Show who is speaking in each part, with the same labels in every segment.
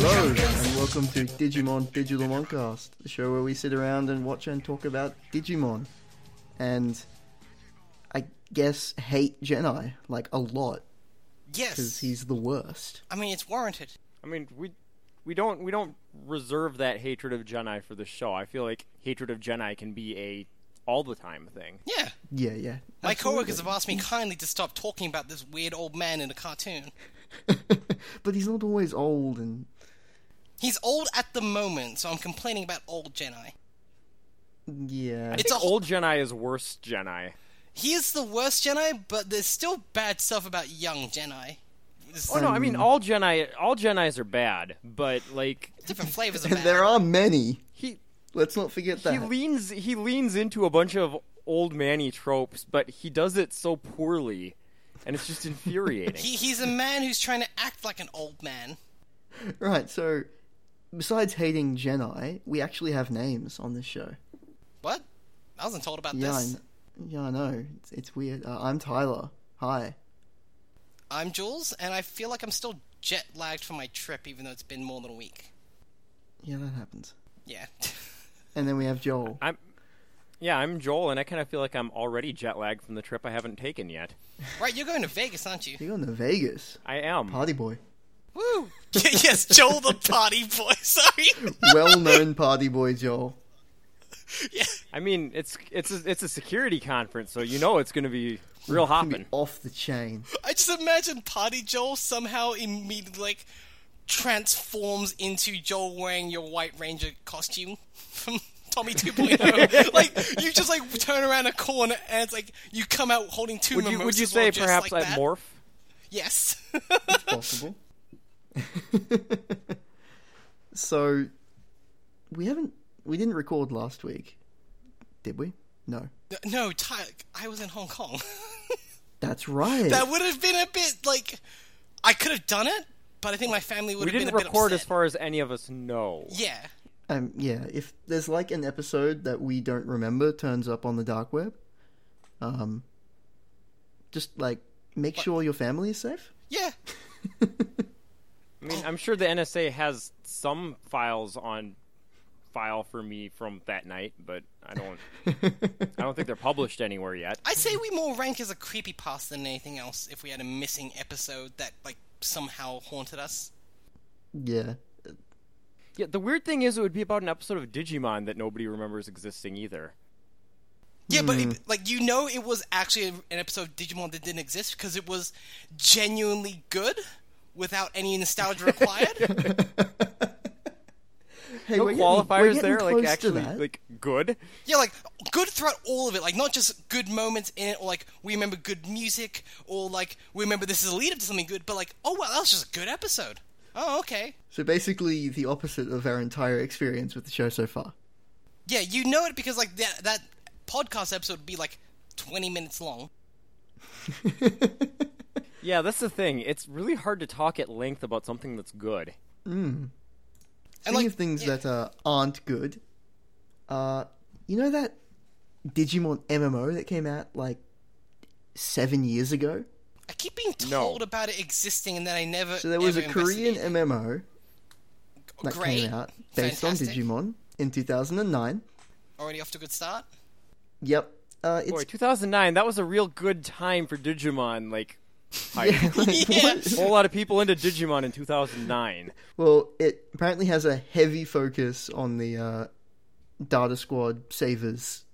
Speaker 1: Hello, and welcome to Digimon Digital Moncast, the show where we sit around and watch and talk about Digimon. And I guess hate Genai, like, a lot, because
Speaker 2: Yes.
Speaker 1: he's the worst.
Speaker 2: I mean, it's warranted.
Speaker 3: I mean, we we don't we don't reserve that hatred of Jedi for the show. I feel like hatred of Jedi can be a all the time thing.
Speaker 2: Yeah.
Speaker 1: Yeah, yeah.
Speaker 2: My coworkers
Speaker 1: Absolutely.
Speaker 2: have asked me kindly to stop talking about this weird old man in a cartoon.
Speaker 1: But he's not always old, and
Speaker 2: He's old at the moment, so I'm complaining about old Jedi.
Speaker 1: yeah.
Speaker 2: It's a
Speaker 3: Old Jedi is worse Jedi.
Speaker 2: he is the worst Jedi, but there's still bad stuff about young Jedi. There's
Speaker 3: Oh no, I mean all Jedi all Jedi's are bad, but like
Speaker 2: different flavors of
Speaker 1: And
Speaker 2: bad.
Speaker 1: there are many.
Speaker 3: he
Speaker 1: Let's not forget that.
Speaker 3: he leans he leans into a bunch of old manny tropes, but he does it so poorly and it's just infuriating.
Speaker 2: He, he's a man who's trying to act like an old man.
Speaker 1: Right, so besides hating Jedi, we actually have names on this show.
Speaker 2: What? I wasn't told about
Speaker 1: Yeah, I,
Speaker 2: this.
Speaker 1: kn- yeah, I know. It's, it's weird. Uh, I'm Tyler. Hi.
Speaker 2: I'm Jules, and I feel like I'm still jet lagged from my trip, even though it's been more than a week.
Speaker 1: Yeah, that happens.
Speaker 2: Yeah.
Speaker 1: And then we have Joel.
Speaker 3: I'm yeah, I'm Joel, and I kind of feel like I'm already jet lagged from the trip I haven't taken yet.
Speaker 2: right, you're going to Vegas, aren't you?
Speaker 1: You're going to Vegas.
Speaker 3: I am.
Speaker 1: Party boy.
Speaker 2: Woo! yes, Joel the party boy. Sorry.
Speaker 1: Well known party boy, Joel.
Speaker 3: I mean, it's it's a, it's a security conference, so you know it's going to be real
Speaker 1: Can
Speaker 3: hopping.
Speaker 1: be off the chain.
Speaker 2: I just imagine party Joel somehow immediately like transforms into Joel wearing your White Ranger costume from Tommy 2.0. like you just like turn around a corner and it's like you come out holding two
Speaker 3: Would you
Speaker 2: mimosas.
Speaker 3: would you
Speaker 2: all
Speaker 3: say
Speaker 2: dressed
Speaker 3: perhaps
Speaker 2: like
Speaker 3: I
Speaker 2: that.
Speaker 3: morph?
Speaker 2: Yes.
Speaker 1: Possible. so, we haven't. We didn't record last week, did we? No.
Speaker 2: no, Ty, I was in Hong Kong.
Speaker 1: That's right.
Speaker 2: that would have been a bit like I could have done it, but I think my family would have
Speaker 3: We
Speaker 2: been
Speaker 3: didn't
Speaker 2: a bit
Speaker 3: record as
Speaker 2: upset.
Speaker 3: far as any of us know.
Speaker 2: yeah.
Speaker 1: Um, yeah, if there's like an episode that we don't remember turns up on the dark web, um, just like make sure your family is safe.
Speaker 2: Yeah.
Speaker 3: I mean, I'm sure the NSA has some files on file for me from that night, but I don't I don't think they're published anywhere yet.
Speaker 2: I'd say we more rank as a creepypasta than anything else if we had a missing episode that, like, somehow haunted us.
Speaker 1: Yeah,
Speaker 3: Yeah, the weird thing is it would be about an episode of Digimon that nobody remembers existing either.
Speaker 2: Yeah, but, it, like, you know it was actually an episode of Digimon that didn't exist because it was genuinely good without any nostalgia required.
Speaker 1: hey,
Speaker 3: No
Speaker 1: we're getting- we're
Speaker 3: qualifiers
Speaker 1: getting
Speaker 3: there,
Speaker 1: close
Speaker 3: like
Speaker 1: to
Speaker 3: actually
Speaker 1: that.
Speaker 3: like good.
Speaker 2: yeah, like, good throughout all of it. Like, not just good moments in it or, like, we remember good music or, like, we remember this is a lead up to something good, but, like, oh, well, that was just a good episode. Oh, okay.
Speaker 1: so basically the opposite of our entire experience with the show so far.
Speaker 2: Yeah, you know it because, like, that, that podcast episode would be, like, 20 minutes long.
Speaker 3: Yeah, that's the thing. It's really hard to talk at length about something that's good.
Speaker 2: And,
Speaker 1: Speaking
Speaker 2: like,
Speaker 1: of things
Speaker 2: yeah.
Speaker 1: that uh, aren't good, uh, you know that Digimon MMO that came out like seven years ago.
Speaker 2: I keep being
Speaker 3: No.
Speaker 2: told about it existing and then I never.
Speaker 1: So there was a
Speaker 2: ever
Speaker 1: Korean
Speaker 2: investigated.
Speaker 1: MMO that
Speaker 2: Great.
Speaker 1: came out based on
Speaker 2: Fantastic.
Speaker 1: Digimon in 2009.
Speaker 2: Already off to a good start.
Speaker 1: Yep. Uh, it's
Speaker 3: Boy, 2009, that was a real good time for Digimon. Like, hype.
Speaker 1: yeah, like,
Speaker 2: Yeah.
Speaker 1: what?
Speaker 3: a whole lot of people into Digimon in 2009.
Speaker 1: Well, it apparently has a heavy focus on the uh, Data Squad Savers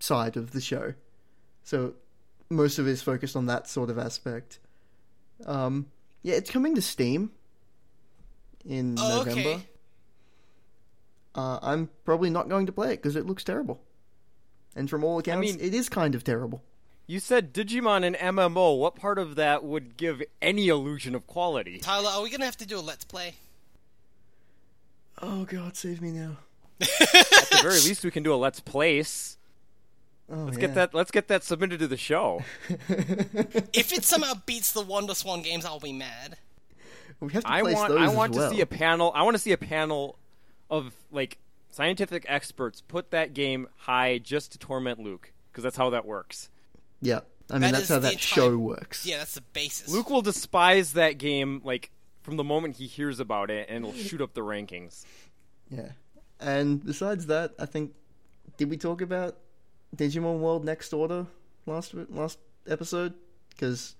Speaker 1: side of the show. So most of it is focused on that sort of aspect. Um, yeah, it's coming to Steam in
Speaker 2: Oh, okay.
Speaker 1: November. Uh, I'm probably not going to play it because it looks terrible. And from all accounts,
Speaker 3: mean-
Speaker 1: it is kind of terrible.
Speaker 3: You said Digimon and MMO. What part of that would give any illusion of quality?
Speaker 2: Tyler, are we gonna have to do a let's play?
Speaker 1: Oh God, save me now.
Speaker 3: At the very least, we can do a let's place.
Speaker 1: Oh,
Speaker 3: Let's get that. Let's get that submitted to the show.
Speaker 2: If it somehow beats the Wonder Swan games, I'll be mad.
Speaker 1: We have to
Speaker 3: I
Speaker 1: place
Speaker 3: want.
Speaker 1: those
Speaker 3: I
Speaker 1: as
Speaker 3: want
Speaker 1: well.
Speaker 3: to see a panel. I want to see a panel of like scientific experts put that game high just to torment Luke because that's how that works.
Speaker 1: Yeah, I mean
Speaker 2: That
Speaker 1: that's
Speaker 2: is
Speaker 1: how
Speaker 2: the
Speaker 1: that
Speaker 2: entire-
Speaker 1: show works.
Speaker 2: Yeah, that's the basis.
Speaker 3: Luke will despise that game like from the moment he hears about it, and it'll shoot up the rankings.
Speaker 1: Yeah. And besides that, I think did we talk about Digimon World Next Order last last episode? Because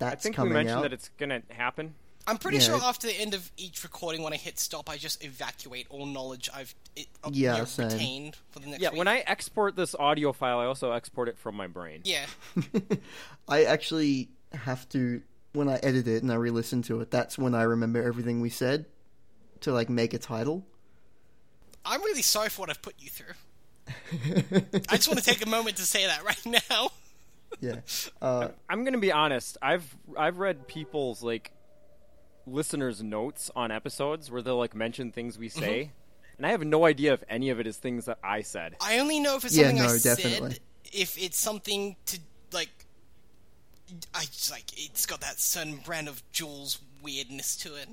Speaker 3: I
Speaker 1: that's
Speaker 3: think we
Speaker 1: coming
Speaker 3: mentioned
Speaker 1: out.
Speaker 3: that it's gonna happen.
Speaker 2: I'm pretty
Speaker 1: Yeah.
Speaker 2: sure after the end of each recording, when I hit stop, I just evacuate all knowledge I've it, uh,
Speaker 1: Yeah,
Speaker 2: you know,
Speaker 1: same.
Speaker 2: retained for the next.
Speaker 3: Yeah,
Speaker 2: week.
Speaker 3: when I export this audio file, I also export it from my brain.
Speaker 2: yeah,
Speaker 1: I actually have to when I edit it and I re-listen to it. That's when I remember everything we said to like make a title.
Speaker 2: I'm really sorry for what I've put you through. I just want to take a moment to say that right now.
Speaker 1: Yeah. Uh,
Speaker 3: I'm gonna be honest. I've I've read people's like listeners' notes on episodes where they'll like mention things we say, and I have no idea if any of it is things that I said.
Speaker 2: I only know if it's
Speaker 1: Yeah,
Speaker 2: something I
Speaker 1: no, definitely.
Speaker 2: said. If it's something to like, I just, like it's got that certain brand of Jules weirdness to it.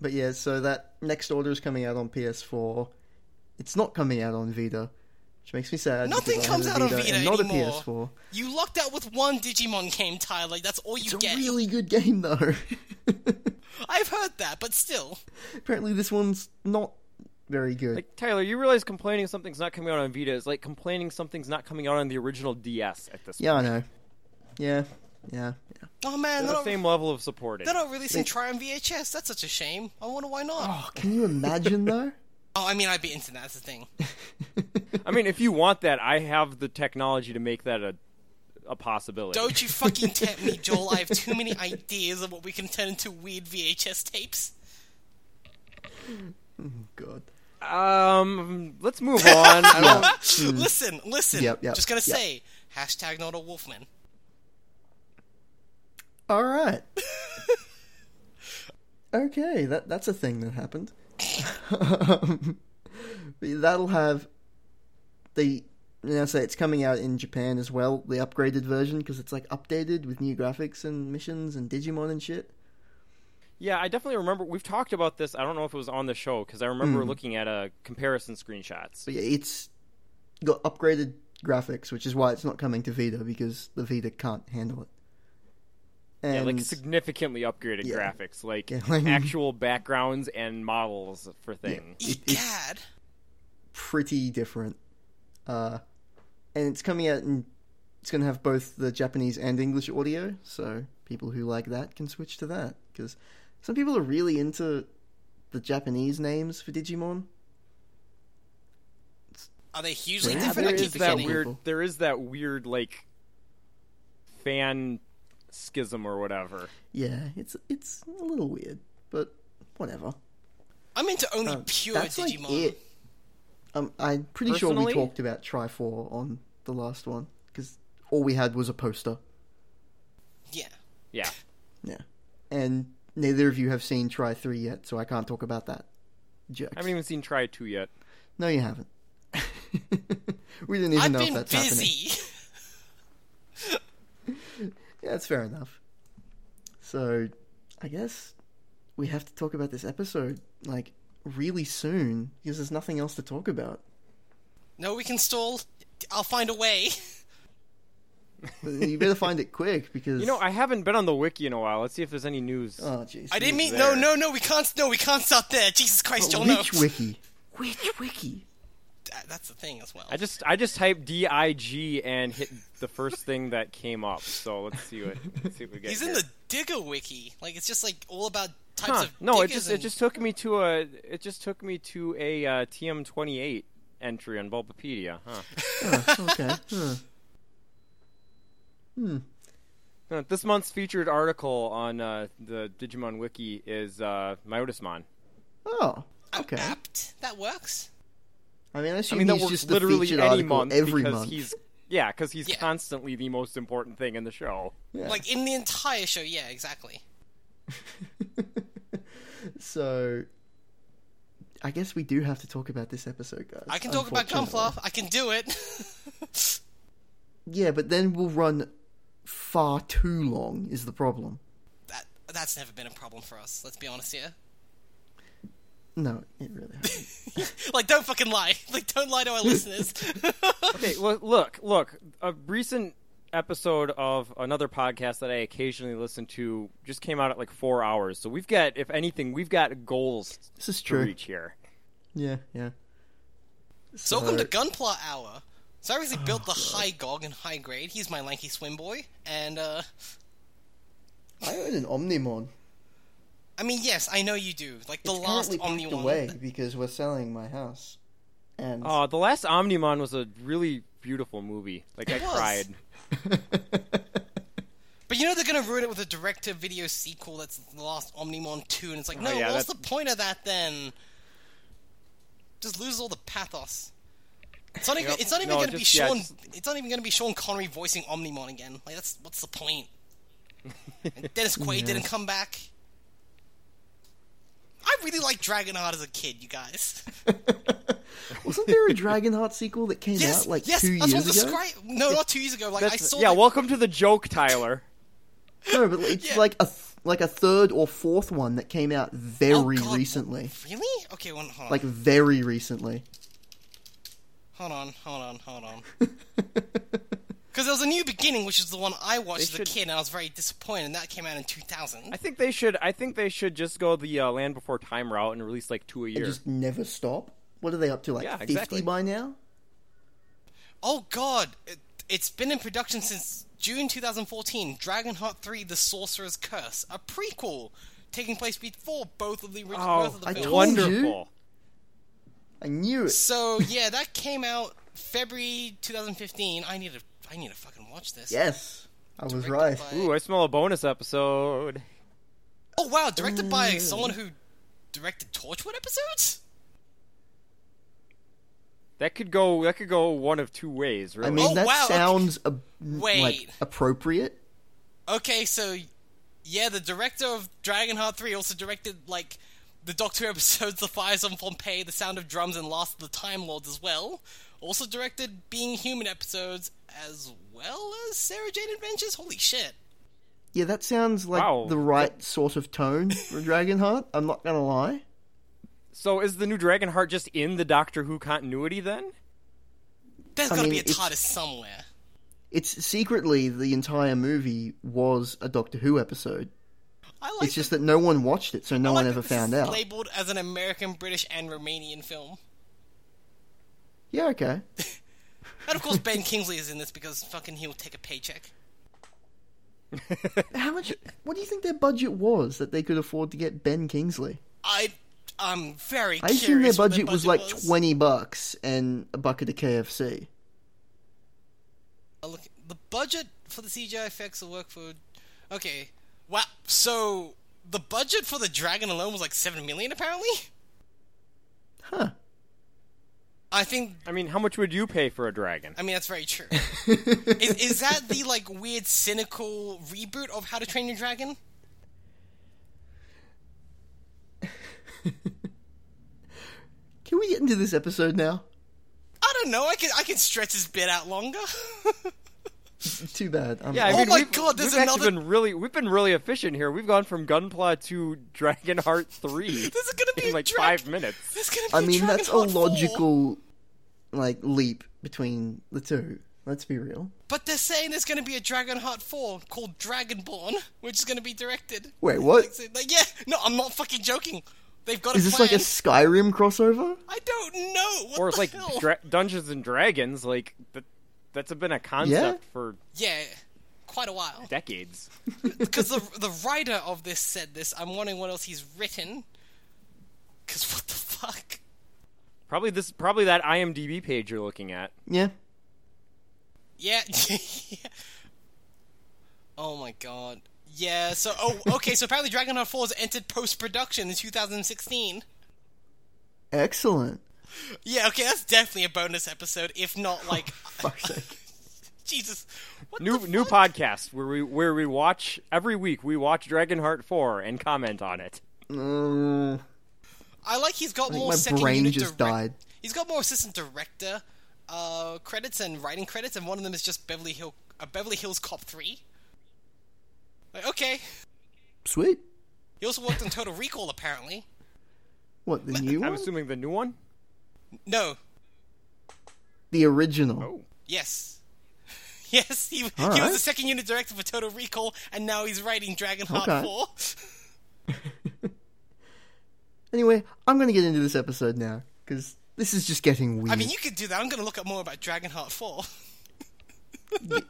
Speaker 1: But yeah, so that next order is coming out on PS4. It's not coming out on Vita, which makes me sad. because
Speaker 2: Nothing
Speaker 1: I
Speaker 2: comes
Speaker 1: have
Speaker 2: out
Speaker 1: a
Speaker 2: on
Speaker 1: Vita
Speaker 2: Vita
Speaker 1: and not
Speaker 2: anymore.
Speaker 1: a PS4.
Speaker 2: You lucked out with one Digimon game, Tyler. That's all you
Speaker 1: It's a
Speaker 2: get.
Speaker 1: really good game though.
Speaker 2: I've heard that, but still,
Speaker 1: Apparently, this one's not very good.
Speaker 3: Like Tyler, you realize complaining something's not coming out on Vita is like complaining something's not coming out on the original DS at this
Speaker 1: yeah, I know. Yeah, yeah, yeah.
Speaker 2: oh man,
Speaker 3: point.
Speaker 2: they're
Speaker 3: The
Speaker 2: not,
Speaker 3: same level of supporting.
Speaker 2: they're not releasing Try on VHS. That's such a shame. I wonder why not. Oh,
Speaker 1: Can you imagine though?
Speaker 2: I mean, I'd be into that. That's the thing.
Speaker 3: I mean, if you want that, I have the technology to make that a a possibility.
Speaker 2: Don't you fucking tempt me, Joel. I have too many ideas of what we can turn into weird VHS tapes.
Speaker 1: God.
Speaker 3: um, let's move on. I don't-
Speaker 2: listen, listen.
Speaker 1: Mm. Yep, yep,
Speaker 2: Just gonna
Speaker 1: yep.
Speaker 2: say, hashtag not a wolfman.
Speaker 1: All right. okay, that that's a thing that happened. um, that'll have the now say it's coming out in Japan as well, the upgraded version because it's like updated with new graphics and missions and Digimon and shit.
Speaker 3: Yeah, I definitely remember. We've talked about this. I don't know if it was on the show because I remember looking at uh, comparison screenshots.
Speaker 1: But yeah, it's got upgraded graphics, which is why it's not coming to Vita because the Vita can't handle it. And
Speaker 3: Yeah, like significantly upgraded
Speaker 1: Yeah.
Speaker 3: graphics, like
Speaker 1: Yeah, like-
Speaker 3: actual backgrounds and models for things.
Speaker 2: Egad.
Speaker 1: pretty different. Uh, and it's coming out and it's going to have both the Japanese and English audio, so people who like that can switch to that because some people are really into the Japanese names for Digimon.
Speaker 2: Are they hugely
Speaker 1: Yeah,
Speaker 2: different?
Speaker 3: There
Speaker 2: I
Speaker 1: Definitely
Speaker 3: is
Speaker 2: keep
Speaker 3: that
Speaker 2: forgetting.
Speaker 3: weird.
Speaker 1: people.
Speaker 3: There is that weird like fan schism or whatever.
Speaker 1: Yeah, it's it's a little weird, but whatever.
Speaker 2: I'm into only
Speaker 1: Um,
Speaker 2: pure
Speaker 1: that's
Speaker 2: Digimon.
Speaker 1: like it. Um, I'm pretty sure we
Speaker 3: Personally-
Speaker 1: talked about Trifor on the last one because all we had was a poster.
Speaker 2: Yeah.
Speaker 3: Yeah,
Speaker 1: Yeah, and neither of you have seen Tri Three yet, so I can't talk about that. Jerks.
Speaker 3: I haven't even seen Try Two yet.
Speaker 1: No, you haven't. we didn't even
Speaker 2: I've
Speaker 1: know if
Speaker 2: been
Speaker 1: that's happening.
Speaker 2: busy.
Speaker 1: Yeah, that's fair enough. So, I guess we have to talk about this episode like really soon because there's nothing else to talk about.
Speaker 2: No, we can stall. I'll find a way.
Speaker 1: you better find it quick because
Speaker 3: You know, I haven't been on the wiki in a while. Let's see if there's any news.
Speaker 1: oh jeez,
Speaker 2: I didn't mean. No,
Speaker 3: there.
Speaker 2: no, no. We can't. No, we can't start there. Jesus Christ, Joel.
Speaker 1: which
Speaker 2: no.
Speaker 1: wiki? Which wiki?
Speaker 2: Th- That's the thing as well.
Speaker 3: I just I just typed D I G and hit the first thing that came up. So let's see what let's see what we get.
Speaker 2: He's in
Speaker 3: here.
Speaker 2: the Digger Wiki. Like it's just like all about types
Speaker 3: Huh.
Speaker 2: of.
Speaker 3: No, it
Speaker 2: diggers
Speaker 3: just
Speaker 2: and-
Speaker 3: it just took me to a it just took me to a uh, TM28 entry on Bulbapedia. Huh.
Speaker 1: Okay. huh.
Speaker 3: Uh, This month's featured article on uh, the Digimon Wiki is uh, Myotismon.
Speaker 1: Oh, okay.
Speaker 2: apt. That works.
Speaker 1: I I mean, I assume
Speaker 3: I mean, that
Speaker 1: he's
Speaker 3: works
Speaker 1: just the
Speaker 3: literally
Speaker 1: featured
Speaker 3: any
Speaker 1: article
Speaker 3: month
Speaker 1: every
Speaker 3: because
Speaker 1: month.
Speaker 3: he's yeah, because he's
Speaker 2: Yeah.
Speaker 3: constantly the most important thing in the show.
Speaker 1: Yeah.
Speaker 2: Like in the entire show, yeah, exactly.
Speaker 1: so, I guess we do have to talk about this episode, guys.
Speaker 2: I can talk about
Speaker 1: unfortunately.
Speaker 2: Gunpla. I can do it.
Speaker 1: Yeah, but then we'll run far too long. Is the problem?
Speaker 2: that that's never been a problem for us. Let's be honest here.
Speaker 1: No, it really. Hasn't.
Speaker 2: Like, don't fucking lie. Like, don't lie to our listeners.
Speaker 3: Okay, well, look, look. A recent episode of another podcast that I occasionally listen to just came out at like four hours. So we've got, if anything, we've got goals
Speaker 1: this is
Speaker 3: to
Speaker 1: true.
Speaker 3: reach here.
Speaker 1: Yeah, yeah.
Speaker 2: so welcome to
Speaker 1: So- Oh,
Speaker 2: Gunpla Hour. So I really built the high gog and high grade. He's my lanky swim boy, and uh,
Speaker 1: I own an Omnimon.
Speaker 2: I mean, yes, I know you do. Like the
Speaker 1: it's
Speaker 2: last
Speaker 1: currently
Speaker 2: Omni
Speaker 1: packed
Speaker 2: one.
Speaker 1: away because we're selling my house. And
Speaker 3: Oh, the last Omnimon was a really beautiful movie. Like I
Speaker 2: It was.
Speaker 3: cried.
Speaker 2: But you know they're gonna ruin it with a direct-to-video sequel that's the last Omnimon two, and it's like, no,
Speaker 3: Oh, yeah,
Speaker 2: what's
Speaker 3: that-
Speaker 2: the point of that then? Just loses all the pathos. It's not even.
Speaker 3: Yep.
Speaker 2: It's not even
Speaker 3: No,
Speaker 2: gonna be
Speaker 3: just- yeah,
Speaker 2: Sean.
Speaker 3: just-
Speaker 2: It's not even gonna be Sean Connery voicing Omnimon again. Like that's what's the point? and Dennis Quaid didn't come back. I really liked Dragonheart as a kid, you guys.
Speaker 1: wasn't there a Dragonheart sequel that came
Speaker 2: yes,
Speaker 1: out like
Speaker 2: yes,
Speaker 1: two
Speaker 2: that's
Speaker 1: years
Speaker 2: what
Speaker 1: ago?
Speaker 2: describe. No, not two years ago. Like I
Speaker 3: That's-
Speaker 2: saw.
Speaker 3: yeah,
Speaker 2: that-
Speaker 3: welcome to the joke, Tyler.
Speaker 1: No, but it's
Speaker 2: Yeah.
Speaker 1: like a th- like a third or fourth one that came out very
Speaker 2: Oh, God.
Speaker 1: recently.
Speaker 2: Really? Okay, well, hold on.
Speaker 1: Like very recently.
Speaker 2: Hold on, hold on, hold on. Because there was a new beginning, which is the one I watched as
Speaker 3: They
Speaker 2: a
Speaker 3: should-
Speaker 2: kid, and I was very disappointed. And that came out in 2000.
Speaker 3: I think they should. I think they should just go the uh, Land Before Time route and release like two a
Speaker 1: They
Speaker 3: year.
Speaker 1: just never stop. What are they up to? Like
Speaker 3: Yeah,
Speaker 1: fifty
Speaker 3: exactly.
Speaker 1: by now?
Speaker 2: Oh God, it, it's been in production since June 2014. Dragonheart 3: The Sorcerer's Curse, a prequel taking place before both of the original both
Speaker 3: Oh,
Speaker 2: of the
Speaker 1: I
Speaker 2: films.
Speaker 1: told
Speaker 3: wonderful!
Speaker 1: you. I knew it.
Speaker 2: So yeah, that came out February 2015. I need to I need to fucking watch this.
Speaker 1: Yes, I was
Speaker 2: Directed
Speaker 1: right.
Speaker 2: by-
Speaker 3: Ooh, I smell a bonus episode.
Speaker 2: Oh wow, directed by
Speaker 3: Mm.
Speaker 2: someone who directed Torchwood episodes.
Speaker 3: That could go. That could go one of two ways. Really.
Speaker 1: I mean,
Speaker 2: Oh,
Speaker 1: that
Speaker 2: wow, okay.
Speaker 1: sounds ab-
Speaker 2: Wait.
Speaker 1: like appropriate.
Speaker 2: Okay, so yeah, the director of Dragonheart 3 also directed like the Doctor Who episodes The Fires on Pompeii, The Sound of Drums and Last of the Time Lords as well. Also directed Being Human episodes as well as Sarah Jane Adventures. Holy shit.
Speaker 1: Yeah, that sounds like
Speaker 3: Wow.
Speaker 1: the right sort of tone for Dragonheart. I'm not gonna lie.
Speaker 3: so is the new Dragonheart just in the Doctor Who continuity then?
Speaker 2: There's
Speaker 1: I
Speaker 2: got to
Speaker 1: mean,
Speaker 2: be a
Speaker 1: it's-
Speaker 2: TARDIS somewhere.
Speaker 1: It's secretly the entire movie was a Doctor Who episode.
Speaker 2: I like
Speaker 1: It's just that no one watched it, so no
Speaker 2: I
Speaker 1: one
Speaker 2: like
Speaker 1: ever
Speaker 2: that this
Speaker 1: found
Speaker 2: is
Speaker 1: out.
Speaker 2: Labeled as an American, British and Romanian film.
Speaker 1: Yeah, okay.
Speaker 2: And of course Ben Kingsley is in this because fucking he'll take a paycheck.
Speaker 1: How much? What do you think their budget was that they could afford to get Ben Kingsley?
Speaker 2: I I'm very
Speaker 1: I
Speaker 2: curious
Speaker 1: assume their
Speaker 2: what
Speaker 1: budget, was like twenty bucks and a bucket of KFC.
Speaker 2: Uh, look, the budget for the CGI effects will work for. Okay, wow. So the budget for the dragon alone was like seven million, apparently.
Speaker 1: Huh?
Speaker 2: I think.
Speaker 3: I mean, how much would you pay for a dragon?
Speaker 2: I mean, that's very true. is, is that the like weird cynical reboot of How to Train Your Dragon?
Speaker 1: Can we get into this episode now?
Speaker 2: I don't know. I can I can stretch this bit out longer.
Speaker 1: Too bad. I'm,
Speaker 3: Yeah, I
Speaker 2: Oh
Speaker 3: mean,
Speaker 2: my
Speaker 3: we've,
Speaker 2: God, there's
Speaker 3: we've actually
Speaker 2: another-
Speaker 3: been really, we've been really efficient here. We've gone from Gunpla to Dragonheart three
Speaker 2: this is gonna be
Speaker 3: in like
Speaker 2: drag-
Speaker 3: five minutes.
Speaker 2: This is gonna be.
Speaker 1: I mean,
Speaker 2: Dragon
Speaker 1: that's a
Speaker 2: Heart 4.
Speaker 1: logical, like, leap between the two. Let's be real.
Speaker 2: But they're saying there's gonna be a Dragon Heart Four called Dragonborn, which is gonna be directed.
Speaker 1: Wait, what?
Speaker 2: Like, so- like, yeah, no, I'm not fucking joking. They've got.
Speaker 1: Is
Speaker 2: a
Speaker 1: this
Speaker 2: plan.
Speaker 1: like a Skyrim crossover?
Speaker 2: I don't know. What
Speaker 3: Or
Speaker 2: the
Speaker 3: like
Speaker 2: hell?
Speaker 3: dra- Dungeons and Dragons, like that, that's been a concept for
Speaker 2: yeah, quite a while.
Speaker 3: decades.
Speaker 2: Because the the writer of this said this. I'm wondering what else he's written. Because what the fuck?
Speaker 3: Probably this, probably that IMDb page you're looking at.
Speaker 1: Yeah.
Speaker 2: Yeah. Oh my god. Yeah. So oh okay. So apparently, Dragon Heart Four has entered post production in 2016.
Speaker 1: Excellent.
Speaker 2: Yeah, okay, that's definitely a bonus episode, if not like
Speaker 1: Fuck's sake.
Speaker 2: Jesus. What
Speaker 3: New
Speaker 2: the
Speaker 3: new
Speaker 2: fuck?
Speaker 3: podcast where we where we watch every week we watch Dragonheart 4 and comment on it.
Speaker 1: Mm,
Speaker 2: I like he's got
Speaker 1: I think
Speaker 2: more
Speaker 1: my
Speaker 2: second
Speaker 1: brain
Speaker 2: unit
Speaker 1: just
Speaker 2: direct-
Speaker 1: died.
Speaker 2: He's got more assistant director uh, credits and writing credits, and one of them is just Beverly Hill uh, Beverly Hills Cop Three. Like, okay,
Speaker 1: sweet.
Speaker 2: he also worked on Total Recall apparently.
Speaker 1: What the new one?
Speaker 3: I'm assuming the new one?
Speaker 2: No,
Speaker 1: The original.
Speaker 3: Oh.
Speaker 2: yes, yes, he, he
Speaker 1: Alright.
Speaker 2: was the second unit director for Total Recall, and now he's writing Dragonheart
Speaker 1: Okay.
Speaker 2: Four.
Speaker 1: Anyway, I'm gonna get into this episode now because this is just getting weird.
Speaker 2: I mean, you could do that. I'm going to look up more about Dragonheart Four.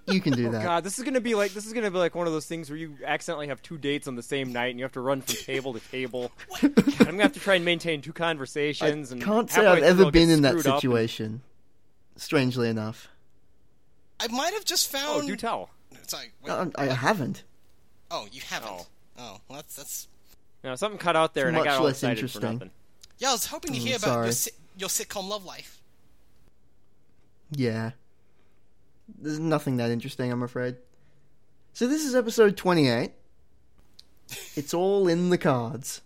Speaker 1: you can do that.
Speaker 3: God, this is gonna be like this is gonna be like one of those things where you accidentally have two dates on the same night and you have to run from table to table. God, I'm gonna have to try and maintain two conversations. and
Speaker 1: Can't say I've
Speaker 3: halfway through
Speaker 1: ever
Speaker 3: I'll get
Speaker 1: been in that
Speaker 3: screwed up and-
Speaker 1: situation. Strangely enough,
Speaker 2: I might have just found.
Speaker 3: oh, do tell.
Speaker 2: Sorry, wait.
Speaker 1: Um, I, I haven't.
Speaker 2: oh, you haven't.
Speaker 3: Oh.
Speaker 2: Oh, well, that's that's
Speaker 3: No, something cut out there, and I
Speaker 1: Much
Speaker 3: got all
Speaker 1: less
Speaker 3: excited for
Speaker 1: interesting.
Speaker 3: nothing.
Speaker 2: Yeah, I was hoping to hear about
Speaker 1: Mm, sorry.
Speaker 2: your, si- your sitcom love life.
Speaker 1: Yeah, there's nothing that interesting, I'm afraid. So this is episode 28. It's all in the cards.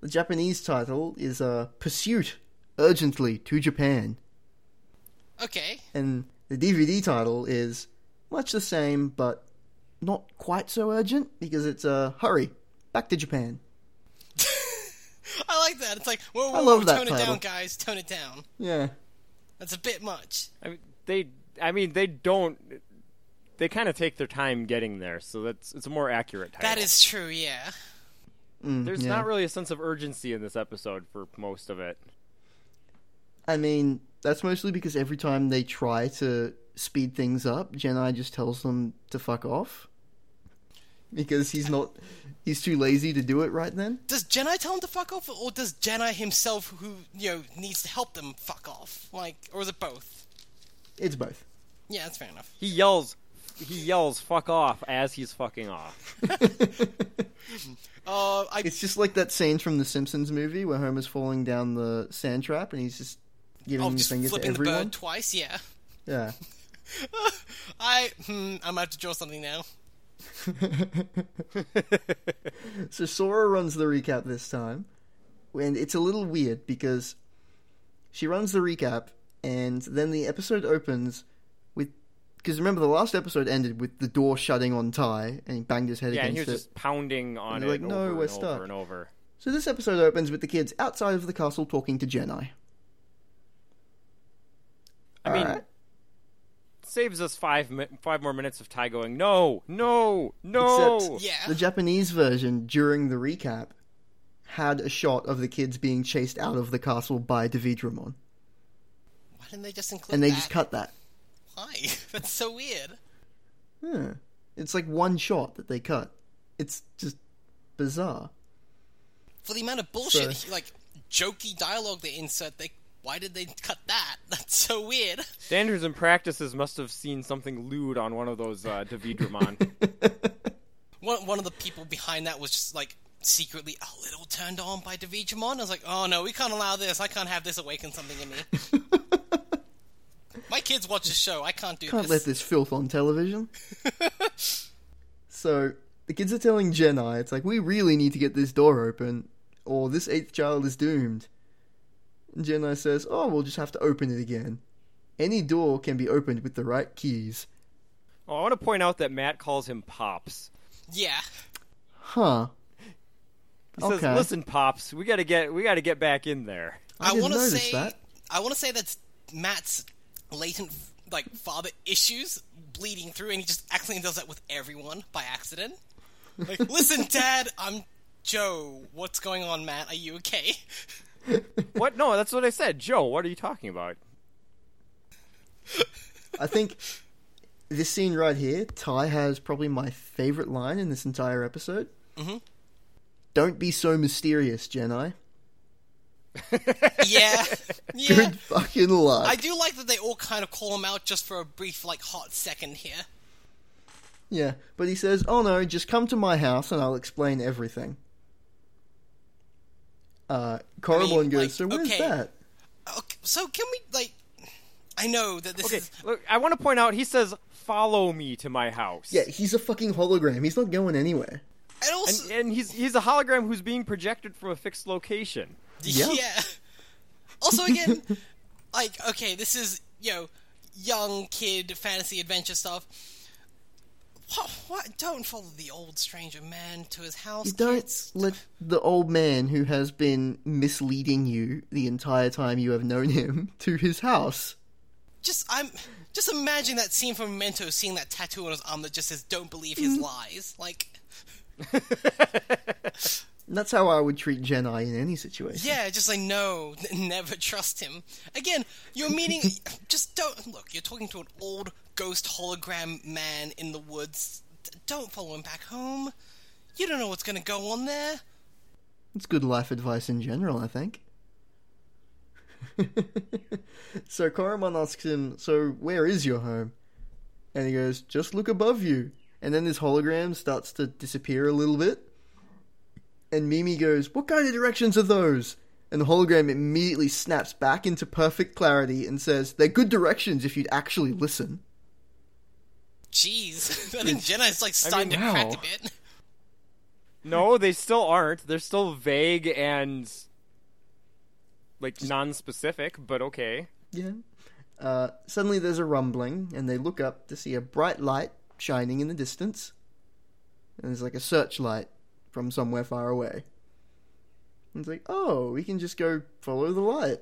Speaker 1: The Japanese title is uh, "Pursuit Urgently to Japan."
Speaker 2: Okay.
Speaker 1: and the DVD title is much the same, but not quite so urgent because it's a hurry back to Japan.
Speaker 2: I like that. It's like, whoa, whoa,
Speaker 1: I love
Speaker 2: whoa,
Speaker 1: that
Speaker 2: tone it
Speaker 1: title.
Speaker 2: down, guys. Tone it down.
Speaker 1: Yeah,
Speaker 2: That's a bit much.
Speaker 3: I mean, they, I mean, they don't. They kind of take their time getting there, so that's it's a more accurate title.
Speaker 2: That is true, yeah.
Speaker 3: There's
Speaker 1: Mm, yeah.
Speaker 3: not really a sense of urgency in this episode for most of it.
Speaker 1: I mean that's mostly because every time they try to speed things up, Jedi just tells them to fuck off because he's not he's too lazy to do it right then.
Speaker 2: Does Jedi tell him to fuck off, or does Jedi himself, who, you know, needs to help them, fuck off? Like, or is it both?
Speaker 1: It's both.
Speaker 2: Yeah, that's fair enough.
Speaker 3: He yells, he yells, "Fuck off!" as he's fucking off.
Speaker 2: Uh, I,
Speaker 1: It's just like that scene from the Simpsons movie where Homer's falling down the sand trap and he's just giving
Speaker 2: oh,
Speaker 1: his
Speaker 2: just
Speaker 1: finger to
Speaker 2: flipping the bird
Speaker 1: everyone.
Speaker 2: twice, yeah.
Speaker 1: yeah.
Speaker 2: I, hmm, I'm about to draw something now.
Speaker 1: So Sora runs the recap this time, and it's a little weird because she runs the recap, and then the episode opens with because remember the last episode ended with the door shutting on Ty and he banged his head
Speaker 3: Yeah, and he
Speaker 1: against
Speaker 3: was
Speaker 1: it.
Speaker 3: just pounding on it
Speaker 1: And they're like, "No,
Speaker 3: over
Speaker 1: we're
Speaker 3: and
Speaker 1: stuck."
Speaker 3: over and over.
Speaker 1: So this episode opens with the kids outside of the castle talking to Jedi.
Speaker 3: I mean,
Speaker 1: Alright.
Speaker 3: saves us five mi- five more minutes of Ty going, "No, no, no."
Speaker 1: Except
Speaker 2: Yeah.
Speaker 1: the Japanese version during the recap had a shot of the kids being chased out of the castle by Davidramon,
Speaker 2: Why didn't they just include
Speaker 1: and they
Speaker 2: that?
Speaker 1: just cut that.
Speaker 2: Why? that's so weird.
Speaker 1: Yeah. It's like one shot that they cut. It's just bizarre.
Speaker 2: for the amount of bullshit,
Speaker 1: So-
Speaker 2: like jokey dialogue they insert, they why did they cut that? That's so weird.
Speaker 3: Standards and practices must have seen something lewd on one of those uh, Davidramon.
Speaker 2: One one of the people behind that was just like secretly a little turned on by Devijamon. I was like, oh no, we can't allow this. I can't have this awaken something in me. My kids watch this show. I can't do
Speaker 1: Can't
Speaker 2: this.
Speaker 1: let this filth on television. so the kids are telling Jedi, it's like, we really need to get this door open, or this eighth child is doomed. And Jedi says, oh, we'll just have to open it again. Any door can be opened with the right keys.
Speaker 3: Oh, I want to point out that Matt calls him Pops.
Speaker 2: Yeah,
Speaker 1: Huh.
Speaker 3: He
Speaker 1: Okay.
Speaker 3: says, "Listen, Pops, we gotta get we gotta get back in there."
Speaker 1: I didn't
Speaker 2: want to
Speaker 1: notice
Speaker 2: say
Speaker 1: that.
Speaker 2: I want to say that's Matt's latent like father issues bleeding through, and he just accidentally does that with everyone by accident. Like, listen, Dad, I'm Joe. What's going on, Matt? Are you okay?
Speaker 3: What? No, that's what I said. Joe, what are you talking about?
Speaker 1: I think this scene right here, Ty has probably my favorite line in this entire episode. Mm-hmm. Don't be so mysterious, Jedi.
Speaker 2: yeah, yeah.
Speaker 1: Good fucking luck.
Speaker 2: I do like that they all kind of call him out just for a brief, like, hot second here.
Speaker 1: Yeah, but he says, "Oh no, just come to my house and I'll explain everything." Uh, Coromon
Speaker 2: I mean,
Speaker 1: Uh, goes,
Speaker 2: like,
Speaker 1: "So where's
Speaker 2: okay.
Speaker 1: that?"
Speaker 2: Okay, so can we like? I know that this
Speaker 3: Okay,
Speaker 2: is
Speaker 3: look, I want to point out he says, "Follow me to my house."
Speaker 1: Yeah, he's a fucking hologram. He's not going anywhere.
Speaker 2: and also
Speaker 3: and, and he's he's a hologram who's being projected from a fixed location.
Speaker 1: Yeah.
Speaker 2: Also, again, like, okay, this is, you know, young kid fantasy adventure stuff. What, what? Don't follow the old stranger man to his house.
Speaker 1: You don't
Speaker 2: kids.
Speaker 1: let the old man who has been misleading you the entire time you have known him to his house.
Speaker 2: Just, I'm. Just imagine that scene from Memento, seeing that tattoo on his arm that just says "Don't believe his
Speaker 1: Mm.
Speaker 2: lies." Like,
Speaker 1: And that's how I would treat Jedi in any situation.
Speaker 2: yeah, just like no, n- never trust him. Again, you're meeting. just don't look. You're talking to an old ghost hologram man in the woods. D- Don't follow him back home. You don't know what's going to go on there.
Speaker 1: It's good life advice in general, I think. so Koromon asks him, So where is your home? And he goes, Just look above you. And then this hologram starts to disappear a little bit. And Mimi goes, What kind of directions are those? And the hologram immediately snaps back into perfect clarity and says, They're good directions if you'd actually listen.
Speaker 2: Jeez, I think Jenna's like starting to
Speaker 3: mean,
Speaker 2: crack
Speaker 3: wow.
Speaker 2: a bit.
Speaker 3: No, they still aren't. They're still vague and like non-specific, but okay.
Speaker 1: Yeah. Uh, suddenly there's a rumbling, and they look up to see a bright light shining in the distance. And there's like a searchlight from somewhere far away. And it's like, oh, we can just go follow the light.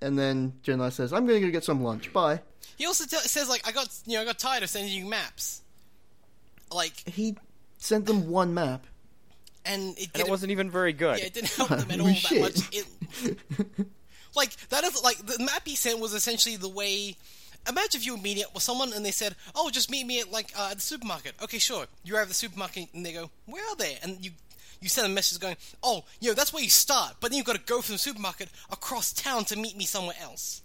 Speaker 1: And then Jedi says, I'm going to go get some lunch. Bye.
Speaker 2: He also t- says like, I got you know, I got tired of sending you maps. Like,
Speaker 1: He sent them one map.
Speaker 2: and it
Speaker 3: And it
Speaker 2: didn't.
Speaker 3: wasn't even very good.
Speaker 2: yeah, it didn't help them at all
Speaker 1: We
Speaker 2: that
Speaker 1: shit.
Speaker 2: much. It, like that is like the map he sent was essentially the way. Imagine if you were meeting up with someone and they said, "Oh, just meet me at like uh, at the supermarket." Okay, sure. You arrive at the supermarket and they go, "Where are they?" And you you send a message going, "Oh, you know that's where you start," but then you've got to go from the supermarket across town to meet me somewhere else.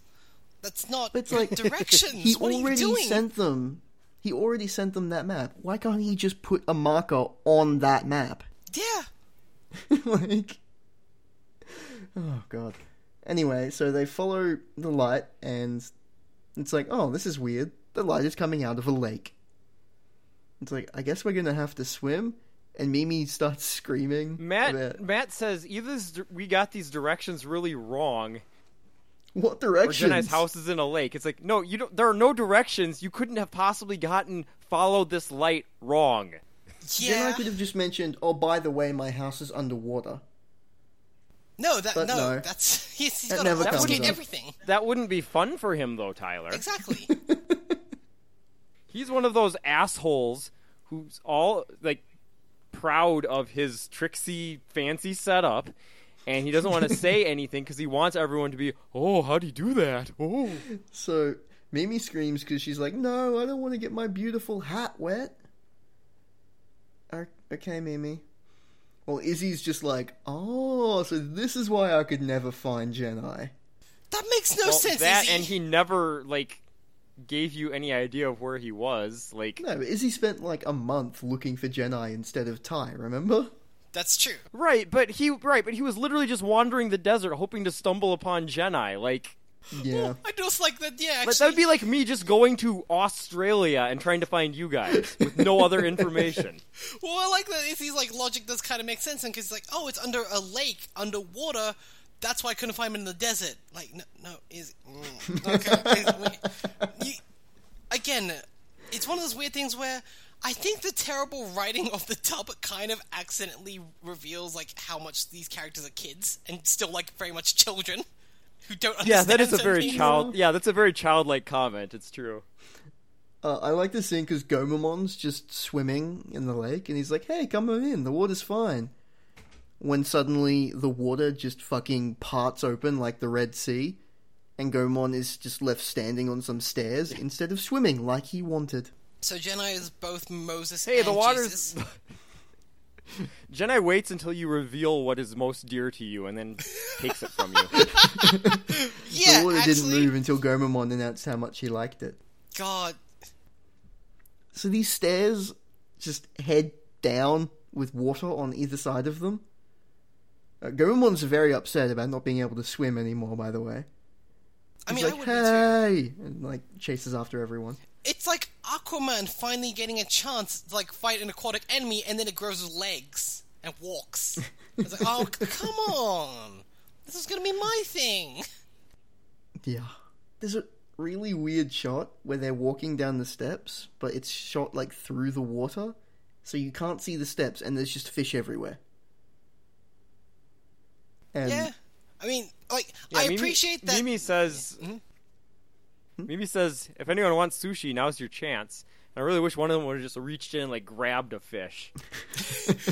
Speaker 2: That's not
Speaker 1: It's like
Speaker 2: directions.
Speaker 1: He
Speaker 2: what
Speaker 1: already
Speaker 2: are you doing?
Speaker 1: sent them. He already sent them that map. Why can't he just put a marker on that map?
Speaker 2: Yeah.
Speaker 1: like oh god anyway so they follow the light and it's like oh this is weird the light is coming out of a lake it's like i guess we're gonna have to swim and mimi starts screaming
Speaker 3: Matt
Speaker 1: about,
Speaker 3: Matt says either this- we got these directions really wrong,
Speaker 1: what
Speaker 3: or
Speaker 1: direction
Speaker 3: Jedi's house is in a lake. It's like no, you don't. There are no directions. You couldn't have possibly gotten follow this light wrong.
Speaker 1: then
Speaker 2: Yeah.
Speaker 1: i could have just mentioned oh by the way my house is underwater
Speaker 2: No, that no,
Speaker 1: But no.
Speaker 2: that's he's, he's
Speaker 1: That
Speaker 2: got
Speaker 1: never
Speaker 2: to
Speaker 3: comes
Speaker 2: obfuscate
Speaker 3: up.
Speaker 2: everything.
Speaker 3: That wouldn't be fun for him though, Tyler.
Speaker 2: Exactly.
Speaker 3: He's one of those assholes who's all like proud of his tricksy, fancy setup, and he doesn't want to say anything because he wants everyone to be, "Oh, how'd he do that?" Oh,
Speaker 1: so mimi screams because she's like no i don't want to get my beautiful hat wet "O- okay mimi well, Izzy's just like, oh, so this is why I could never find Jedi.
Speaker 2: that makes no
Speaker 3: Well,
Speaker 2: sense.
Speaker 3: that
Speaker 2: Izzy.
Speaker 3: and he never like gave you any idea of where he was. Like,
Speaker 1: No, but Izzy spent like a month looking for Jedi instead of Ty, remember?
Speaker 2: That's true.
Speaker 3: right? But he, right? But he was literally just wandering the desert, hoping to stumble upon Jedi. Like.
Speaker 1: Yeah.
Speaker 2: I just like that. Yeah,
Speaker 3: But
Speaker 2: actually,
Speaker 3: that would be like me just going to Australia and trying to find you guys with no other information.
Speaker 2: well, I like that. Izzy's like logic does kind of make sense, and because it's like, oh, it's under a lake, underwater. That's why I couldn't find him in the desert. Like, no, no, Izzy. Mm. Okay, Izzy, we- you, again, it's one of those weird things where I think the terrible writing of the dub kind of accidentally reveals like how much these characters are kids and still like very much children who don't.
Speaker 3: Yeah,
Speaker 2: Understand
Speaker 3: that is a very
Speaker 2: something.
Speaker 3: child. Yeah, that's a very childlike comment. It's true.
Speaker 1: Uh, I like this scene because Gomamon's just swimming in the lake and he's like, hey, come on in, the water's fine. When suddenly the water just fucking parts open like the Red Sea and Gomon is just left standing on some stairs instead of swimming like he wanted.
Speaker 2: So Jedi is both Moses.
Speaker 3: Hey,
Speaker 2: and
Speaker 3: the water's.
Speaker 2: Jesus.
Speaker 3: Jedi waits until you reveal what is most dear to you, and then takes it from you.
Speaker 2: Yeah,
Speaker 1: the water
Speaker 2: actually,
Speaker 1: didn't move until Gomamon announced how much he liked it.
Speaker 2: God,
Speaker 1: So these stairs just head down with water on either side of them. Uh, Goemon's very upset about not being able to swim anymore, by the way.
Speaker 2: I mean,
Speaker 1: He's
Speaker 2: I
Speaker 1: like,
Speaker 2: would be too.
Speaker 1: hey, and like chases after everyone.
Speaker 2: It's like Aquaman finally getting a chance to like fight an aquatic enemy, and then it grows his legs and walks. It's like, oh, c- come on! This is gonna be my thing.
Speaker 1: Yeah. There's a really weird shot where they're walking down the steps, but it's shot like through the water, so you can't see the steps, and there's just fish everywhere. And
Speaker 2: Yeah, I mean, like,
Speaker 3: Yeah,
Speaker 2: I
Speaker 3: Mimi-
Speaker 2: appreciate that.
Speaker 3: Mimi says. Mimi says, if anyone wants sushi, now's your chance. And I really wish one of them would have just reached in and like grabbed a fish.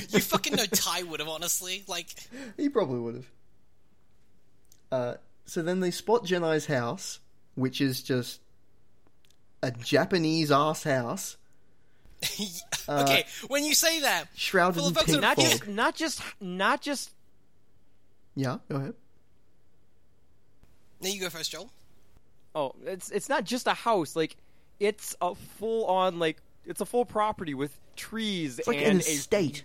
Speaker 2: You fucking know Ty would have honestly. Like,
Speaker 1: He probably would have. Uh, so then they spot Jedi's house, which is just a Japanese ass house
Speaker 3: Uh,
Speaker 2: okay, when you say that,
Speaker 1: shrouded
Speaker 2: Well,
Speaker 1: in
Speaker 2: if that's
Speaker 1: pink
Speaker 2: an-
Speaker 1: fog.
Speaker 3: Not just, not just, not just.
Speaker 1: Yeah, go ahead.
Speaker 2: there you go first, Joel.
Speaker 3: Oh, it's it's not just a house. Like, it's a full on like it's a full property with trees
Speaker 1: It's like
Speaker 3: and
Speaker 1: an estate.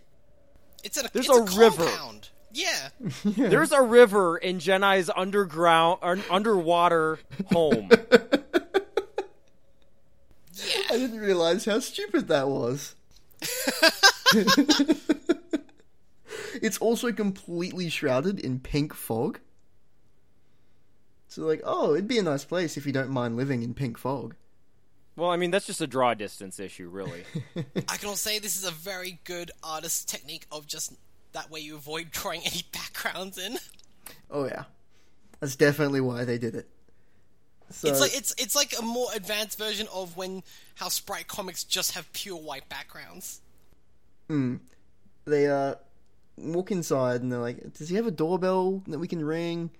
Speaker 2: It's an
Speaker 3: There's
Speaker 2: it's
Speaker 3: a river.
Speaker 2: compound. Yeah,
Speaker 3: a there's a river in Jedi's underground or underwater home.
Speaker 1: I didn't realize how stupid that was. it's also completely shrouded in pink fog. So, like, oh, it'd be a nice place if you don't mind living in pink fog.
Speaker 3: well, I mean that's just a draw distance issue, really.
Speaker 2: I can all say this is a very good artist technique of just that way you avoid drawing any backgrounds in.
Speaker 1: Oh, yeah. That's definitely why they did it. So,
Speaker 2: It's like it's it's like a more advanced version of when how sprite comics just have pure white backgrounds.
Speaker 1: they uh, walk inside and they're like, does he have a doorbell that we can ring?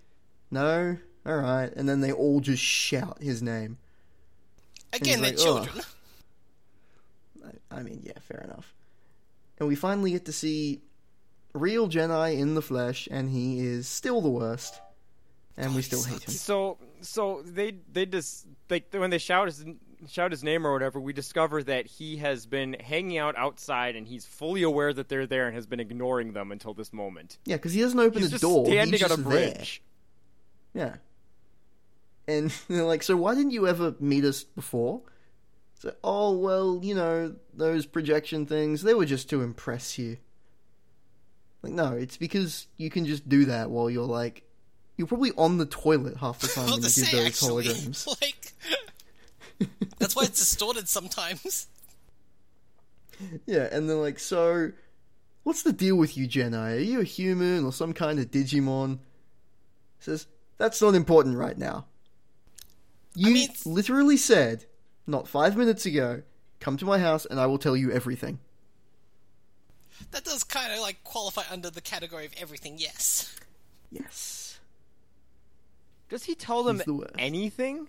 Speaker 1: No? Alright. And then they all just shout his name.
Speaker 2: Again, they're
Speaker 1: like, "Oh, "Ugh."
Speaker 2: children.
Speaker 1: I, I mean, yeah, fair enough. And we finally get to see real Jedi in the flesh, and he is still the worst, and we still hate him.
Speaker 3: so so they they just like when they shout his shout his name or whatever, we discover that he has been hanging out outside and he's fully aware that they're there and has been ignoring them until this moment.
Speaker 1: Yeah, because he doesn't open
Speaker 3: He's
Speaker 1: the
Speaker 3: just
Speaker 1: door.
Speaker 3: standing
Speaker 1: he's just
Speaker 3: on a bridge.
Speaker 1: There. Yeah. And they're like, so why didn't you ever meet us before? So, oh well, you know those projection things—they were just to impress you. Like, no, it's because you can just do that while you're like, you're probably on the toilet half the time
Speaker 2: Well,
Speaker 1: when you
Speaker 2: to
Speaker 1: do
Speaker 2: say
Speaker 1: those
Speaker 2: actually,
Speaker 1: holograms.
Speaker 2: like that's why it's distorted sometimes.
Speaker 1: Yeah, and they're like, so, what's the deal with you, Jedi? Are you a human or some kind of Digimon? Says, that's not important right now. You
Speaker 2: mean, it's-
Speaker 1: literally said, not five minutes ago, come to my house and I will tell you everything.
Speaker 2: That does kind of like qualify under the category of everything. Yes.
Speaker 1: Yes.
Speaker 3: Does he tell them
Speaker 1: He's the worst.
Speaker 3: anything?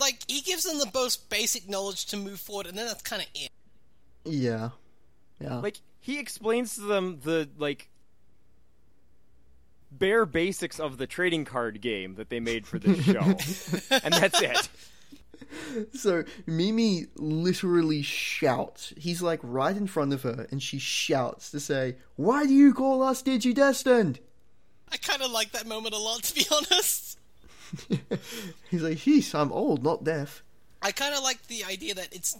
Speaker 2: Like he gives them the most basic knowledge to move forward, and then that's kind of it.
Speaker 1: Yeah. Yeah.
Speaker 3: Like he explains to them the like bare basics of the trading card game that they made for this show. and that's it.
Speaker 1: so, Mimi literally shouts. He's like right in front of her and she shouts to say, Why do you call us Digidestined?
Speaker 2: I kind of like that moment a lot, to be honest.
Speaker 1: He's like, Sheesh, I'm old, not deaf.
Speaker 2: I kind of like the idea that it's.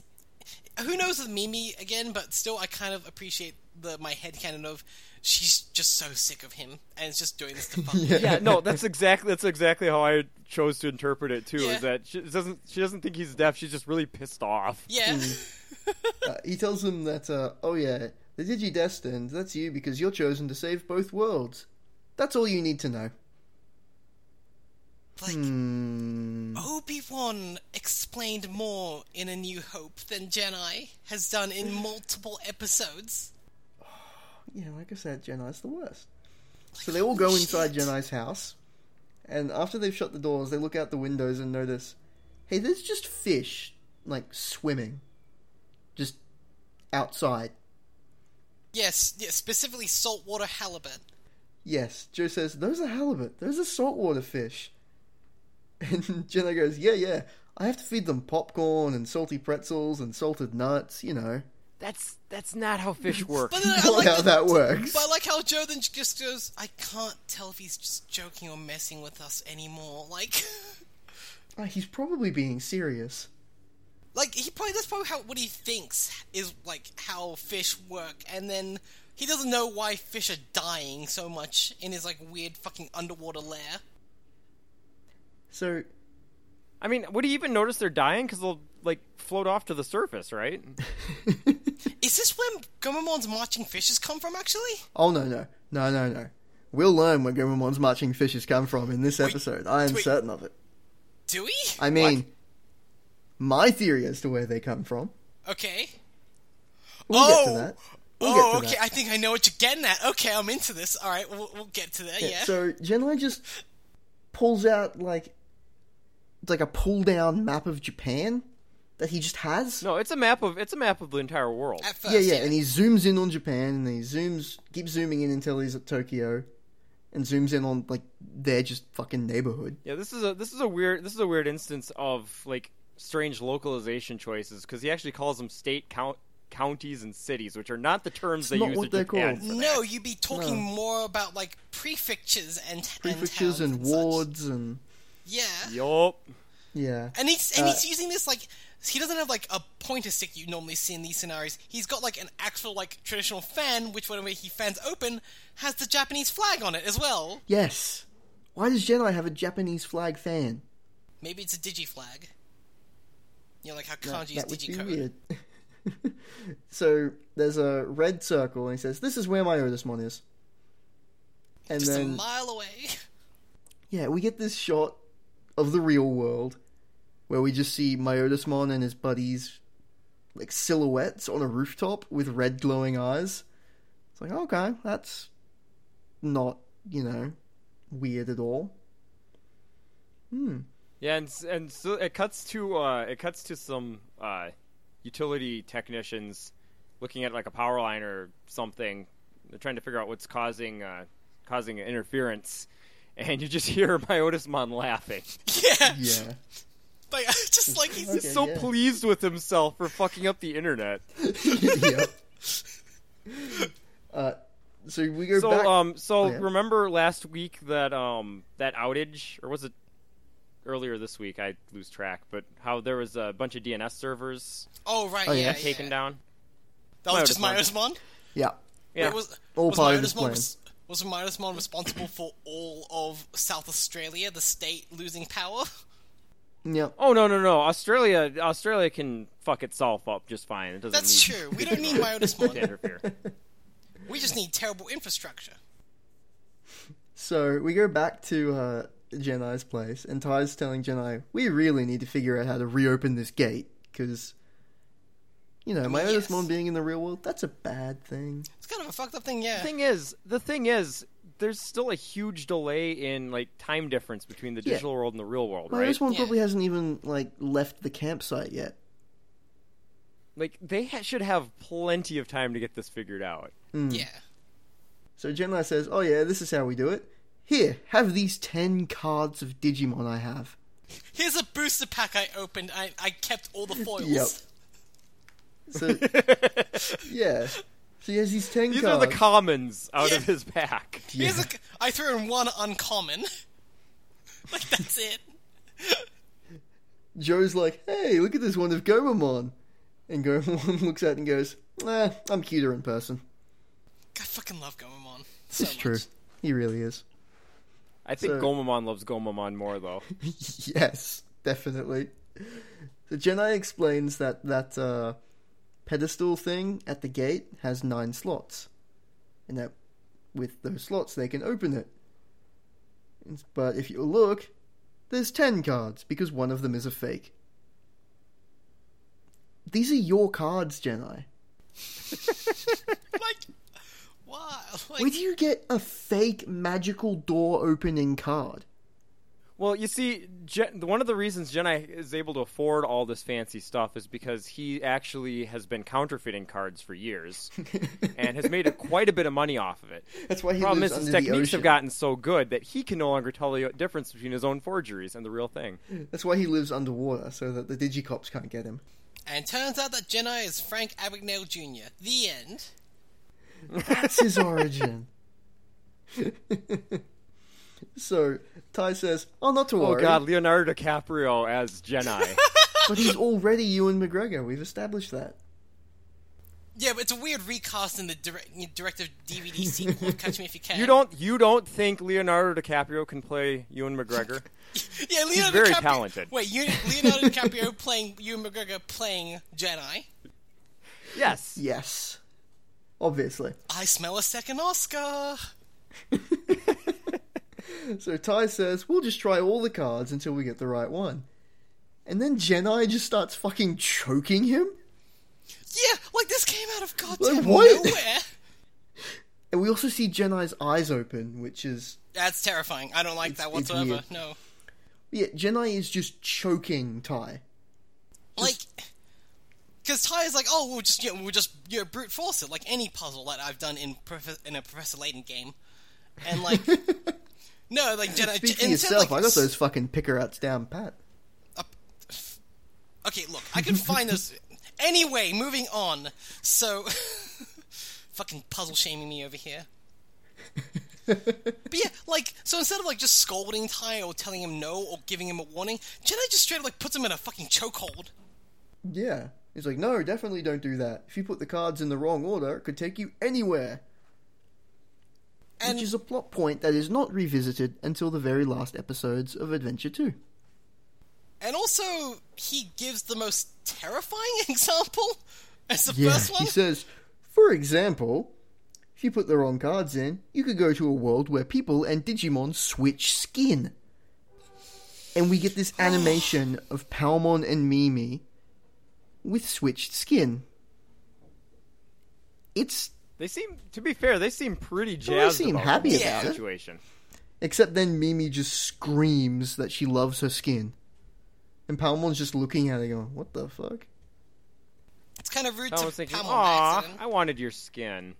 Speaker 2: Who knows with Mimi again, but still, I kind of appreciate the my headcanon of she's just so sick of him and is just doing this to fuck. yeah.
Speaker 3: Yeah, no, that's exactly that's exactly how I chose to interpret it too.
Speaker 2: Yeah.
Speaker 3: Is that she doesn't she doesn't think he's deaf? She's just really pissed off.
Speaker 2: Yeah. Hmm.
Speaker 1: he tells them that, uh, oh yeah, the Digidestined, that's you because you're chosen to save both worlds. That's all you need to know.
Speaker 2: Like, Hmm. Obi Wan explained more in A New Hope than Jedi has done in multiple episodes.
Speaker 1: Yeah, like I said, Jedi's the worst. So they all go inside Jedi's house, and after they've shut the doors, they look out the windows and notice, hey, there's just fish, like, swimming. Just outside.
Speaker 2: Yes, yes, specifically saltwater halibut.
Speaker 1: Yes, Joe says, those are halibut, those are saltwater fish. And Jenna goes, yeah, yeah, I have to feed them popcorn and salty pretzels and salted nuts, you know.
Speaker 3: That's that's not how fish work.
Speaker 2: But then I
Speaker 1: Not
Speaker 2: like
Speaker 1: how
Speaker 2: the-
Speaker 1: that works.
Speaker 2: But I like how Joe then just goes, I can't tell if he's just joking or messing with us anymore. Like,
Speaker 1: Ah, he's probably being serious.
Speaker 2: Like he probably that's probably how what he thinks is like how fish work, and then he doesn't know why fish are dying so much in his like weird fucking underwater lair.
Speaker 1: So
Speaker 3: I mean, would he even notice they're dying? Because they'll like float off to the surface, right?
Speaker 2: Is this where Gomemon's marching fishes come from? Actually,
Speaker 1: Oh no no no no no! We'll learn where Grimmon's marching fishes come from in this episode. I am
Speaker 2: wait.
Speaker 1: certain of it.
Speaker 2: do we?
Speaker 1: I mean, my theory as to where they come from.
Speaker 2: Okay.
Speaker 1: We'll get
Speaker 2: Oh!
Speaker 1: to that. We'll
Speaker 2: oh,
Speaker 1: get to
Speaker 2: okay.
Speaker 1: that.
Speaker 2: I think I know what you're getting at. Okay, I'm into this. All right, we'll, we'll get to that. Yeah.
Speaker 1: So Genlai just pulls out like it's like a pull down map of Japan that he just has.
Speaker 3: No, it's a map of it's a map of the entire world.
Speaker 2: at first,
Speaker 1: yeah, yeah, and he zooms in on Japan and he zooms keeps zooming in until he's at Tokyo and zooms in on like their just fucking neighborhood.
Speaker 3: Yeah, this is a this is a weird this is a weird instance of like strange localization choices because he actually calls them state count counties and cities, which are not the terms
Speaker 1: It's
Speaker 3: they
Speaker 1: not
Speaker 3: use
Speaker 1: what
Speaker 3: in
Speaker 1: they're
Speaker 3: Japan.
Speaker 1: called.
Speaker 3: for that.
Speaker 2: No, you'd be talking
Speaker 1: No.
Speaker 2: more about like prefectures and
Speaker 1: Prefectures
Speaker 2: and,
Speaker 1: and,
Speaker 2: towns such.
Speaker 1: wards and
Speaker 2: Yeah.
Speaker 3: Yup.
Speaker 1: yeah.
Speaker 2: And he's and
Speaker 1: Uh,
Speaker 2: he's using this like he doesn't have like a pointer stick you normally see in these scenarios. He's got like an actual like traditional fan, which whenever he fans open has the Japanese flag on it as well.
Speaker 1: Yes. Why does Jedi have a Japanese flag fan?
Speaker 2: Maybe it's a digi flag. You know, like how
Speaker 1: That,
Speaker 2: kanji
Speaker 1: that
Speaker 2: is
Speaker 1: would be
Speaker 2: digicode.
Speaker 1: weird. so there's a red circle and he says, This is where my Otismon is. And
Speaker 2: Just a
Speaker 1: then
Speaker 2: mile away.
Speaker 1: Yeah, we get this shot of the real world where we just see Myotismon and his buddies like silhouettes on a rooftop with red glowing eyes. It's like, okay, that's not, you know, weird at all.
Speaker 3: Yeah, and s- and so it cuts to uh, it cuts to some uh, utility technicians looking at like a power line or something. They're trying to figure out what's causing uh, causing an interference, and you just hear Myotismon laughing.
Speaker 2: yeah.
Speaker 1: Yeah.
Speaker 2: Like just like he's
Speaker 1: Okay,
Speaker 3: He's so
Speaker 1: yeah.
Speaker 3: pleased with himself for fucking up the internet.
Speaker 1: yep. Uh, so we go
Speaker 3: so
Speaker 1: back.
Speaker 3: um so
Speaker 1: Oh, yeah.
Speaker 3: remember last week that um that outage or was it earlier this week I lose track but how there was a bunch of DNS servers
Speaker 2: Oh right,
Speaker 1: Oh, yeah.
Speaker 2: yeah, yeah.
Speaker 3: taken down
Speaker 2: That was just
Speaker 3: Myotismon.
Speaker 2: Myotismon?
Speaker 1: yeah.
Speaker 3: yeah
Speaker 2: It was
Speaker 1: All
Speaker 2: was
Speaker 1: part of his
Speaker 2: Myotismon
Speaker 1: plan.
Speaker 2: res- was Myotismon responsible for all of South Australia, the state losing power?
Speaker 1: Yep.
Speaker 3: oh no no no Australia Australia can fuck itself up just fine it doesn't
Speaker 2: That's
Speaker 3: need
Speaker 2: true. We don't need
Speaker 3: to
Speaker 2: Myotismon.
Speaker 3: interfere
Speaker 2: we just need terrible infrastructure.
Speaker 1: So we go back to uh, Jedi's place, and Ty's telling Jedi, "We really need to figure out how to reopen this gate because, you know, my
Speaker 2: Yes.
Speaker 1: Otismon being in the real world, that's a bad thing."
Speaker 2: It's kind of a fucked up thing, yeah.
Speaker 3: the thing is the thing is there's still a huge delay in like time difference between the
Speaker 1: Yeah.
Speaker 3: digital world and the real world
Speaker 1: My
Speaker 3: right
Speaker 1: Otismon
Speaker 2: Yeah.
Speaker 1: probably hasn't even like left the campsite yet.
Speaker 3: like they ha- should have plenty of time to get this figured out Mm.
Speaker 2: Yeah.
Speaker 1: So Jedi says, "Oh yeah, this is how we do it. Here, have these ten cards of Digimon I have."
Speaker 2: Here's a booster pack I opened. I, I kept all the foils.
Speaker 1: Yep. So yeah, so he has these ten
Speaker 3: These
Speaker 1: cards.
Speaker 3: are the commons out
Speaker 2: Yeah.
Speaker 3: of his pack.
Speaker 2: Here's a, I threw in one uncommon. like, that's it.
Speaker 1: Joe's like, hey, look at this one of Gomamon. And Gomamon looks at it and goes, eh, I'm cuter in person.
Speaker 2: I fucking love Gomamon. So much.
Speaker 1: He really is.
Speaker 3: I think
Speaker 1: So-
Speaker 3: Gomamon loves Gomamon more, though.
Speaker 1: yes, definitely. So Jedi explains that that uh, pedestal thing at the gate has nine slots. And that with those slots, they can open it. It's- But if you look, there's ten cards because one of them is a fake. These are your cards, Jedi.
Speaker 2: Like, why? Like,
Speaker 1: Where do you get a fake magical door opening card?
Speaker 3: Well, you see, Gen- one of the reasons Jedi is able to afford all this fancy stuff is because he actually has been counterfeiting cards for years and has made a, quite a bit of money off of it.
Speaker 1: That's why he
Speaker 3: Problem is,
Speaker 1: lives
Speaker 3: his
Speaker 1: under the
Speaker 3: techniques
Speaker 1: ocean.
Speaker 3: have gotten so good that he can no longer tell the difference between his own forgeries and the real thing.
Speaker 1: That's why he lives underwater, so that the digicops can't get him.
Speaker 2: And turns out that Jedi is Frank Abagnale Jr. The end.
Speaker 1: That's his origin. So Ty says, "Oh, not to
Speaker 3: Oh
Speaker 1: worry."
Speaker 3: god, Leonardo DiCaprio as Jedi.
Speaker 1: But he's already Ewan McGregor. We've established that.
Speaker 2: Yeah, but it's a weird recast in the direct, director DVD sequel of Catch Me If You Can.
Speaker 3: you don't you don't think Leonardo DiCaprio can play Ewan McGregor?
Speaker 2: Yeah, Leonardo
Speaker 3: very
Speaker 2: DiCaprio-
Speaker 3: talented.
Speaker 2: Wait, you, Leonardo DiCaprio playing Ewan McGregor playing Jedi.
Speaker 3: yes.
Speaker 1: Yes, obviously.
Speaker 2: I smell a second Oscar.
Speaker 1: So Ty says, "We'll just try all the cards until we get the right one." And then Jedi just starts fucking choking him,
Speaker 2: Yeah, like this came out of goddamn
Speaker 1: what?
Speaker 2: nowhere.
Speaker 1: and we also see Jedi's eyes open, which is
Speaker 2: That's terrifying. I don't like that
Speaker 1: it's
Speaker 2: whatsoever.
Speaker 1: weird.
Speaker 2: No.
Speaker 1: yeah, Jedi is just choking Ty.
Speaker 2: Like, because Ty is like, oh, we'll just, you know, we'll just, you know, brute force it, like any puzzle that I've done in prof- in a Professor Layton game, and like, no, like Jedi.
Speaker 1: Speak for
Speaker 2: and instead,
Speaker 1: yourself.
Speaker 2: like,
Speaker 1: I got those fucking picker outs down pat.
Speaker 2: Uh, Okay, look, I can find those. Anyway, moving on. So, fucking puzzle shaming me over here. but yeah, like, so instead of like just scolding Ty or telling him no or giving him a warning, Jedi just straight up like puts him in a fucking chokehold.
Speaker 1: Yeah. He's like, no, definitely don't do that. If you put the cards in the wrong order, it could take you anywhere.
Speaker 2: And-
Speaker 1: Which is a plot point that is not revisited until the very last episodes of Adventure 2.
Speaker 2: And also, he gives the most terrifying example as the first one.
Speaker 1: He says, for example, if you put the wrong cards in, you could go to a world where people and Digimon switch skin. And we get this animation of Palmon and Mimi with switched skin. It's
Speaker 3: They seem to be fair, they seem pretty
Speaker 1: they
Speaker 3: jazzed
Speaker 1: seem
Speaker 3: about
Speaker 1: happy
Speaker 3: the
Speaker 1: about
Speaker 3: whole
Speaker 1: it.
Speaker 3: situation.
Speaker 1: Except then Mimi just screams that she loves her skin. And Palmon's just looking at her going, What the fuck?
Speaker 2: it's kind of rude
Speaker 3: I
Speaker 2: to
Speaker 3: was thinking,
Speaker 2: Palmon
Speaker 3: "Aw,
Speaker 2: accident.
Speaker 3: I wanted your skin."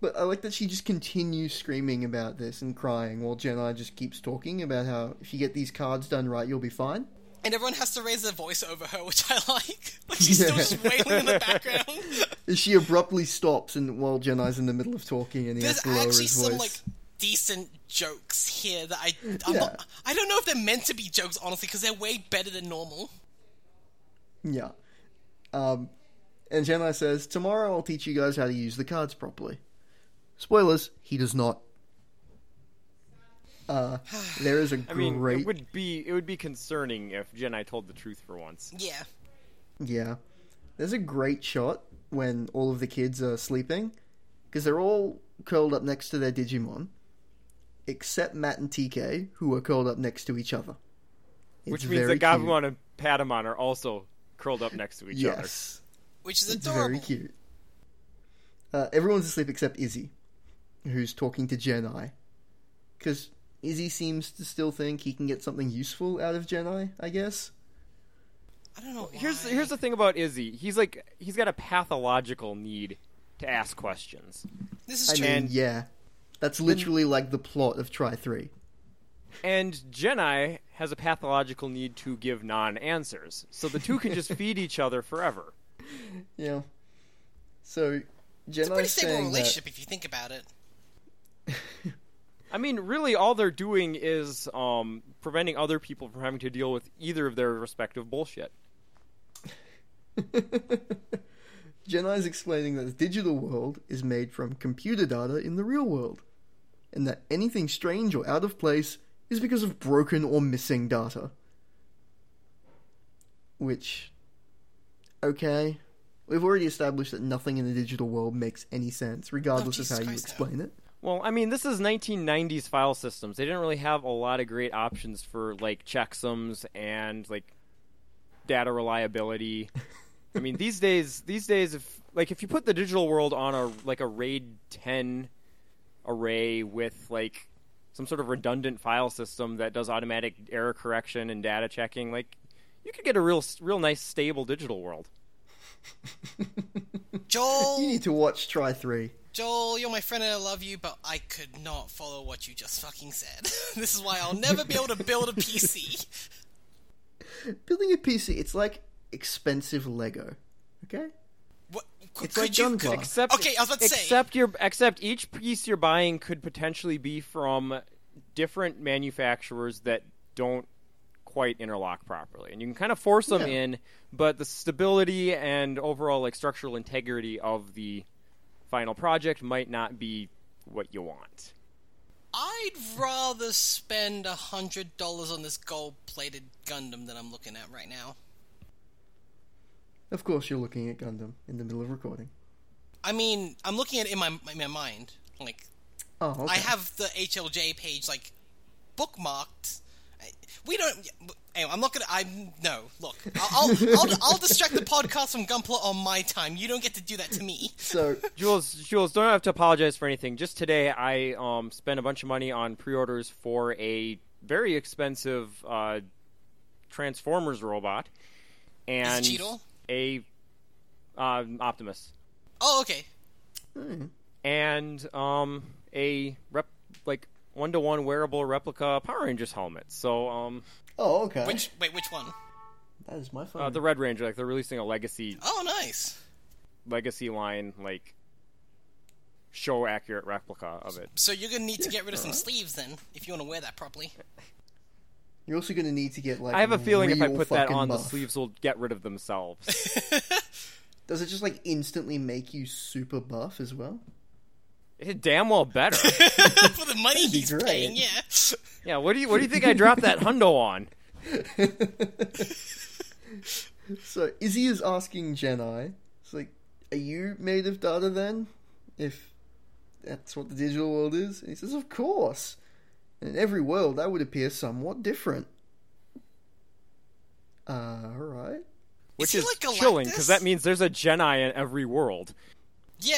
Speaker 1: But I like that she just continues screaming about this and crying while Jedi just keeps talking about how if you get these cards done right, you'll be fine.
Speaker 2: And everyone has to raise their voice over her, which I like. Like, she's still just wailing in the background.
Speaker 1: And she abruptly stops and while Jedi's in the middle of talking and he has
Speaker 2: There's
Speaker 1: to lower
Speaker 2: actually
Speaker 1: his
Speaker 2: some, like,
Speaker 1: voice.
Speaker 2: decent jokes here that I. I'm
Speaker 1: Yeah.
Speaker 2: not, I don't know if they're meant to be jokes, honestly, because they're way better than normal.
Speaker 1: Yeah. Um, and Jedi says, Tomorrow I'll teach you guys how to use the cards properly. Spoilers, he does not. Uh, there is a
Speaker 3: I mean,
Speaker 1: great
Speaker 3: it would be it would be concerning if Jedi told the truth for once.
Speaker 2: Yeah.
Speaker 1: Yeah. There's a great shot when all of the kids are sleeping because they're all curled up next to their Digimon except Matt and TK who are curled up next to each other. It's
Speaker 3: Which means
Speaker 1: very
Speaker 3: that
Speaker 1: cute.
Speaker 3: Gabumon and Patamon are also curled up next to each other.
Speaker 1: Yes.
Speaker 2: Which is
Speaker 1: It's very
Speaker 2: adorable.
Speaker 1: cute. Uh, everyone's asleep except Izzy, who's talking to Jedi. Because Izzy seems to still think he can get something useful out of Jedi, I guess.
Speaker 2: I don't know. Why.
Speaker 3: Here's here's the thing about Izzy. He's like he's got a pathological need to ask questions.
Speaker 2: This is
Speaker 1: I
Speaker 2: true.
Speaker 1: mean,
Speaker 3: And-
Speaker 1: yeah. That's literally like the plot of Try 3.
Speaker 3: And Jedi has a pathological need to give non-answers. So the two can just feed each other forever.
Speaker 1: Yeah. So
Speaker 2: It's a pretty
Speaker 1: Jedi's
Speaker 2: stable
Speaker 1: saying that.
Speaker 2: relationship if you think about it.
Speaker 3: I mean, really all they're doing is um, preventing other people from having to deal with either of their respective bullshit.
Speaker 1: Jedi's explaining that the digital world is made from computer data in the real world, and that anything strange or out of place is because of broken or missing data. Which, okay, we've already established that nothing in the digital world makes any sense, regardless of
Speaker 2: Oh, Jesus
Speaker 1: how you
Speaker 2: Christ, no.
Speaker 1: explain it.
Speaker 3: Well, I mean, this is 1990s file systems. They didn't really have a lot of great options for like checksums and like data reliability. I mean, these days, these days, if like if you put the digital world on a like a RAID 10 array with like some sort of redundant file system that does automatic error correction and data checking, like you could get a real, real nice stable digital world.
Speaker 2: Joel,
Speaker 1: You need to watch Try 3.
Speaker 2: Joel, you're my friend and I love you, but I could not follow what you just fucking said. this is why I'll never be able to build a PC.
Speaker 1: Building a PC, it's like expensive Lego, okay?
Speaker 2: What? Could,
Speaker 1: It's like
Speaker 2: could you-
Speaker 1: Gunpla.
Speaker 2: could-
Speaker 3: Except
Speaker 2: Okay, I was about to say.
Speaker 3: except your except each piece you're buying could potentially be from different manufacturers that don't quite interlock properly, and you can kind of force them
Speaker 1: Yeah.
Speaker 3: in. But the stability and overall like structural integrity of the final project might not be what you want.
Speaker 2: I'd rather spend a hundred dollars on this gold-plated Gundam that I'm looking at right now.
Speaker 1: Of course, you're looking at Gundam in the middle of recording.
Speaker 2: I mean, I'm looking at it in my in my mind. Like
Speaker 1: Oh, okay.
Speaker 2: I have the HLJ page like bookmarked. I- We don't. Anyway, I'm not gonna. I'm no. Look, I'll I'll, I'll, I'll distract the podcast from Gunpla on my time. You don't get to do that to me.
Speaker 1: So
Speaker 3: Jules, Jules, don't have to apologize for anything. Just today, I um, spent a bunch of money on pre-orders for a very expensive uh, Transformers robot and
Speaker 2: Cheetle?
Speaker 3: a um Optimus
Speaker 2: Oh, okay.
Speaker 3: and um, a rep like one-to-one wearable replica Power Rangers helmet. So um,
Speaker 1: Oh, okay.
Speaker 2: Which wait, which one?
Speaker 1: that is my phone.
Speaker 3: uh, the Red Ranger, like they're releasing a legacy
Speaker 2: Oh, nice.
Speaker 3: legacy line like show accurate replica of it.
Speaker 2: So you're gonna need to get rid of some sleeves then, if you want to wear that properly.
Speaker 1: You're also going to need to get like.
Speaker 3: I have a feeling if I
Speaker 1: real
Speaker 3: put that
Speaker 1: fucking
Speaker 3: on, the
Speaker 1: buff.
Speaker 3: sleeves will get rid of themselves.
Speaker 1: does it just like instantly make you super buff as well?
Speaker 3: It damn well better.
Speaker 2: For the money
Speaker 1: be
Speaker 2: he's
Speaker 1: great.
Speaker 2: paying, yeah.
Speaker 3: yeah, what do you what do you think I dropped that hundo on?
Speaker 1: So Izzy is asking Jedi. It's like, are you made of data then? If that's what the digital world is, and he says, of course. And in every world, that would appear somewhat different. Uh, all right.
Speaker 3: Which
Speaker 2: he
Speaker 3: is,
Speaker 2: like Galactus?
Speaker 3: chilling because that means there's a Jedi in every world.
Speaker 2: Yeah.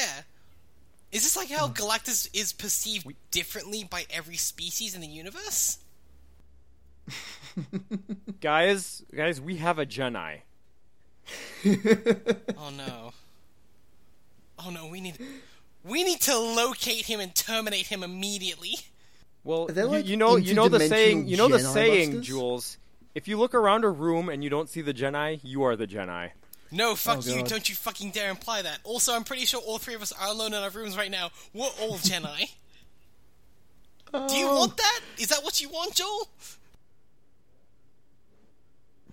Speaker 2: Is this like
Speaker 1: Hmm.
Speaker 2: how Galactus is perceived differently by every species in the universe?
Speaker 3: Guys, guys, we have a Jedi.
Speaker 2: Oh no. Oh no, we need we need to locate him and terminate him immediately.
Speaker 3: Well,
Speaker 1: they
Speaker 3: you,
Speaker 1: like
Speaker 3: you know, you know the
Speaker 1: interdimensional
Speaker 3: saying. You know the
Speaker 1: Jedi
Speaker 3: saying,
Speaker 1: busters?
Speaker 3: Jules. If you look around a room and you don't see the Jedi, you are the Jedi.
Speaker 2: No, fuck
Speaker 1: Oh,
Speaker 2: you,
Speaker 1: God.
Speaker 2: don't you fucking dare imply that. Also, I'm pretty sure all three of us are alone in our rooms right now. We're all Jedi. Do
Speaker 1: Oh.
Speaker 2: you want that? Is that what you want, Joel?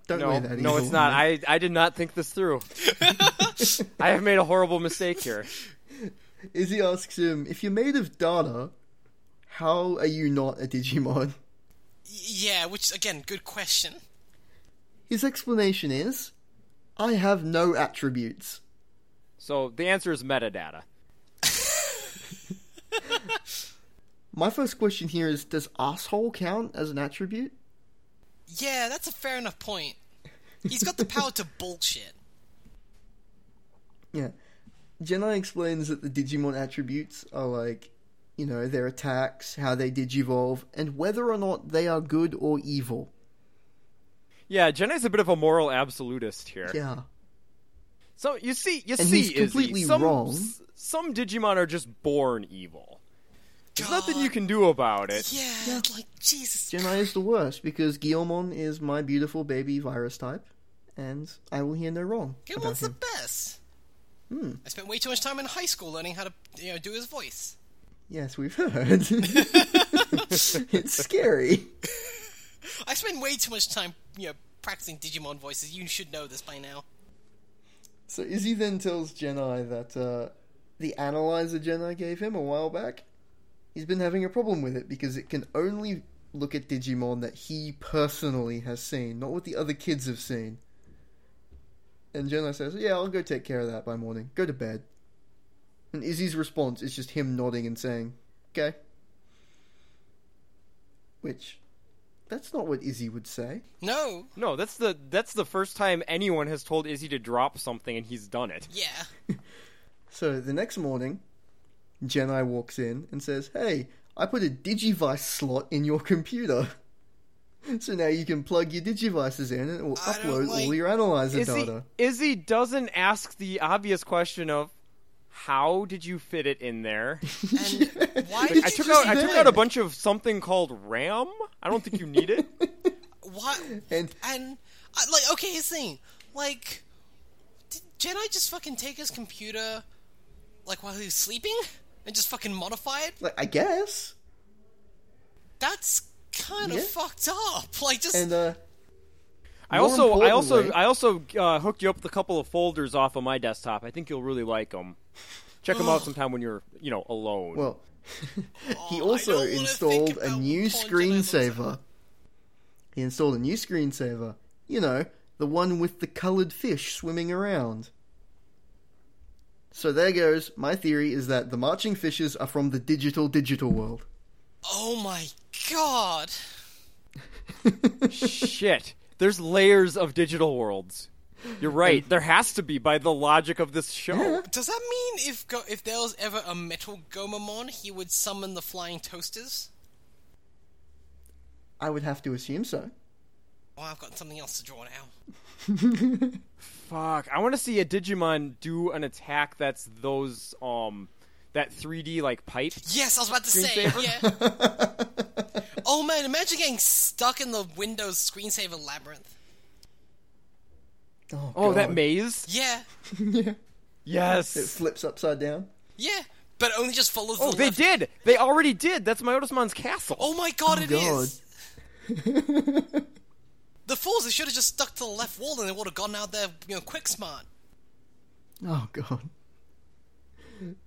Speaker 1: Don't
Speaker 3: No,
Speaker 1: wear that.
Speaker 3: no,
Speaker 1: either one.
Speaker 3: it's not. I, I did not think this through. I have made a horrible mistake here.
Speaker 1: Izzy asks him, if you're made of data, how are you not a Digimon?
Speaker 2: Y- yeah, which again, good question.
Speaker 1: His explanation is, I have no attributes.
Speaker 3: So the answer is metadata.
Speaker 1: My first question here is, does asshole count as an attribute?
Speaker 2: Yeah, that's a fair enough point. He's got the power to bullshit.
Speaker 1: Yeah. Jedi explains that the Digimon attributes are like, you know, their attacks, how they digivolve, and whether or not they are good or evil.
Speaker 3: Yeah, Jedi's a bit of a moral absolutist here.
Speaker 1: Yeah.
Speaker 3: So you see, you
Speaker 1: And
Speaker 3: see,
Speaker 1: he's
Speaker 3: Izzy,
Speaker 1: completely
Speaker 3: some,
Speaker 1: wrong.
Speaker 3: s- Some Digimon are just born evil. There's nothing you
Speaker 2: God.
Speaker 3: can do about it.
Speaker 2: Yeah, like Jesus.
Speaker 1: Jedi is the worst because Guillemon is my beautiful baby virus type, and I will hear no wrong.
Speaker 2: Good
Speaker 1: about
Speaker 2: one's the
Speaker 1: him. Hmm.
Speaker 2: best. I spent way too much time in high school learning how to, you know, do his voice.
Speaker 1: Yes, we've heard. it's scary.
Speaker 2: I spend way too much time, you know, practicing Digimon voices. You should know this by now.
Speaker 1: So Izzy then tells Jedi that uh, the analyzer Jedi gave him a while back, he's been having a problem with it because it can only look at Digimon that he personally has seen, not what the other kids have seen. And Jedi says, "Yeah, I'll go take care of that by morning. Go to bed." And Izzy's response is just him nodding and saying, "Okay." Which, that's not what Izzy would say.
Speaker 2: No.
Speaker 3: No, that's the that's the first time anyone has told Izzy to drop something and he's done it.
Speaker 2: Yeah.
Speaker 1: So the next morning, Jedi walks in and says, Hey, I put a Digivice slot in your computer. So now you can plug your Digivices in and it will
Speaker 2: I don't
Speaker 1: upload
Speaker 2: like-
Speaker 1: all your analyzer
Speaker 3: Izzy,
Speaker 1: data.
Speaker 3: Izzy doesn't ask the obvious question of how did you fit it in there?
Speaker 2: And why
Speaker 1: Like,
Speaker 2: did
Speaker 3: I
Speaker 2: you
Speaker 3: took
Speaker 2: just
Speaker 3: out I took
Speaker 2: then?
Speaker 3: out a bunch of something called RAM. I don't think you need it.
Speaker 2: Why? uh,
Speaker 1: And
Speaker 2: And I, like, okay, here's the thing. Like, did Jedi just fucking take his computer, like while he was sleeping, and just fucking modify it?
Speaker 1: Like, I guess.
Speaker 2: That's kind of
Speaker 1: Yeah.
Speaker 2: fucked up. Like, just
Speaker 1: And uh,
Speaker 3: I
Speaker 1: More
Speaker 3: also, I also,
Speaker 1: importantly-
Speaker 3: I also uh, hooked you up with a couple of folders off of my desktop. I think you'll really like them. Check them out sometime when you're, you know, alone.
Speaker 1: well, he
Speaker 2: Oh, I don't
Speaker 1: also
Speaker 2: wanna think
Speaker 1: installed a
Speaker 2: about
Speaker 1: new
Speaker 2: Paul Jedi looks like.
Speaker 1: screensaver. He installed a new screensaver. You know, the one with the colored fish swimming around. So there goes. My theory is that the marching fishes are from the digital digital world.
Speaker 2: oh my god.
Speaker 3: Shit, there's layers of digital worlds. You're right. There has to be by the logic of this show.
Speaker 2: Does that mean if go- if there was ever a metal Gomamon, he would summon the flying toasters?
Speaker 1: I would have to assume so.
Speaker 2: Oh, I've got something else to draw now.
Speaker 3: Fuck, I want to see a Digimon do an attack that's those um that 3D like pipe.
Speaker 2: Yes, I was about to say. Yeah. oh man, imagine getting stuck in the Windows screensaver labyrinth.
Speaker 1: Oh,
Speaker 3: Oh, that
Speaker 1: God.
Speaker 3: maze?
Speaker 2: Yeah,
Speaker 1: It
Speaker 3: Yes.
Speaker 1: flips upside down.
Speaker 2: yeah, but only just follows.
Speaker 3: Oh,
Speaker 2: the
Speaker 3: they
Speaker 2: left-
Speaker 3: did. They already did. That's Myotismon's castle.
Speaker 2: Oh my god, it is.
Speaker 1: God.
Speaker 2: the fools! They should have just stuck to the left wall, and they would have gone out there, you know, quick smart.
Speaker 1: Oh god.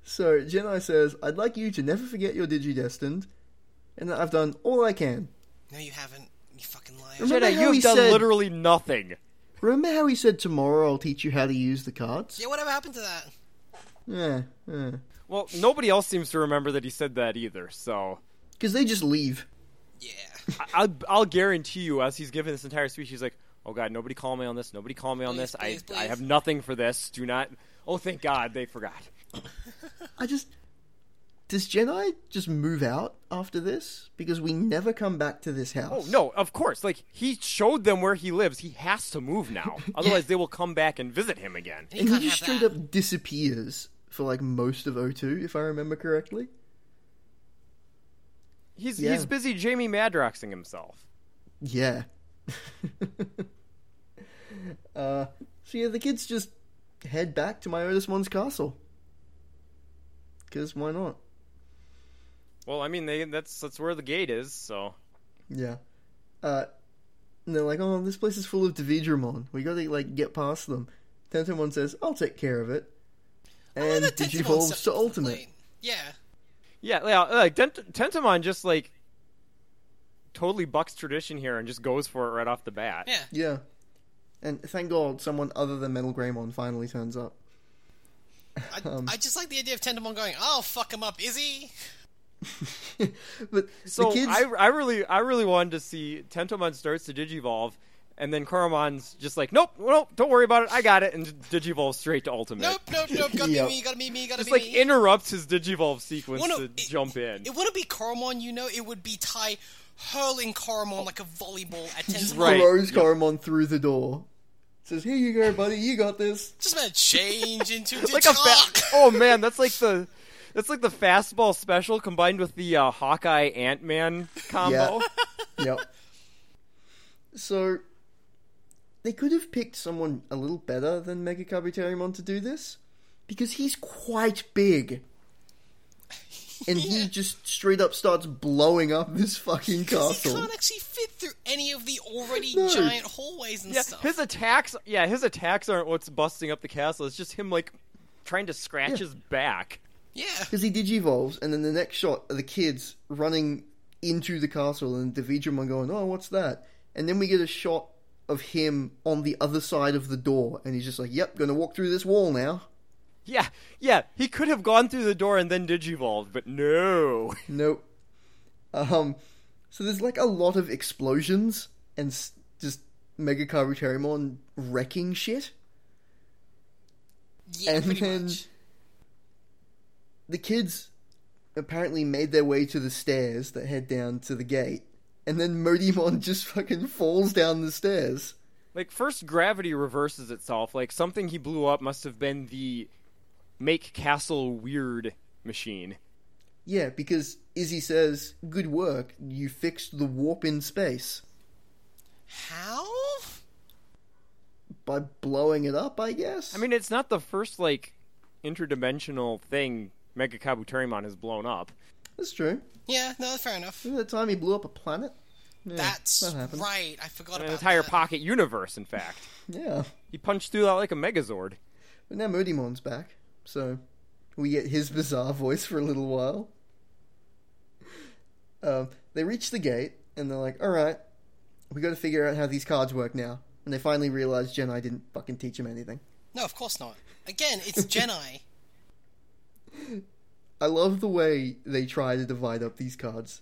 Speaker 1: So Jedi says, "I'd like you to never forget your Digidestined, and that I've done all I can."
Speaker 2: No, you haven't. You fucking liar.
Speaker 1: Remember
Speaker 3: Jedi,
Speaker 1: how he
Speaker 3: you've done
Speaker 1: said-
Speaker 3: literally nothing.
Speaker 1: Remember how he said, "Tomorrow I'll teach you how to use the cards."
Speaker 2: Yeah, whatever happened to that?
Speaker 1: Yeah, yeah.
Speaker 3: Well, nobody else seems to remember that he said that either. So
Speaker 1: Because they just leave.
Speaker 2: Yeah.
Speaker 3: I- I'll, I'll guarantee you, as he's giving this entire speech, he's like, "Oh God, nobody call me on this. Nobody call me on
Speaker 2: Please,
Speaker 3: this.
Speaker 2: please,
Speaker 3: I
Speaker 2: please."
Speaker 3: I have nothing for this. Do not. Oh, thank God, they forgot.
Speaker 1: I just does Jedi just move out after this because we never come back to this
Speaker 3: Oh
Speaker 1: house.
Speaker 3: no, of course. Like he showed them where he lives. He has to move now, otherwise they will come back and visit him again.
Speaker 2: You
Speaker 1: and he
Speaker 2: can't
Speaker 1: just
Speaker 2: have
Speaker 1: straight
Speaker 2: that.
Speaker 1: up disappears for like most of O2, if I remember correctly.
Speaker 3: He's
Speaker 1: Yeah.
Speaker 3: he's busy Jamie Madroxing himself.
Speaker 1: Yeah. uh, so yeah, the kids just head back to my Otis Mons castle. Because why not?
Speaker 3: Well, I mean, they that's that's where the gate is. So
Speaker 1: Yeah. Uh, and they're like, oh, this place is full of Davidramon. We gotta, like, get past them. Tentamon says, I'll take care of it. And
Speaker 2: The Tentamon
Speaker 1: Digivolves
Speaker 2: stepped
Speaker 1: to
Speaker 2: up the
Speaker 1: Ultimate.
Speaker 2: plate. Yeah.
Speaker 3: yeah, yeah. uh, Like Dent- Tentamon just like totally bucks tradition here and just goes for it right off the bat.
Speaker 2: Yeah.
Speaker 1: Yeah. And thank God someone other than Metal Greymon finally turns up.
Speaker 2: I, I just like the idea of Tentamon going, "I'll fuck him up, is he?"
Speaker 1: But
Speaker 3: So
Speaker 1: the kids.
Speaker 3: I, I really, I really wanted to see Tentomon starts to digivolve, and then Karamon's just like, nope, nope, don't worry about it, I got it, and digivolves straight to ultimate.
Speaker 2: Nope, nope, nope. Gotta
Speaker 1: Yep.
Speaker 2: be me. Gotta be me. Gotta
Speaker 3: Just
Speaker 2: be
Speaker 3: like
Speaker 2: me.
Speaker 3: interrupts his digivolve sequence
Speaker 2: Well, no,
Speaker 3: to
Speaker 2: it-
Speaker 3: jump in.
Speaker 2: It wouldn't be Coromon, you know. It would be Ty hurling Coromon like a volleyball at
Speaker 1: just
Speaker 2: Tentamon.
Speaker 3: Right.
Speaker 1: throws Coromon through the door. Says, here you go, buddy, you got this.
Speaker 2: Just meant change into
Speaker 3: like a
Speaker 2: Digivolve.
Speaker 3: fa- oh man, that's like the. That's like the fastball special combined with the uh, Hawkeye Ant Man combo.
Speaker 1: yep. So they could have picked someone a little better than Mega Carbuterimon to do this because he's quite big. And he just straight up starts blowing up this fucking
Speaker 2: He
Speaker 1: castle.
Speaker 2: can't actually fit through any of the already
Speaker 1: No.
Speaker 2: giant hallways and
Speaker 3: Yeah,
Speaker 2: stuff.
Speaker 3: his attacks. Yeah, his attacks aren't what's busting up the castle. It's just him like trying to scratch his back.
Speaker 2: yeah,
Speaker 1: Because he digivolves, and then the next shot are the kids running into the castle and Davidramon going, oh, what's that? And then we get a shot of him on the other side of the door, and he's just like, yep, gonna walk through this wall now.
Speaker 3: Yeah, yeah, he could have gone through the door and then digivolved, but no.
Speaker 1: Nope. Um, so there's like a lot of explosions and s- just Mega Kabuterimon wrecking shit.
Speaker 2: yeah,
Speaker 1: and
Speaker 2: pretty
Speaker 1: then
Speaker 2: much.
Speaker 1: the kids apparently made their way to the stairs that head down to the gate, and then Modimon just fucking falls down the stairs.
Speaker 3: Like first gravity reverses itself. Like something he blew up must have been the make castle weird machine.
Speaker 1: Yeah, because Izzy says, "Good work, you fixed the warp in space."
Speaker 2: How?
Speaker 1: by blowing it up, I guess.
Speaker 3: I mean, it's not the first like interdimensional thing Mega Kabutorimon has blown up.
Speaker 1: that's true.
Speaker 2: Yeah, no, fair enough.
Speaker 1: Remember that time he blew up a planet? Yeah,
Speaker 2: That's
Speaker 1: that happened.
Speaker 2: right. I forgot
Speaker 3: An
Speaker 2: about
Speaker 3: entire
Speaker 2: that.
Speaker 3: pocket universe, in fact.
Speaker 1: Yeah.
Speaker 3: He punched through that like a Megazord.
Speaker 1: But now Modimon's back, so we get his bizarre voice for a little while. Um, they reach the gate, and they're like, alright, we gotta figure out how these cards work now. And they finally realize Gen I didn't fucking teach him anything.
Speaker 2: No, of course not. Again, it's Jedi.
Speaker 1: I love the way they try to divide up these cards.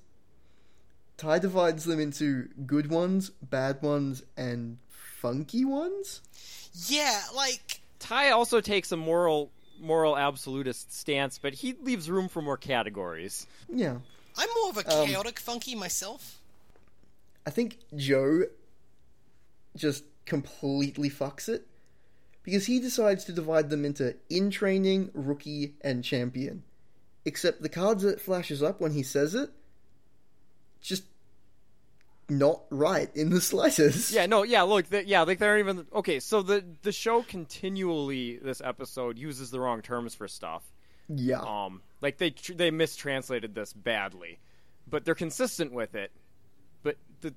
Speaker 1: Ty divides them into good ones, bad ones, and funky ones?
Speaker 2: yeah, like
Speaker 3: Ty also takes a moral moral absolutist stance, but he leaves room for more categories.
Speaker 1: Yeah.
Speaker 2: I'm more of a
Speaker 1: Um,
Speaker 2: chaotic funky myself.
Speaker 1: I think Joe just completely fucks it because he decides to divide them into in training, rookie, and champion. Except the cards that flashes up when he says it just not right in the slightest.
Speaker 3: Yeah, no, yeah, look, the, yeah, like they're even okay. So the the show continually this episode uses the wrong terms for stuff.
Speaker 1: Yeah.
Speaker 3: Um, like they tr- they mistranslated this badly, but they're consistent with it. But the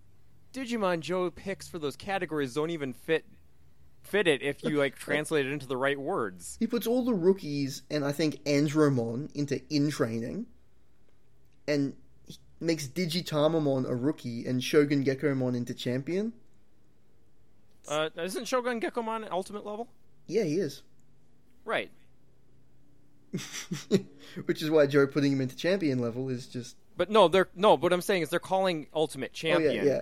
Speaker 3: Digimon Joe picks for those categories don't even fit fit it if you like translate it into the right words.
Speaker 1: He puts all the rookies and I think Andromon into in training, and he makes Digitamamon a rookie and Shogun Gekomon into champion.
Speaker 3: Uh, isn't Shogun Gekomon an ultimate level?
Speaker 1: Yeah, he is.
Speaker 3: Right.
Speaker 1: Which is why Joe putting him into champion level is just
Speaker 3: But no, they're no. What I'm saying is they're calling Ultimate
Speaker 1: oh
Speaker 3: Champion.
Speaker 1: yeah yeah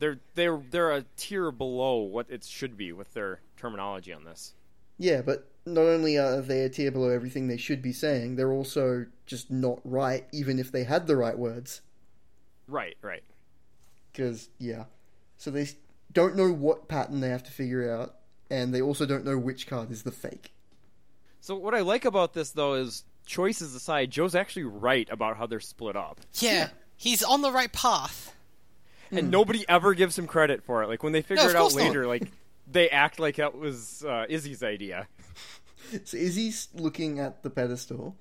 Speaker 3: They're they're they're a tier below what it should be with their terminology on this.
Speaker 1: yeah. But not only are they a tier below everything they should be saying, they're also just not right, even if they had the right words.
Speaker 3: Right, right.
Speaker 1: Because yeah, so they s- don't know what pattern they have to figure out, and they also don't know which card is the fake.
Speaker 3: So what I like about this though is choices aside, Joe's actually right about how they're split up,
Speaker 2: Yeah, he's on the right path.
Speaker 3: and nobody ever gives him credit for it. Like when they figure
Speaker 2: of
Speaker 3: it out
Speaker 2: course not.
Speaker 3: later, like they act like that was uh, Izzy's idea.
Speaker 1: So Izzy's looking at the pedestal,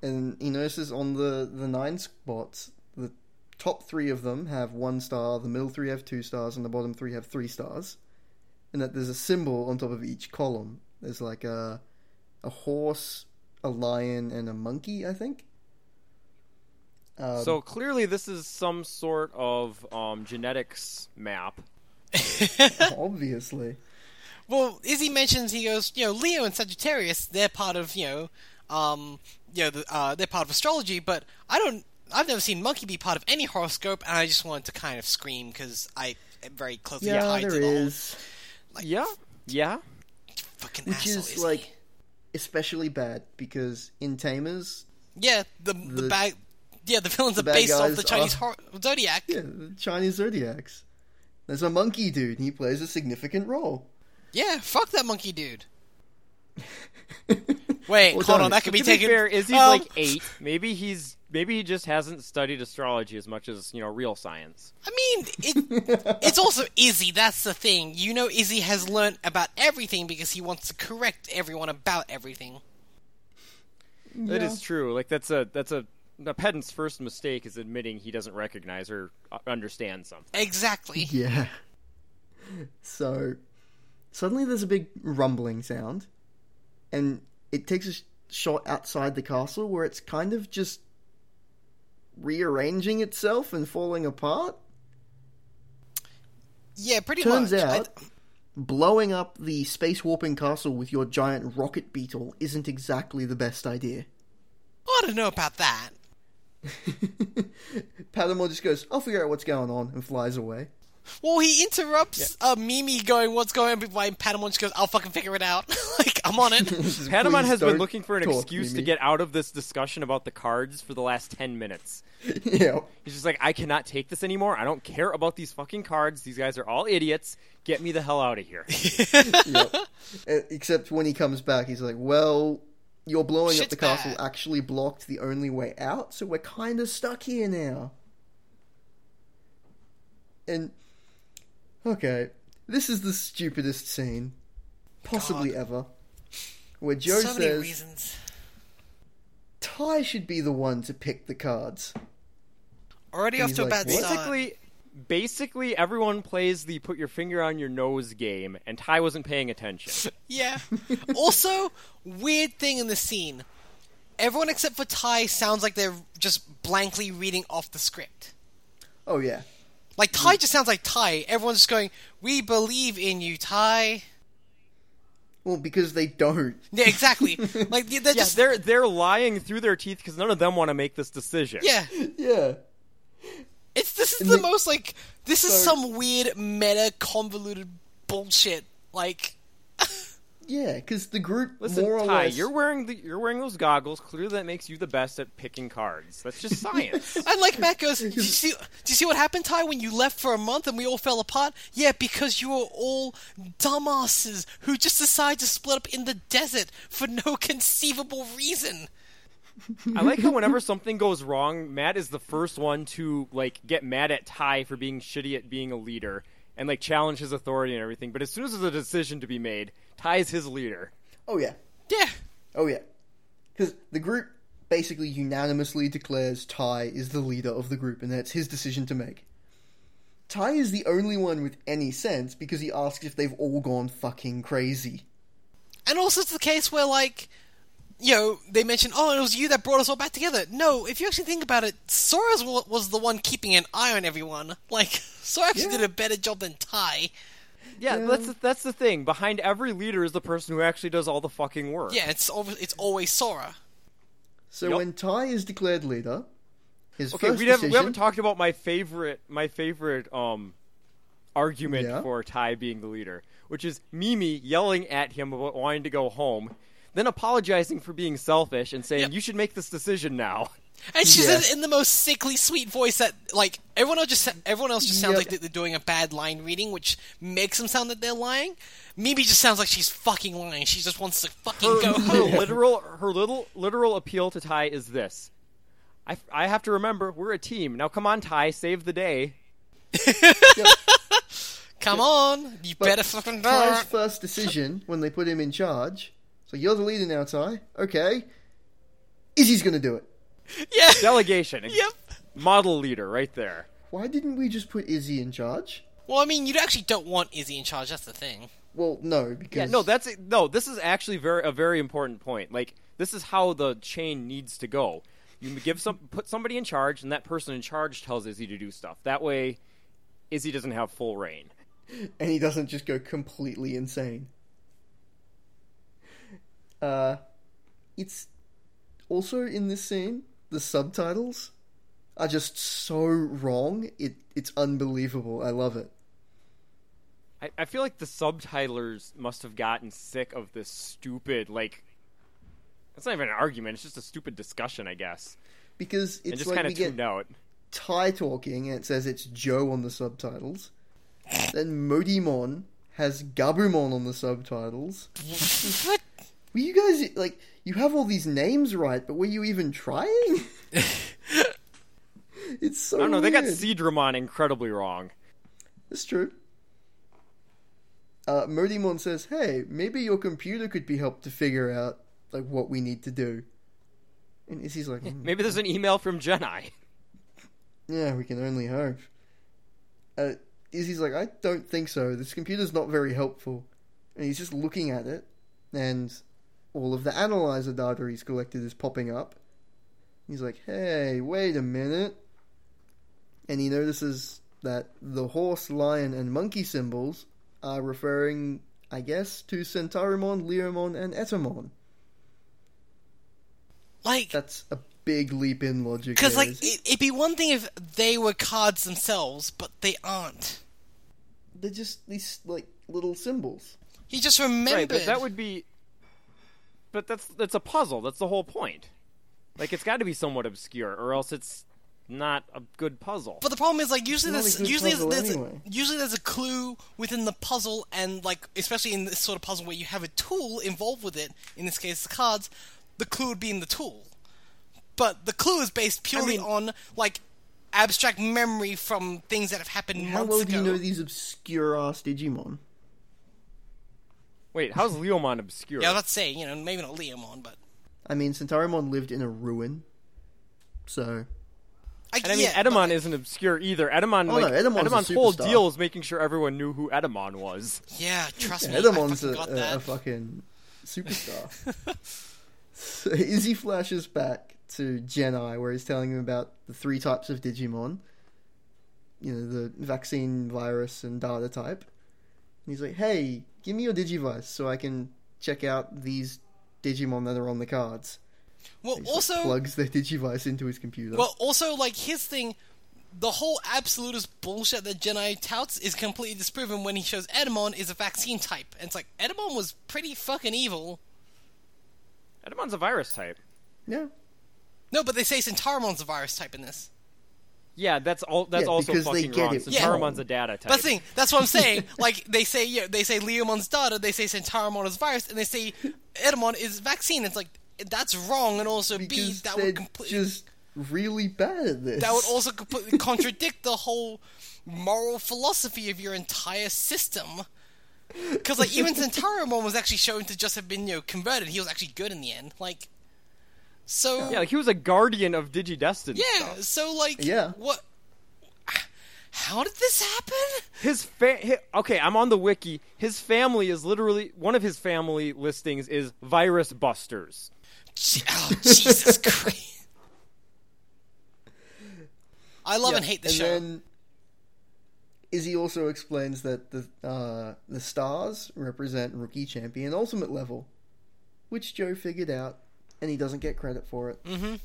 Speaker 1: and he notices on the, the nine spots, the top three of them have one star, the middle three have two stars, and the bottom three have three stars. And that there's a symbol on top of each column. There's like a a horse, a lion, and a monkey, I think. Um,
Speaker 3: so clearly, this is some sort of um, genetics map.
Speaker 1: obviously,
Speaker 2: Well, Izzy mentions he goes, you know, Leo and Sagittarius, they're part of, you know, um, you know, the, uh, they're part of astrology, but I don't, I've never seen monkey be part of any horoscope, and I just wanted to kind of scream because I am very closely
Speaker 1: yeah,
Speaker 2: tied to
Speaker 1: there
Speaker 2: the whole
Speaker 1: is.
Speaker 3: Yeah, yeah.
Speaker 2: fucking
Speaker 1: Which
Speaker 2: asshole,
Speaker 1: is
Speaker 2: Izzy.
Speaker 1: like especially bad because in Tamers,
Speaker 2: yeah, the the,
Speaker 1: the-
Speaker 2: bag, yeah, the villains are
Speaker 1: bad
Speaker 2: based off
Speaker 1: guys
Speaker 2: the Chinese
Speaker 1: are-
Speaker 2: hor- zodiac.
Speaker 1: Yeah, the Chinese zodiacs. There's a monkey dude, and he plays a significant role.
Speaker 2: Yeah, fuck that monkey dude. Wait,
Speaker 1: Well
Speaker 2: hold
Speaker 1: done.
Speaker 2: on, that could be
Speaker 3: to
Speaker 2: taken.
Speaker 3: be fair, Izzy's
Speaker 2: um,
Speaker 3: like eight. Maybe he's maybe he just hasn't studied astrology as much as you know real science.
Speaker 2: I mean, it, it's also Izzy. That's the thing. You know, Izzy has learnt about everything because he wants to correct everyone about everything.
Speaker 3: That is true. Like that's a that's a a pedant's first mistake is admitting he doesn't recognize or uh, understand something.
Speaker 2: Exactly.
Speaker 1: Yeah. So, suddenly there's a big rumbling sound, and it takes a sh- shot outside the castle where it's kind of just rearranging itself and falling apart.
Speaker 2: Yeah, pretty
Speaker 1: Turns
Speaker 2: much. I-
Speaker 1: out, blowing up the space warping castle with your giant rocket beetle isn't exactly the best idea.
Speaker 2: I, don't know about that.
Speaker 1: Palamon just goes, I'll figure out what's going on, and flies away.
Speaker 2: Well, he interrupts uh, Mimi going, "What's going on?" By Patamon just goes, "I'll fucking figure it out. like I'm on it."
Speaker 3: Panamon
Speaker 1: Please
Speaker 3: has been
Speaker 1: don't
Speaker 3: looking for an
Speaker 1: talk,
Speaker 3: excuse to
Speaker 1: Mimi.
Speaker 3: get out of this discussion about the cards for the last ten minutes.
Speaker 1: yeah.
Speaker 3: He's just like, I cannot take this anymore. I don't care about these fucking cards. These guys are all idiots. Get me the hell out of here.
Speaker 1: Yep. E- Except when he comes back, he's like, "Well, you're blowing up
Speaker 2: Shit's
Speaker 1: the castle.
Speaker 2: bad."
Speaker 1: Actually, blocked the only way out, so we're kind of stuck here now." And okay, This is the stupidest scene, possibly
Speaker 2: God.
Speaker 1: ever, where Joe
Speaker 2: so many
Speaker 1: says
Speaker 2: reasons.
Speaker 1: Ty should be the one to pick the cards.
Speaker 2: Already off
Speaker 1: he's
Speaker 2: to a
Speaker 1: like,
Speaker 2: bad
Speaker 1: "What?"
Speaker 2: start.
Speaker 3: Basically, basically everyone plays the put your finger on your nose game, and Ty wasn't paying attention.
Speaker 2: Yeah. also, weird thing in the scene. Everyone except for Ty sounds like they're just blankly reading off the script.
Speaker 1: Oh yeah,
Speaker 2: Like
Speaker 3: Mm.
Speaker 2: Ty just sounds like Ty. Everyone's just going, "We believe in you, Ty."
Speaker 1: well because they don't.
Speaker 2: Yeah, exactly. like they're
Speaker 3: yeah,
Speaker 2: just
Speaker 3: they're they're lying through their teeth because none of them want to make this decision.
Speaker 2: yeah.
Speaker 1: Yeah,
Speaker 2: It's this is
Speaker 1: And
Speaker 2: the
Speaker 1: the-
Speaker 2: most like this is
Speaker 1: So-
Speaker 2: some weird meta convoluted bullshit. Like
Speaker 1: yeah, because the group
Speaker 3: Listen,
Speaker 1: more or
Speaker 3: Ty,
Speaker 1: less.
Speaker 3: you're wearing the you're wearing those goggles. Clearly, that makes you the best at picking cards. That's just science.
Speaker 2: and like Matt goes, "Did you see? Did you see what happened, Ty? When you left for a month and we all fell apart? Yeah, because you were all dumbasses who just decided to split up in the desert for no conceivable reason."
Speaker 3: I like how whenever something goes wrong, Matt is the first one to like get mad at Ty for being shitty at being a leader and like challenge his authority and everything. But as soon as there's a decision to be made, Ty is his leader.
Speaker 1: Oh yeah,
Speaker 2: Yeah,
Speaker 1: oh yeah, because the group basically unanimously declares Ty is the leader of the group, and that's his decision to make. Ty is the only one with any sense because he asks if they've all gone fucking crazy.
Speaker 2: and also it's the case where like. You know, they mentioned, oh, it was you that brought us all back together. No, if you actually think about it, Soros wa- was the one keeping an eye on everyone. Like, Soros actually
Speaker 1: Yeah.
Speaker 2: did a better job than Ty.
Speaker 3: Yeah, that's the, that's the thing. Behind every leader is the person who actually does all the fucking work.
Speaker 2: Yeah, it's always, it's always Sora.
Speaker 1: So
Speaker 3: Yup.
Speaker 1: when Ty is declared leader, his
Speaker 3: Okay,
Speaker 1: first
Speaker 3: we haven't,
Speaker 1: decision.
Speaker 3: we haven't talked about my favorite my favorite um argument
Speaker 1: Yeah?
Speaker 3: for Ty being the leader, which is Mimi yelling at him about wanting to go home, then apologizing for being selfish and saying
Speaker 2: Yep.
Speaker 3: you should make this decision now.
Speaker 2: And she
Speaker 1: Yeah.
Speaker 2: says it in the most sickly sweet voice that like everyone else just everyone else just sounds
Speaker 1: Yep.
Speaker 2: like they're doing a bad line reading, which makes them sound that they're lying. Mimi just sounds like she's fucking lying. She just wants to fucking
Speaker 3: Her,
Speaker 2: go
Speaker 3: her
Speaker 2: home.
Speaker 3: literal her little literal appeal to Ty is this: I, I have to remember we're a team. Now come on, Ty, save the day.
Speaker 2: Come on, you better fucking do
Speaker 1: Ty's
Speaker 2: it.
Speaker 1: first decision when they put him in charge. So you're the leader now, Ty. Okay. Izzy's gonna do it.
Speaker 2: Yeah.
Speaker 3: Delegation,
Speaker 2: Yep.
Speaker 3: model leader, right there.
Speaker 1: Why didn't we just put Izzy in charge?
Speaker 2: Well, I mean, you actually don't want Izzy in charge. That's the thing.
Speaker 1: Well, no,
Speaker 3: Yeah,
Speaker 1: because
Speaker 3: no, that's no. This is actually very a very important point. Like this is how the chain needs to go. You give some put somebody in charge, and that person in charge tells Izzy to do stuff. That way, Izzy doesn't have full reign.
Speaker 1: and he doesn't just go completely insane. Uh, it's also in this scene. The subtitles are just so wrong. It it's unbelievable. I love it.
Speaker 3: I, I feel like the subtitlers must have gotten sick of this stupid like. It's not even an argument. It's just a stupid discussion, I guess,
Speaker 1: Because
Speaker 3: and
Speaker 1: it's
Speaker 3: just
Speaker 1: like
Speaker 3: kind
Speaker 1: we
Speaker 3: of
Speaker 1: get
Speaker 3: tuned out.
Speaker 1: Ty talking and it says it's Joe on the subtitles. Then Modimon has Gabumon on the subtitles.
Speaker 2: What?
Speaker 1: Were you guys like you have all these names right, but were you even trying? it's so
Speaker 3: I don't know. They got
Speaker 1: Oh, weird.
Speaker 3: Seedramon incredibly wrong.
Speaker 1: It's true. Uh, Modimon says, "Hey, maybe your computer could be helped to figure out like what we need to do." And Izzy's like, "Hmm."
Speaker 3: Maybe there's an email from Jedi.
Speaker 1: Yeah, we can only hope. Uh, Izzy's like, I don't think so. This computer's not very helpful. And he's just looking at it, and all of the analyzer data he's collected is popping up. He's like, hey, wait a minute. And he notices that the horse, lion, and monkey symbols are referring, I guess, to Centaurimon, Leomon, and Etamon.
Speaker 2: Like,
Speaker 1: That's a big leap in logic.
Speaker 2: because
Speaker 1: there,
Speaker 2: like
Speaker 1: is-
Speaker 2: it, it'd be one thing if they were cards themselves, but they aren't.
Speaker 1: they're just these like little symbols.
Speaker 2: He just remembered.
Speaker 3: Right, but that would be. But that's that's a puzzle. That's the whole point. Like it's got to be somewhat obscure, or else it's not a good puzzle.
Speaker 2: But the problem is, like, usually
Speaker 1: It's
Speaker 2: there's
Speaker 1: not a good
Speaker 2: usually there's,
Speaker 1: puzzle
Speaker 2: there's
Speaker 1: anyway.
Speaker 2: a, usually there's a clue within the puzzle, and like, especially in this sort of puzzle where you have a tool involved with it. In this case, the cards. The clue would be in the tool, but the clue is based purely
Speaker 3: mean-
Speaker 2: on like abstract memory from things that have happened
Speaker 1: How
Speaker 2: months
Speaker 1: well do
Speaker 2: ago.
Speaker 1: you know these obscure ass Digimon?
Speaker 3: Wait, how's Leomon obscure?
Speaker 2: yeah, I was about to say, you know, maybe not Leomon, but
Speaker 1: I mean, Centaurimon lived in a ruin, so
Speaker 2: I,
Speaker 3: and I mean,
Speaker 2: yeah, but-
Speaker 3: Edamon isn't obscure either. Edamon,
Speaker 1: Oh,
Speaker 3: like,
Speaker 1: no, Edamon's a
Speaker 3: Edamon's whole
Speaker 1: superstar.
Speaker 3: deal is making sure everyone knew who Edamon was.
Speaker 2: Yeah, trust me,
Speaker 1: Edamon's
Speaker 2: I
Speaker 1: a,
Speaker 2: fucking got
Speaker 1: a,
Speaker 2: that.
Speaker 1: a fucking superstar. so Izzy flashes back to Genai, where he's telling him about the three types of Digimon. You know, the vaccine, virus, and data type. And he's like, "Hey, give me your Digivice so I can check out these Digimon that are on the cards."
Speaker 2: well,
Speaker 1: He just
Speaker 2: also,
Speaker 1: plugs their Digivice into his computer.
Speaker 2: well, also, like his thing, the whole absolutist bullshit that Jedi touts is completely disproven when he shows Edamon is a vaccine type, and it's like Edamon was pretty fucking evil.
Speaker 3: Edamon's a virus type.
Speaker 1: yeah,
Speaker 2: No, but they say Centaurumon's a virus type in this.
Speaker 3: Yeah, that's all. That's
Speaker 1: Yeah,
Speaker 3: also
Speaker 1: because they
Speaker 3: fucking
Speaker 1: get
Speaker 3: wrong.
Speaker 1: it
Speaker 3: Centaurumon's
Speaker 1: wrong.
Speaker 3: a data type.
Speaker 2: But the thing, that's what I'm saying. like they say, yeah, they say Leomon's data, they say Centaurimon is virus, and they say Edamon is vaccine. It's like that's wrong, and also B
Speaker 1: because
Speaker 2: that
Speaker 1: they're
Speaker 2: would completely
Speaker 1: just really bad at this.
Speaker 2: that would also completely contradict the whole moral philosophy of your entire system. Because like even Centaurimon was actually shown to just have been you know converted. He was actually good in the end. Like so
Speaker 3: yeah, like he was a guardian of Digidestin.
Speaker 2: yeah.
Speaker 3: stuff.
Speaker 2: So like
Speaker 1: Yeah.
Speaker 2: what? How did this happen?
Speaker 3: His fa- hi okay, I'm on the wiki. His family is literally one of his family listings is virus busters.
Speaker 2: Je- oh, Jesus Christ. I love and
Speaker 1: Yeah,
Speaker 2: hate the
Speaker 1: and
Speaker 2: show.
Speaker 1: Then Izzy also explains that the uh, the stars represent rookie champion ultimate level, which Joe figured out, and he doesn't get credit for it.
Speaker 2: Mm-hmm.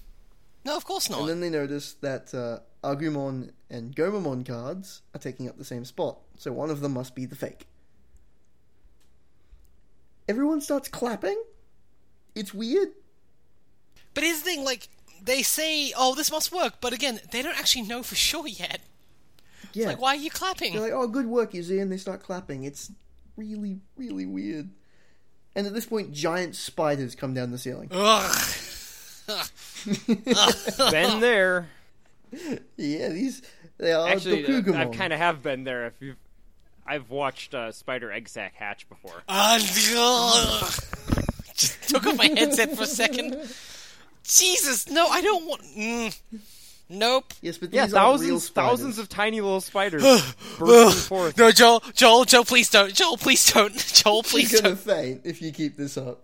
Speaker 2: no, of course not.
Speaker 1: And then they notice that uh, Agumon and Gomamon cards are taking up the same spot, so one of them must be the fake. Everyone starts clapping. It's weird.
Speaker 2: but here's the thing, like, they say, oh, this must work, but again, they don't actually know for sure yet.
Speaker 1: Yeah.
Speaker 2: Like, why are you clapping?
Speaker 1: They're like, "Oh, good work, Izzy," and they start clapping. It's really, really weird. And at this point, giant spiders come down the ceiling.
Speaker 3: Uh,
Speaker 2: Ugh.
Speaker 3: Been there.
Speaker 1: Yeah, these they are
Speaker 3: Actually,
Speaker 1: Dokugumon.
Speaker 3: I kind of have been there. If you've, I've watched uh, Spider Egg Sack hatch before.
Speaker 2: Ah, ugh. Just took off my headset for a second. Jesus, no, I don't want. Mm. Nope.
Speaker 1: yes, but these
Speaker 3: Yeah,
Speaker 1: aren't real
Speaker 3: thousands,
Speaker 1: spiders.
Speaker 3: thousands of tiny little spiders bursting forth.
Speaker 2: No, Joel, Joel, Joel, please don't. Joel, please don't. Joel, please
Speaker 1: You're
Speaker 2: don't.
Speaker 1: gonna faint if you keep this up.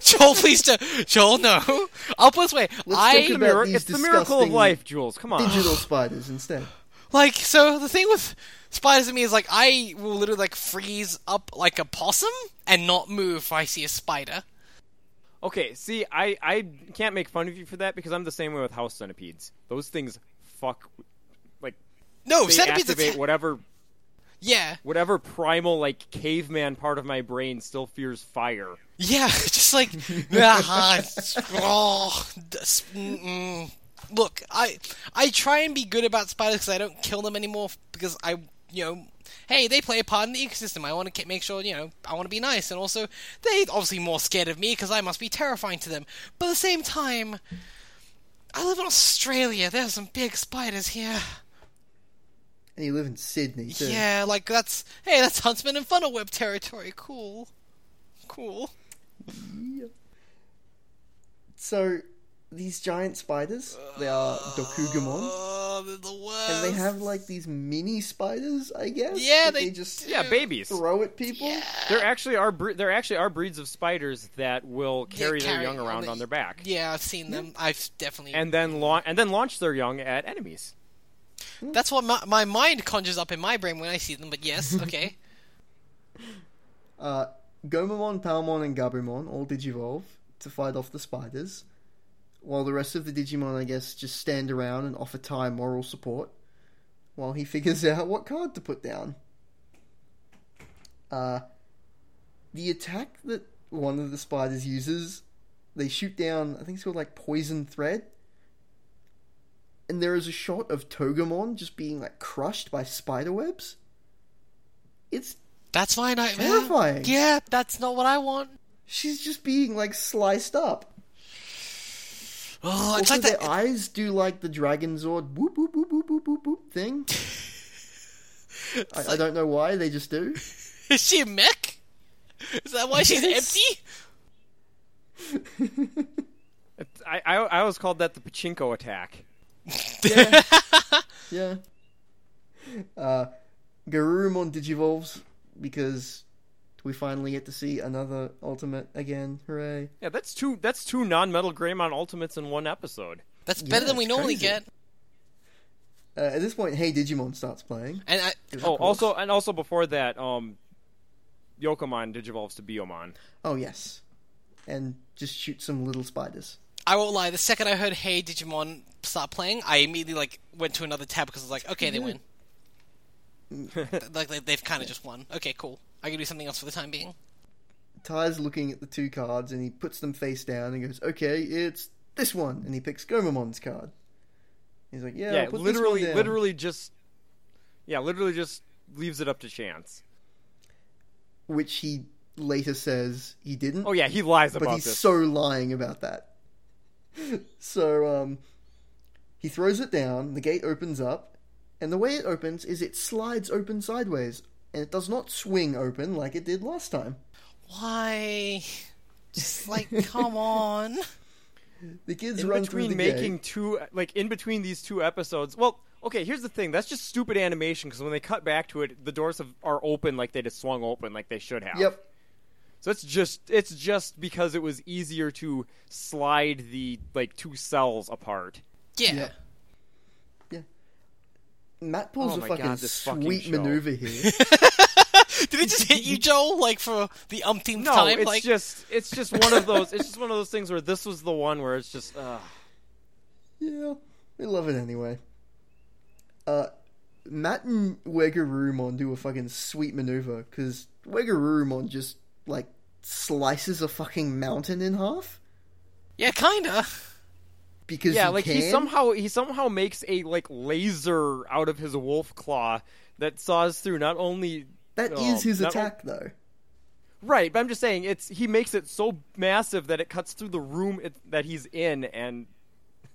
Speaker 2: Joel, please don't. Joel, no. I'll put it this way. I
Speaker 1: talk
Speaker 3: It's a
Speaker 1: about
Speaker 3: mir-
Speaker 1: these
Speaker 3: it's the miracle of
Speaker 1: disgusting
Speaker 3: life, Jules. Come on.
Speaker 1: Digital spiders instead.
Speaker 2: like so the thing with spiders to me is like I will literally like freeze up like a possum and not move if I see a spider.
Speaker 3: Okay, see, I, I can't make fun of you for that because I'm the same way with house centipedes. Those things fuck, like
Speaker 2: No,
Speaker 3: they
Speaker 2: centipedes are
Speaker 3: activate
Speaker 2: ta-
Speaker 3: whatever
Speaker 2: Yeah,
Speaker 3: whatever primal like caveman part of my brain still fears fire.
Speaker 2: yeah, just like ah, it's- oh, this- mm-mm. look, I I try and be good about spiders because I don't kill them anymore because I you know. Hey, they play a part in the ecosystem. I want to make sure, you know, I want to be nice. And also, they're obviously more scared of me because I must be terrifying to them. But at the same time, I live in Australia. There's some big spiders here.
Speaker 1: And you live in Sydney too.
Speaker 2: Yeah, like that's hey, that's Huntsman and Funnel Web territory. Cool, cool.
Speaker 1: So these giant spiders, they are Dokugumon,
Speaker 2: Oh, they're the worst.
Speaker 1: and they have like these mini spiders, I guess.
Speaker 2: Yeah,
Speaker 1: that
Speaker 2: they
Speaker 1: just
Speaker 3: Yeah, babies.
Speaker 1: throw at people.
Speaker 3: There actually are bre- there actually are breeds of spiders that will carry, their young around on their back
Speaker 2: Yeah, I've seen them. I've definitely.
Speaker 3: and then launch and then launch their young at enemies.
Speaker 2: that's what my, my mind conjures up in my brain when I see them. But yes, okay.
Speaker 1: Uh, Gomamon, Palmon, and Gabumon all digivolve to fight off the spiders, while the rest of the Digimon, I guess, just stand around and offer Ty moral support while he figures out what card to put down. Uh, the attack that one of the spiders uses, they shoot down, I think it's called like Poison Thread. And there is a shot of Togemon just being like crushed by spider webs. It's
Speaker 2: That's my nightmare.
Speaker 1: Terrifying.
Speaker 2: Yeah, that's not what I want.
Speaker 1: She's just being like sliced up.
Speaker 2: Oh, it's
Speaker 1: also,
Speaker 2: Oh, like that.
Speaker 1: their eyes do like the Dragon Zord. Whoop whoop whoop whoop boop boop boop thing. I, I don't know why they just do.
Speaker 2: Is she a mech? Is that why she's empty?
Speaker 3: It's- I, I I always called that the pachinko attack.
Speaker 1: Yeah, yeah. Uh, Garurumon digivolves because we finally get to see another ultimate again. Hooray!
Speaker 3: Yeah, that's two that's two non-metal Greymon ultimates in one episode.
Speaker 2: That's better than we
Speaker 1: it's
Speaker 2: normally
Speaker 1: crazy.
Speaker 2: get.
Speaker 1: Uh, at this point, Hey Digimon starts playing.
Speaker 2: And I,
Speaker 3: Oh,
Speaker 1: Of course.
Speaker 3: also and also before that, um, Yokomon digivolves to Biomon.
Speaker 1: Oh yes, and just shoot some little spiders.
Speaker 2: I won't lie. The second I heard "Hey Digimon" start playing, I immediately like went to another tab because I was like, "Okay, they win." Th- like they, they've kind of just won. Okay, cool. I can do something else for the time being.
Speaker 1: Ty's looking at the two cards and he puts them face down and goes, "Okay, it's this one." And he picks Gomamon's card. He's like, "Yeah,
Speaker 3: Yeah,
Speaker 1: I'll put this one
Speaker 3: literally,
Speaker 1: down."
Speaker 3: literally just, yeah, literally just leaves it up to chance.
Speaker 1: Which he later says he didn't.
Speaker 3: Oh yeah, he lies
Speaker 1: but
Speaker 3: about
Speaker 1: he's
Speaker 3: this.
Speaker 1: so lying about that. so um, he throws it down. The gate opens up, and the way it opens is it slides open sideways, and it does not swing open like it did last time.
Speaker 2: Why? Just like, come on.
Speaker 1: The kids
Speaker 3: in
Speaker 1: run through the
Speaker 3: between making
Speaker 1: gate.
Speaker 3: two, like in between these two episodes. Well, okay, here's the thing. That's just stupid animation because when they cut back to it, the doors have, are open like they just swung open like they should have.
Speaker 1: Yep.
Speaker 3: So it's just it's just because it was easier to slide the like two cells apart.
Speaker 2: Yeah.
Speaker 1: Yeah. Yeah. Matt pulls
Speaker 3: Oh
Speaker 1: a
Speaker 3: my
Speaker 1: fucking
Speaker 3: God, this fucking
Speaker 1: sweet
Speaker 3: show.
Speaker 1: maneuver here.
Speaker 2: Did it just hit you, Joel? Like for the umpteenth
Speaker 3: No,
Speaker 2: time?
Speaker 3: it's
Speaker 2: like,
Speaker 3: just it's just one of those it's just one of those things where this was the one where it's just uh,
Speaker 1: yeah, we love it anyway. Uh, Matt and Wegarumon do a fucking sweet maneuver because Wegarumon just like slices a fucking mountain in half
Speaker 2: yeah, kinda.
Speaker 1: because
Speaker 3: yeah,
Speaker 1: he
Speaker 3: like he
Speaker 1: can.
Speaker 3: somehow he somehow makes a like laser out of his wolf claw that saws through not only
Speaker 1: That is
Speaker 3: um,
Speaker 1: his
Speaker 3: not o-
Speaker 1: attack though.
Speaker 3: Right, but I'm just saying it's he makes it so massive that it cuts through the room it, that he's in, and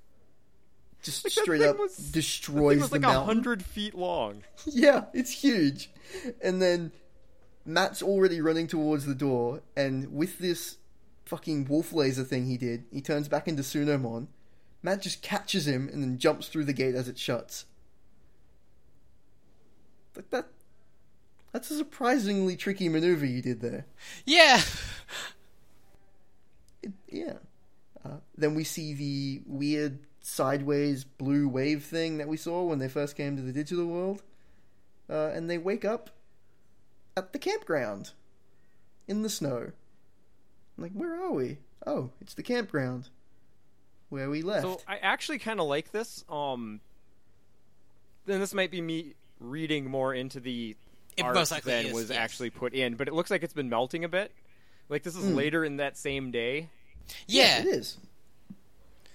Speaker 1: Just
Speaker 3: that
Speaker 1: straight
Speaker 3: thing
Speaker 1: up
Speaker 3: was- that thing
Speaker 1: destroys
Speaker 3: it was
Speaker 1: the
Speaker 3: like a
Speaker 1: mountain.
Speaker 3: hundred feet long.
Speaker 1: Yeah, it's huge. And then Matt's already running towards the door, and with this fucking wolf laser thing he did, he turns back into Sunomon. Matt just catches him and then jumps through the gate as it shuts. Like that. That's a surprisingly tricky maneuver you did there.
Speaker 2: Yeah.
Speaker 1: It, yeah. Uh, then we see the weird sideways blue wave thing that we saw when they first came to the digital world. Uh, and they wake up at the campground in the snow. I'm like, where are we? Oh, it's the campground where we left.
Speaker 3: So I actually kind of like this. Um, then this might be me reading more into the
Speaker 2: It
Speaker 3: art
Speaker 2: most likely
Speaker 3: than
Speaker 2: is,
Speaker 3: was
Speaker 2: yes.
Speaker 3: actually put in, but it looks like it's been melting a bit. Like this is later in that same day.
Speaker 2: Yeah.
Speaker 1: It is.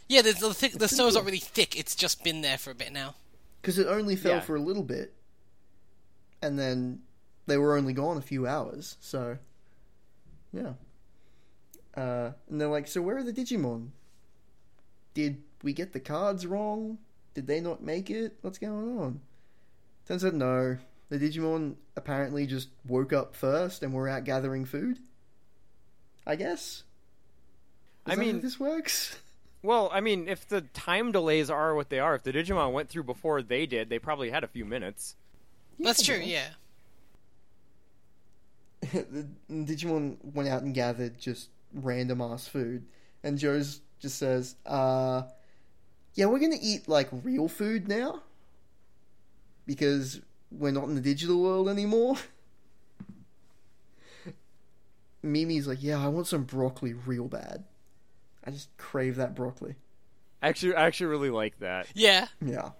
Speaker 2: Yeah. The, the, thick, the snow's not really thick. It's just been there for a bit now.
Speaker 1: Because it only fell
Speaker 3: Yeah.
Speaker 1: for a little bit. And then they were only gone a few hours. So, yeah. Uh, and they're like, so where are the Digimon? Did we get the cards wrong? Did they not make it? What's going on? Turns out, no. The Digimon apparently just woke up first and were out gathering food. I guess. Is
Speaker 3: I
Speaker 1: that how
Speaker 3: mean,
Speaker 1: this works.
Speaker 3: well, I mean, if the time delays are what they are, if the Digimon went through before they did, they probably had a few minutes.
Speaker 2: That's true.
Speaker 1: well.
Speaker 2: Yeah.
Speaker 1: the Digimon went out and gathered just random ass food, and Joe's just says, uh, "Yeah, we're gonna eat like real food now because we're not in the digital world anymore." Mimi's like, "Yeah, I want some broccoli real bad. I just crave that broccoli."
Speaker 3: I actually, I actually really like that.
Speaker 2: Yeah.
Speaker 1: Yeah,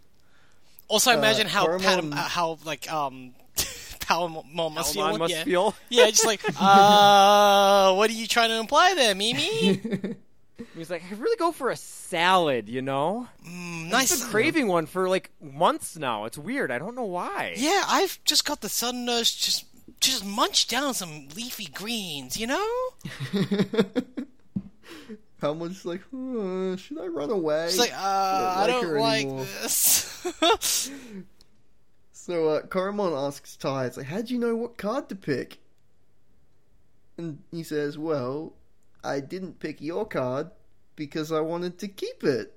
Speaker 2: Also, imagine how
Speaker 1: Paramount-
Speaker 2: Pat, uh, how like um, Palamon must
Speaker 3: Elmon
Speaker 2: feel.
Speaker 3: must
Speaker 2: yeah.
Speaker 3: feel.
Speaker 2: yeah, just like, uh, what are you trying to imply there, Mimi?
Speaker 3: He's like, I could really go for a salad, you know? I've
Speaker 2: Mm, nice.
Speaker 3: been craving one for like months now. It's weird. I don't know why.
Speaker 2: Yeah, I've just got the sudden urge to just just munch down some leafy greens, you know?
Speaker 1: Palmon's like, "Hmm, "Should I run away?"
Speaker 2: It's like, uh,
Speaker 1: I
Speaker 2: I
Speaker 1: like
Speaker 2: don't
Speaker 1: her
Speaker 2: like
Speaker 1: anymore.
Speaker 2: this.
Speaker 1: So uh, Koromon asks Ty, it's like, how do you know what card to pick? And he says, well, I didn't pick your card because I wanted to keep it.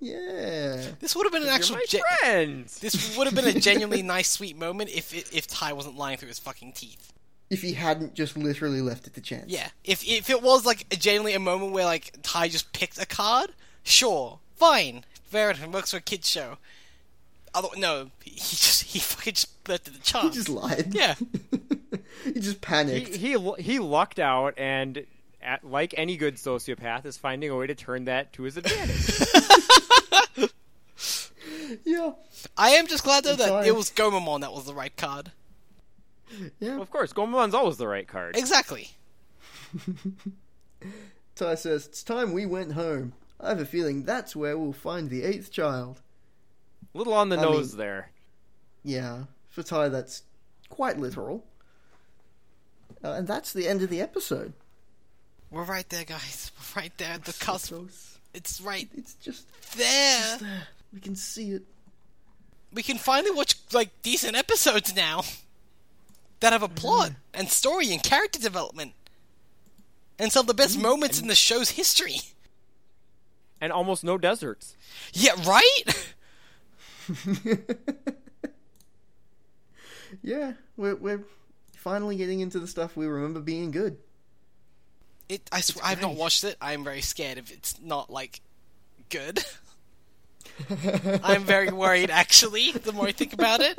Speaker 1: Yeah.
Speaker 2: this would have been an actual
Speaker 3: You're my
Speaker 2: gen-
Speaker 3: friend.
Speaker 2: This would have been a genuinely nice, sweet moment if it, if Ty wasn't lying through his fucking teeth.
Speaker 1: If he hadn't just literally left it to chance.
Speaker 2: Yeah, if if it was like genuinely a moment where like Ty just picked a card, sure, fine, fair enough. It works for a kids show. Other, no, he just he fucking just left it to chance.
Speaker 1: He just lied.
Speaker 2: Yeah.
Speaker 1: he just
Speaker 3: He,
Speaker 1: panicked.
Speaker 3: he lu- he lucked out, and at, like any good sociopath, is finding a way to turn that to his advantage.
Speaker 1: Yeah.
Speaker 2: I am just glad though
Speaker 1: I'm
Speaker 2: that
Speaker 1: sorry.
Speaker 2: it was Gomamon that was the right card.
Speaker 1: Yeah.
Speaker 3: of course, Gomamon's always the right card.
Speaker 2: Exactly.
Speaker 1: Ty says, It's time we went home. I have a feeling that's where we'll find the eighth child.
Speaker 3: little on the
Speaker 1: I
Speaker 3: nose
Speaker 1: mean-
Speaker 3: there.
Speaker 1: Yeah, for Ty, that's quite literal. Uh, and that's the end of the episode.
Speaker 2: We're right there, guys. We're right there at the cusp.
Speaker 1: Close.
Speaker 2: It's right
Speaker 1: It's just
Speaker 2: there.
Speaker 1: there. We can see it.
Speaker 2: We can finally watch like decent episodes now that have a plot and story and character development and some of the best moments in the show's history.
Speaker 3: And almost no deserts.
Speaker 2: Yeah, right.
Speaker 1: Yeah, we're, we're finally getting into the stuff we remember being good.
Speaker 2: It. I swear, I've not watched it. I'm very scared if it's not like good. I'm very worried, actually. The more I think about it,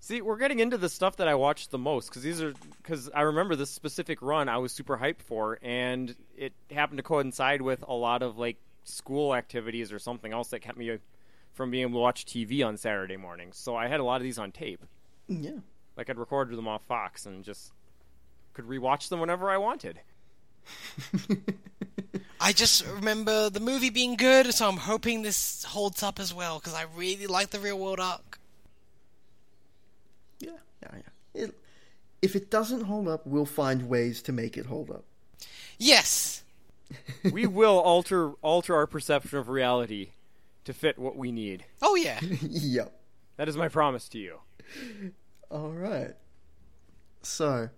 Speaker 3: See, we're getting into the stuff that I watched the most because these are because I remember this specific run I was super hyped for, and it happened to coincide with a lot of like school activities or something else that kept me from being able to watch TV on Saturday mornings. So I had a lot of these on tape.
Speaker 1: Mm, Yeah.
Speaker 3: Like I'd record them off Fox and just could rewatch them whenever I wanted.
Speaker 2: I just remember the movie being good, so I'm hoping this holds up as well because I really like the real world arc.
Speaker 1: Yeah. Yeah, yeah. It, if it doesn't hold up, we'll find ways to make it hold up.
Speaker 2: Yes,
Speaker 3: we will alter alter our perception of reality to fit what we need.
Speaker 2: Oh yeah.
Speaker 1: yep.
Speaker 3: That is my promise to you.
Speaker 1: All right. So,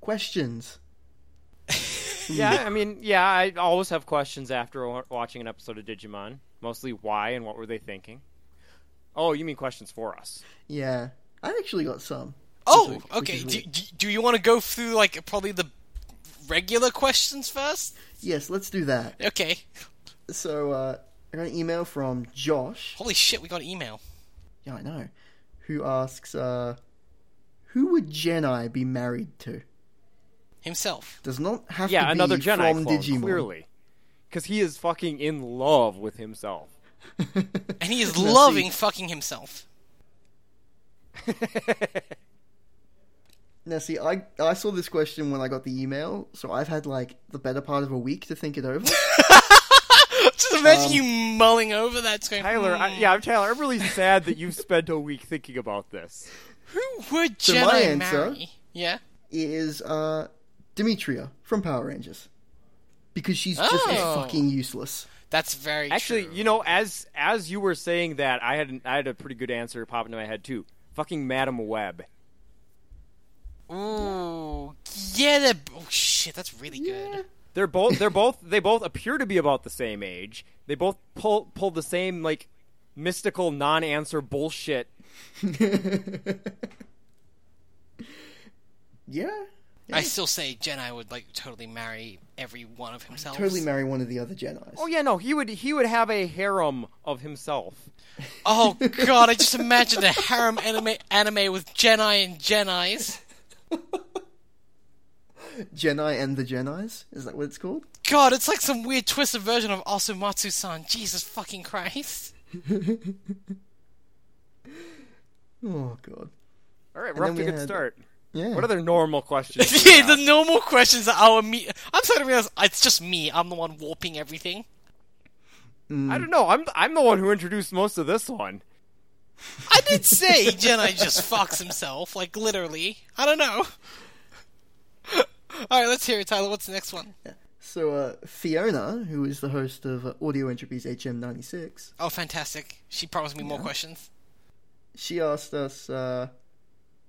Speaker 1: questions.
Speaker 3: Yeah, I mean, yeah, I always have questions after wa- watching an episode of Digimon. Mostly why and what were they thinking? Oh, you mean questions for us?
Speaker 1: Yeah, I've actually got some.
Speaker 2: Oh,
Speaker 1: Which is
Speaker 2: okay.
Speaker 1: weird.
Speaker 2: Do, do, do you want to go through like probably the regular questions first?
Speaker 1: Yes, let's do that.
Speaker 2: Okay.
Speaker 1: So, uh, I got an email from Josh.
Speaker 2: Holy shit, we got an email.
Speaker 1: Yeah, I know. Who asks, uh, who would Jedi be married to?
Speaker 2: Himself.
Speaker 1: Does not have to
Speaker 3: Yeah,
Speaker 1: be
Speaker 3: another Jedi
Speaker 1: from
Speaker 3: clone,
Speaker 1: Digimon.
Speaker 3: clearly, because he is fucking in love with himself.
Speaker 2: And he is
Speaker 1: Let's see.
Speaker 2: loving fucking himself.
Speaker 1: Now, see, I I saw this question when I got the email, so I've had like the better part of a week to think it over.
Speaker 2: Just
Speaker 1: Um,
Speaker 2: imagine you mulling over that going,
Speaker 3: Tyler,
Speaker 2: "Hmm,
Speaker 3: I, yeah, I'm Tyler. I'm really sad that you've spent a week thinking about this.
Speaker 2: who would
Speaker 1: So
Speaker 2: Jedi
Speaker 1: my answer-
Speaker 2: marry? Yeah.
Speaker 1: is uh, Demetria from Power Rangers because she's just
Speaker 2: Oh.
Speaker 1: fucking useless.
Speaker 2: That's very
Speaker 3: Actually,
Speaker 2: true.
Speaker 3: you know, as as you were saying that, I had an, I had a pretty good answer pop into my head too. Fucking Madam Web.
Speaker 2: Ooh. Yeah, that oh shit, that's really good.
Speaker 3: They're both they're both they both appear to be about the same age. They both pull pull the same like mystical non-answer bullshit.
Speaker 1: Yeah,
Speaker 2: I still say Jedi would like totally marry every one of himself.
Speaker 1: totally marry one of the other Jedi's.
Speaker 3: Oh yeah, no, he would he would have a harem of himself.
Speaker 2: Oh god, I just imagined a harem anime anime with Jedi and Jedi's.
Speaker 1: Jedi and the Jedi's is that what it's called?
Speaker 2: God, it's like some weird twisted version of Asumatsu-san. Jesus fucking Christ.
Speaker 1: Oh god,
Speaker 3: All right,
Speaker 1: then
Speaker 3: we're off
Speaker 1: we
Speaker 3: to a good
Speaker 1: had-
Speaker 3: start.
Speaker 1: yeah.
Speaker 3: What other normal questions? do we
Speaker 2: Yeah, the
Speaker 3: have?
Speaker 2: normal questions that our me- I'm starting to realize it's just me. I'm the one warping everything.
Speaker 3: I don't know. I'm I'm the one who introduced most of this one.
Speaker 2: I did say Jedi just fucks himself, like literally. I don't know. All right, let's hear it, Tyler. What's the next one?
Speaker 1: So uh, Fiona, who is the host of uh, Audio Entropy's HM96,
Speaker 2: Oh, fantastic. She promised me more questions.
Speaker 1: she asked us, uh,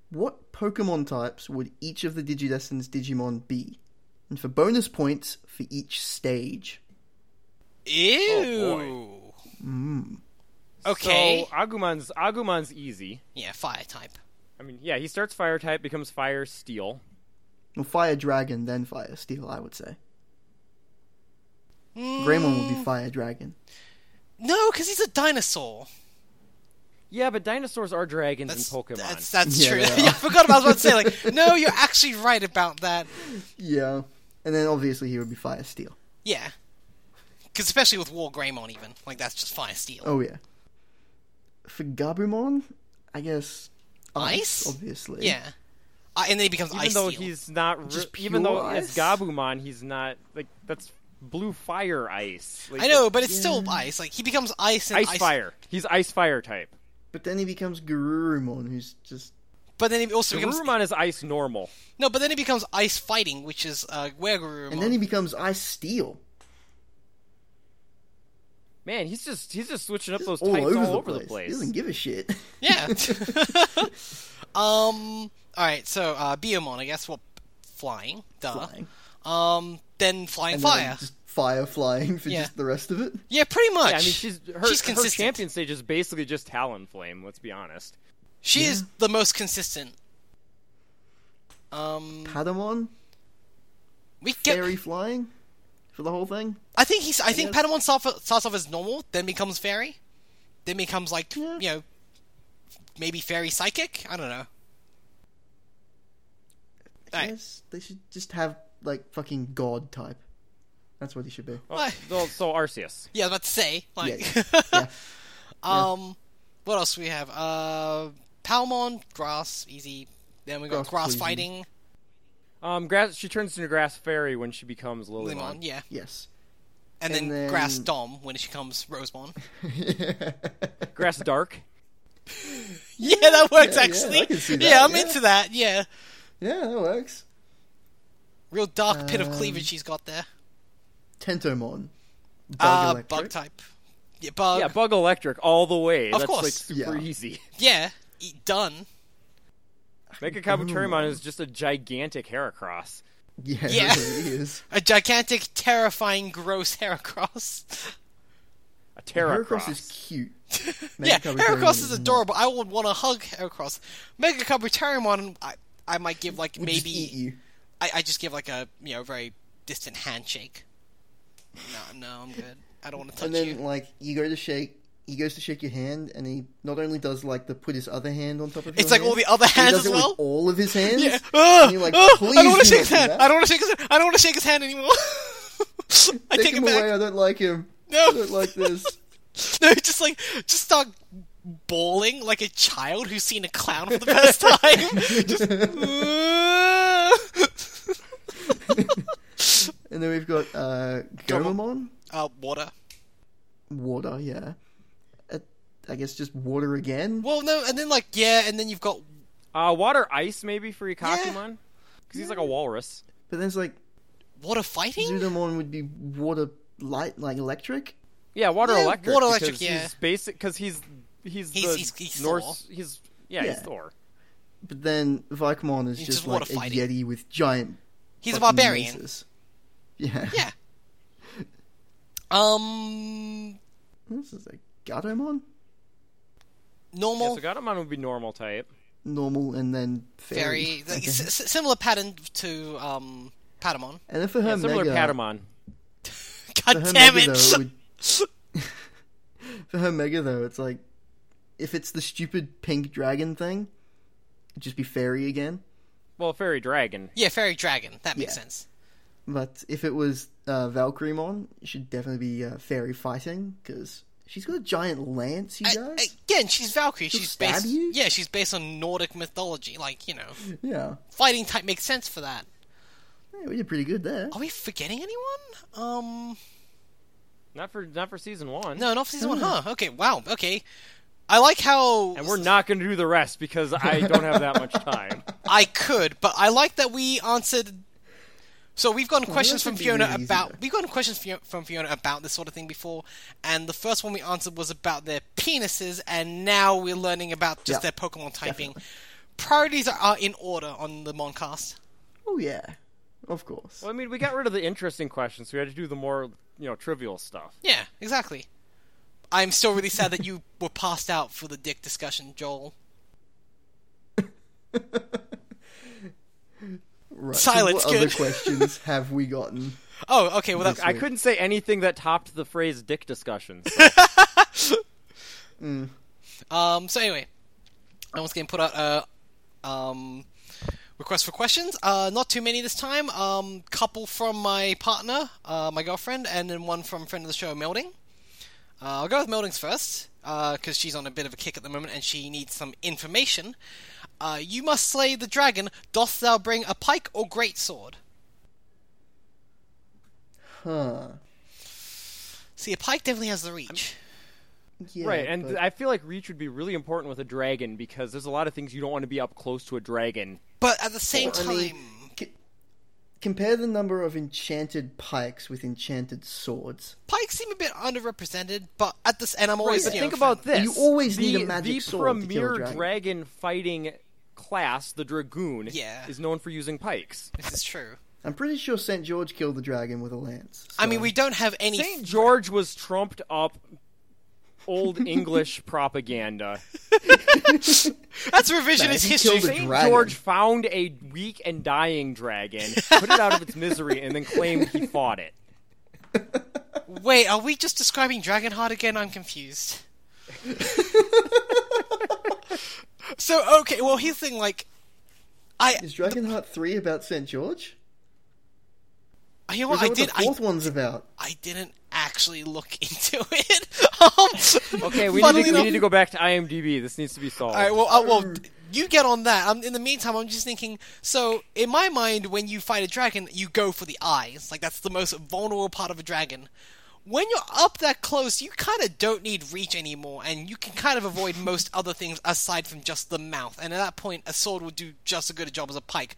Speaker 1: "What Pokemon types would each of the Digidestin's Digimon be?" And for bonus points for each stage.
Speaker 2: Ew. uh,
Speaker 3: Oh,
Speaker 1: Mm-hmm.
Speaker 2: Okay.
Speaker 3: So Agumon's Agumon's easy.
Speaker 2: Yeah, fire type.
Speaker 3: I mean, yeah, he starts fire type, becomes fire steel.
Speaker 1: Well, Fire Dragon, then Fire Steel, I would say. Greymon would be Fire Dragon.
Speaker 2: No, because he's a dinosaur.
Speaker 3: Yeah, but dinosaurs are dragons
Speaker 2: That's
Speaker 3: in Pokemon.
Speaker 2: That's, that's
Speaker 1: Yeah,
Speaker 2: true.
Speaker 1: they
Speaker 2: I
Speaker 1: are.
Speaker 2: forgot about what I was about to say. Like, no, you're actually right about that.
Speaker 1: Yeah. And then obviously he would be Fire Steel.
Speaker 2: Yeah. Because especially with War Greymon, even like that's just fire steel.
Speaker 1: Oh yeah. For Gabumon, I guess ice,
Speaker 2: Ice?
Speaker 1: obviously.
Speaker 2: Yeah. Uh, and then he becomes
Speaker 3: even
Speaker 2: ice
Speaker 3: though
Speaker 2: steel.
Speaker 3: he's not, re-
Speaker 1: Just
Speaker 3: even though
Speaker 1: pure
Speaker 3: it's
Speaker 1: ice?
Speaker 3: Gabumon, he's not like that's blue fire ice. Like,
Speaker 2: I know, but it's still ice. Like he becomes ice and
Speaker 3: ice,
Speaker 2: ice,
Speaker 3: fire. He's ice fire type.
Speaker 1: But then he becomes Garurumon, who's just
Speaker 2: But then he also becomes
Speaker 3: Garurumon is ice normal.
Speaker 2: no. But then he becomes ice fighting, which is uh, Wergurumon.
Speaker 1: and then he becomes Ice Steel.
Speaker 3: Man, he's just he's just switching up those
Speaker 1: all
Speaker 3: types
Speaker 1: over,
Speaker 3: all
Speaker 1: the,
Speaker 3: over
Speaker 1: place.
Speaker 3: the place.
Speaker 1: He doesn't give a shit.
Speaker 2: Yeah. um. All right. So uh, Biomon, I guess. Well, flying. Duh.
Speaker 1: Flying.
Speaker 2: Um. Then flying
Speaker 1: And then
Speaker 2: fire.
Speaker 1: Just fire flying for
Speaker 2: Yeah.
Speaker 1: just the rest of it.
Speaker 2: Yeah, pretty much.
Speaker 3: Yeah, I mean, she's her,
Speaker 2: she's
Speaker 3: her
Speaker 2: consistent.
Speaker 3: champion stage is basically just Talonflame. Let's be honest.
Speaker 2: She is the most consistent. Um.
Speaker 1: Padamon,
Speaker 2: We get.
Speaker 1: fairy flying for the whole thing.
Speaker 2: I think he's. I think Padamon starts off, starts off as normal, then becomes fairy, then becomes like
Speaker 1: Yeah.
Speaker 2: you know, maybe fairy psychic. I don't know.
Speaker 1: I
Speaker 2: Alright.
Speaker 1: guess they should just have like fucking god type. That's what he should be.
Speaker 3: Oh,
Speaker 2: Why?
Speaker 3: well, so Arceus.
Speaker 2: Yeah, I was about to say. Like,
Speaker 1: Yeah, yeah.
Speaker 2: um, what else we have? Uh, Palmon, grass, easy. Then we got grass,
Speaker 1: Grass poison.
Speaker 2: fighting,
Speaker 3: Um, grass. She turns into grass fairy when she becomes Lilymon.
Speaker 2: Limon, yeah,
Speaker 1: Yes.
Speaker 2: and, then,
Speaker 1: And then-
Speaker 2: grass dom when she becomes Rosemon.
Speaker 3: Grass dark.
Speaker 2: yeah, that works
Speaker 1: yeah, I
Speaker 2: actually.
Speaker 1: can see that,
Speaker 2: yeah, I'm
Speaker 1: yeah.
Speaker 2: into that. Yeah,
Speaker 1: Yeah, that works.
Speaker 2: real dark pit of cleavage
Speaker 1: Um,
Speaker 2: she's got there.
Speaker 1: Tentomon. Bug
Speaker 2: uh,
Speaker 1: electric.
Speaker 2: bug type. Yeah, bug.
Speaker 3: Yeah, bug electric all the way.
Speaker 2: Of
Speaker 3: That's like
Speaker 2: course.
Speaker 3: super
Speaker 1: Yeah.
Speaker 3: easy.
Speaker 2: yeah, eat done.
Speaker 3: Mega Kabutorimon is just a gigantic Heracross.
Speaker 1: Yeah, it
Speaker 2: Yeah.
Speaker 1: really is.
Speaker 2: A gigantic, terrifying, gross Heracross.
Speaker 3: A
Speaker 1: Heracross
Speaker 3: Terracross.
Speaker 1: is cute.
Speaker 2: yeah,
Speaker 1: Mega
Speaker 2: Heracross
Speaker 1: Kabutorimon
Speaker 2: is
Speaker 1: not.
Speaker 2: adorable. I would want to hug Heracross. Mega Kabutorimon, I, I might give like
Speaker 1: Would
Speaker 2: maybe
Speaker 1: just eat you.
Speaker 2: I, I just give like a you know very distant handshake. No, no, I'm good. I don't want to touch
Speaker 1: And then
Speaker 2: you.
Speaker 1: like you go to shake, he goes to shake your hand, and he not only does like the put his other hand on top of.
Speaker 2: It's
Speaker 1: your
Speaker 2: like all
Speaker 1: hand,
Speaker 2: the other
Speaker 1: he
Speaker 2: hands
Speaker 1: does
Speaker 2: as
Speaker 1: it with
Speaker 2: well.
Speaker 1: all of his hands.
Speaker 2: Yeah. Ugh,
Speaker 1: and you're like,
Speaker 2: ugh, I
Speaker 1: "Please
Speaker 2: don't want
Speaker 1: do
Speaker 2: to
Speaker 1: not
Speaker 2: shake his
Speaker 1: do
Speaker 2: hand.
Speaker 1: that."
Speaker 2: I don't want to shake his hand. I don't want to shake his hand anymore. I
Speaker 1: Take
Speaker 2: take, it
Speaker 1: him
Speaker 2: back.
Speaker 1: away. I don't like him.
Speaker 2: No.
Speaker 1: I don't like this.
Speaker 2: No, just like just start bawling like a child who's seen a clown for the first time. just
Speaker 1: and then we've got uh, Gomamon,
Speaker 2: uh, water.
Speaker 1: water. Yeah, Uh, I guess just water again.
Speaker 2: Well, no, and then like yeah, and then you've got
Speaker 3: Uh, water ice maybe for Ikakumon, because he's like a walrus.
Speaker 1: But then it's like
Speaker 2: water fighting.
Speaker 1: Zudamon would be water light, like electric.
Speaker 3: Yeah, water
Speaker 2: Yeah,
Speaker 3: electric.
Speaker 2: water electric,
Speaker 3: because
Speaker 2: yeah.
Speaker 3: He's basic because he's
Speaker 2: He's-
Speaker 3: he's the
Speaker 2: he's- he's
Speaker 3: Norse. He's yeah, he's
Speaker 1: Yeah.
Speaker 3: Thor.
Speaker 1: But then Vicomon is
Speaker 2: He's
Speaker 1: just,
Speaker 2: just
Speaker 1: like
Speaker 2: water
Speaker 1: a
Speaker 2: fighting.
Speaker 1: yeti with giant.
Speaker 2: He's a
Speaker 1: fucking
Speaker 2: barbarian.
Speaker 1: maces. Yeah.
Speaker 2: Yeah. Um,
Speaker 1: This is like Gatomon,
Speaker 3: Yeah,
Speaker 2: normal,
Speaker 3: so Gatomon would be normal type.
Speaker 1: normal, and then
Speaker 2: fairy,
Speaker 1: fairy.
Speaker 2: like,
Speaker 1: Okay.
Speaker 2: s- s- similar pattern to um Patamon.
Speaker 1: And then for her
Speaker 3: Yeah, similar
Speaker 1: mega,
Speaker 3: Patamon.
Speaker 2: God
Speaker 1: for her
Speaker 2: damn
Speaker 1: mega
Speaker 2: it!
Speaker 1: though, it would, for her mega though, it's like if it's the stupid pink dragon thing, it'd just be fairy again.
Speaker 3: Well, fairy dragon.
Speaker 2: yeah, fairy dragon. That makes
Speaker 1: Yeah.
Speaker 2: sense.
Speaker 1: But if it was uh, Valkyriemon, it should definitely be uh, fairy fighting because she's got a giant lance, you
Speaker 2: A-
Speaker 1: guys.
Speaker 2: again, she's Valkyrie. She's
Speaker 1: stab
Speaker 2: based.
Speaker 1: you?
Speaker 2: Yeah, she's based on Nordic mythology. Like you know,
Speaker 1: yeah,
Speaker 2: fighting type makes sense for that.
Speaker 1: Hey, we did pretty good there.
Speaker 2: Are we forgetting anyone? Um,
Speaker 3: Not for not for season one.
Speaker 2: no, not for season one, huh? Okay, wow. Okay, I like how
Speaker 3: And we're not going to do the rest because I don't have that much time.
Speaker 2: I could, but I like that we answered So we've gotten questions
Speaker 1: that
Speaker 2: from
Speaker 1: should be
Speaker 2: Fiona
Speaker 1: really easy,
Speaker 2: about
Speaker 1: though.
Speaker 2: we've gotten questions Fio- from Fiona about this sort of thing before, and the first one we answered was about their penises, and now we're learning about just
Speaker 1: Yeah,
Speaker 2: their Pokemon typing. Priorities are, are in order on the Moncast.
Speaker 1: Oh yeah, of course.
Speaker 3: Well, I mean, we got rid of the interesting questions, so we had to do the more you know trivial stuff.
Speaker 2: Yeah, exactly. I'm still really sad that you were passed out for the dick discussion, Joel.
Speaker 1: Right.
Speaker 2: silence,
Speaker 1: So what other
Speaker 2: good.
Speaker 1: questions have we gotten?
Speaker 2: Oh, okay. Well, that's
Speaker 3: I couldn't say anything that topped the phrase "dick discussions."
Speaker 2: Um, so anyway, I once again put out a um, request for questions. Uh, not too many this time. Um, couple from my partner, uh, my girlfriend, and then one from friend of the show, Melding. Uh, I'll go with Meldings first because she's on a bit of a kick at the moment and she needs some information. Uh, you must slay the dragon. Dost thou bring a pike or great sword?
Speaker 1: Huh.
Speaker 2: See, a pike definitely has the reach.
Speaker 1: Yeah,
Speaker 3: right, and
Speaker 1: but-
Speaker 3: I feel like reach would be really important with a dragon because there's a lot of things you don't want to be up close to a dragon.
Speaker 2: But at the same
Speaker 1: I
Speaker 2: time,
Speaker 1: mean, c- compare the number of enchanted pikes with enchanted swords.
Speaker 2: pikes seem a bit underrepresented. But at this, and I'm
Speaker 3: Right,
Speaker 2: always
Speaker 3: but
Speaker 2: you
Speaker 3: think
Speaker 2: know,
Speaker 3: about
Speaker 2: fan-
Speaker 3: this.
Speaker 1: You always
Speaker 3: the,
Speaker 1: need a magic
Speaker 3: the
Speaker 1: sword to kill a
Speaker 3: premier
Speaker 1: dragon.
Speaker 3: fighting class, the dragoon,
Speaker 2: Yeah.
Speaker 3: is known for using pikes.
Speaker 2: This is true.
Speaker 1: I'm pretty sure St. George killed the dragon with a lance.
Speaker 2: I
Speaker 1: so-
Speaker 2: mean, we don't have any.
Speaker 3: St. George was trumped up old English propaganda.
Speaker 2: That's revisionist
Speaker 1: he
Speaker 2: history.
Speaker 1: killed a
Speaker 2: St.
Speaker 1: dragon.
Speaker 3: St. George found a weak and dying dragon, put it out of its misery, and then claimed he fought it.
Speaker 2: Wait, are we just describing Dragonheart again? I'm confused. so okay, well here's the thing. Like, I
Speaker 1: Is Dragonheart three about St. George?
Speaker 2: you know
Speaker 1: Or is
Speaker 2: what
Speaker 1: that
Speaker 2: I
Speaker 1: what
Speaker 2: did.
Speaker 1: the
Speaker 2: I,
Speaker 1: fourth one's about?
Speaker 2: I didn't actually look into it. um,
Speaker 3: Okay, we
Speaker 2: funnily
Speaker 3: need, to, we
Speaker 2: enough-
Speaker 3: need to go back to IMDb. This needs to be solved.
Speaker 2: All right. Well, uh, well, you get on that. Um in the meantime, I'm just thinking. So, in my mind, when you fight a dragon, you go for the eyes. Like that's the most vulnerable part of a dragon. When you're up that close, you kind of don't need reach anymore, and you can kind of avoid most other things aside from just the mouth. And at that point, a sword will do just as good a job as a pike.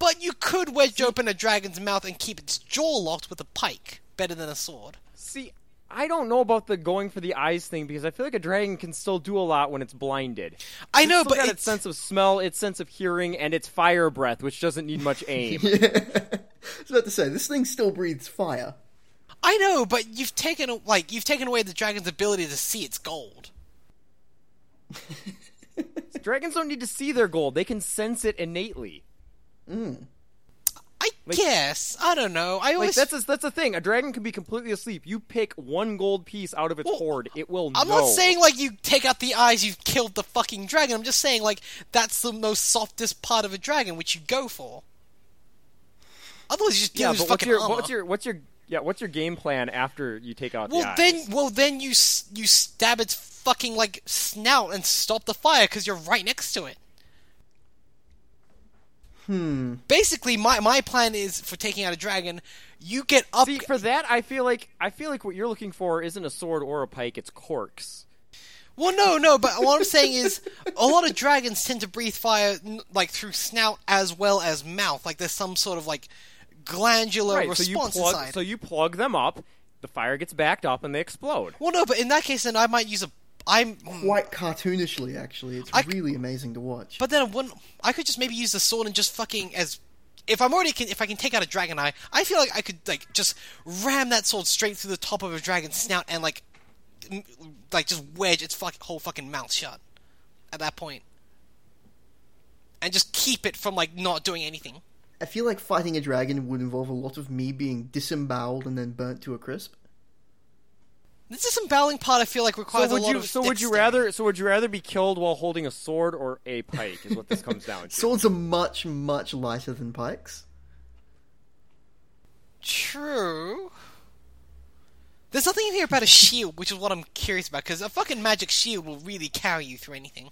Speaker 2: But you could wedge open a dragon's mouth and keep its jaw locked with a pike, better than a sword.
Speaker 3: See, I don't know about the going for the eyes thing because I feel like a dragon can still do a lot when it's blinded.
Speaker 2: I know,
Speaker 3: It's still
Speaker 2: but it's,
Speaker 3: got its sense of smell, its sense of hearing, and its fire breath, which doesn't need much aim.
Speaker 1: I was about to say this thing still breathes fire.
Speaker 2: I know, but you've taken a- like you've taken away the dragon's ability to see its gold.
Speaker 3: Dragons don't need to see their gold; they can sense it innately.
Speaker 2: I guess I don't know. I
Speaker 3: Like
Speaker 2: always
Speaker 3: that's a, that's the thing. A dragon can be completely asleep. You pick one gold piece out of its
Speaker 2: Well,
Speaker 3: hoard, it will.
Speaker 2: I'm
Speaker 3: know.
Speaker 2: not saying like you take out the eyes, you've killed the fucking dragon. I'm just saying like that's the most softest part of a dragon, which you go for. Otherwise, you just
Speaker 3: Yeah,
Speaker 2: yeah,
Speaker 3: but what's
Speaker 2: fucking
Speaker 3: your
Speaker 2: armor.
Speaker 3: what's your what's your yeah what's your game plan after you take out
Speaker 2: well,
Speaker 3: the eyes?
Speaker 2: then, well, then you s- you stab its fucking like snout and stop the fire because you're right next to it. Hmm. Basically, my my plan is for taking out a dragon. You get up.
Speaker 3: See, for that, I feel like I feel like what you're looking for isn't a sword or a pike; it's corks.
Speaker 2: Well, no, no, but what I'm saying is a lot of dragons tend to breathe fire n- like through snout as well as mouth. Like there's some sort of like glandular
Speaker 3: right, so you
Speaker 2: response
Speaker 3: plug,
Speaker 2: inside.
Speaker 3: So you plug them up, the fire gets backed up, and they explode.
Speaker 2: Well, no, but in that case, then I might use a. I'm. hmm.
Speaker 1: Quite cartoonishly, actually. It's
Speaker 2: I-
Speaker 1: really amazing to watch.
Speaker 2: But then I wouldn't. I could just maybe use the sword and just fucking as. If I'm already can, if I can take out a dragon eye, I feel like I could like just ram that sword straight through the top of a dragon's snout and like, m- like just wedge its fuck, whole fucking mouth shut. At that point, and just keep it from like not doing anything.
Speaker 1: I feel like fighting a dragon would involve a lot of me being disemboweled and then burnt to a crisp.
Speaker 2: This disemboweling part I feel like
Speaker 3: So
Speaker 2: requires
Speaker 3: would
Speaker 2: a lot
Speaker 3: you?
Speaker 2: of.
Speaker 3: So would you
Speaker 2: dexterity.
Speaker 3: rather? So would you rather be killed while holding a sword or a pike? Is what this comes down to.
Speaker 1: Swords are much, much lighter than pikes.
Speaker 2: True. There's nothing in here about a shield, which is what I'm curious about, because a fucking magic shield will really carry you through anything.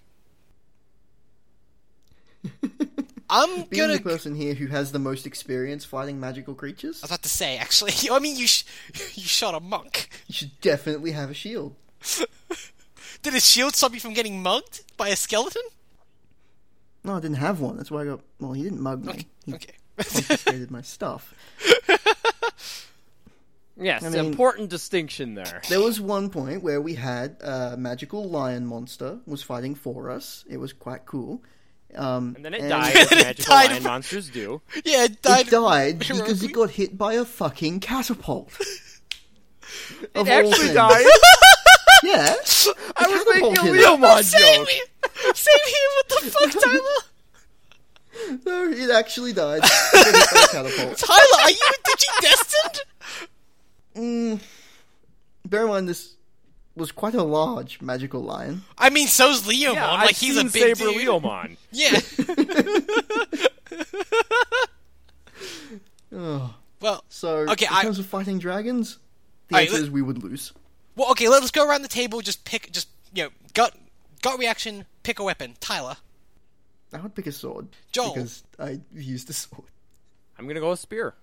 Speaker 2: I'm
Speaker 1: Being
Speaker 2: gonna.
Speaker 1: the person here who has the most experience fighting magical creatures,
Speaker 2: I was about to say, actually. I mean, you sh- you shot a monk.
Speaker 1: you should definitely have a shield.
Speaker 2: Did his shield stop you from getting mugged by a skeleton?
Speaker 1: No, I didn't have one. That's why I got. Well, he didn't mug me.
Speaker 2: Okay.
Speaker 1: He
Speaker 2: okay.
Speaker 1: confiscated my stuff.
Speaker 3: Yes,
Speaker 1: I
Speaker 3: an
Speaker 1: mean-
Speaker 3: important distinction there.
Speaker 1: There was one point where we had a magical lion monster was fighting for us. It was quite cool. Um,
Speaker 3: And then it died, as
Speaker 2: It
Speaker 3: magical
Speaker 2: died.
Speaker 3: lion monsters do.
Speaker 2: Yeah, it died.
Speaker 1: It died because
Speaker 2: heroically.
Speaker 1: it got hit by a fucking catapult. Of all
Speaker 3: It actually
Speaker 1: things.
Speaker 3: died.
Speaker 1: Yeah.
Speaker 3: I was making
Speaker 1: catapult
Speaker 3: a
Speaker 1: hit it.
Speaker 3: Leomon
Speaker 2: Same
Speaker 3: joke.
Speaker 2: here. Same here. What the fuck, Tyler?
Speaker 1: No, it actually died. It got hit by a catapult.
Speaker 2: Tyler, are you digidestined?
Speaker 1: Bear in mind, this was quite a large magical lion.
Speaker 2: I mean, so's Leomon.
Speaker 3: Yeah,
Speaker 2: like
Speaker 3: I've
Speaker 2: he's
Speaker 3: seen
Speaker 2: a big
Speaker 3: Saber
Speaker 2: dude.
Speaker 3: Leomon.
Speaker 2: Yeah.
Speaker 3: Oh.
Speaker 1: Ugh.
Speaker 2: Well,
Speaker 1: So,
Speaker 2: Okay,
Speaker 1: in
Speaker 2: I-
Speaker 1: terms of fighting dragons, the
Speaker 2: Alright,
Speaker 1: answer
Speaker 2: let-
Speaker 1: is we would lose.
Speaker 2: well, okay. Let's go around the table. Just pick. Just you know, gut, gut reaction. Pick a weapon. Tyler.
Speaker 1: I would pick a sword
Speaker 2: Joel.
Speaker 1: because I used a sword.
Speaker 3: I'm gonna go with spear.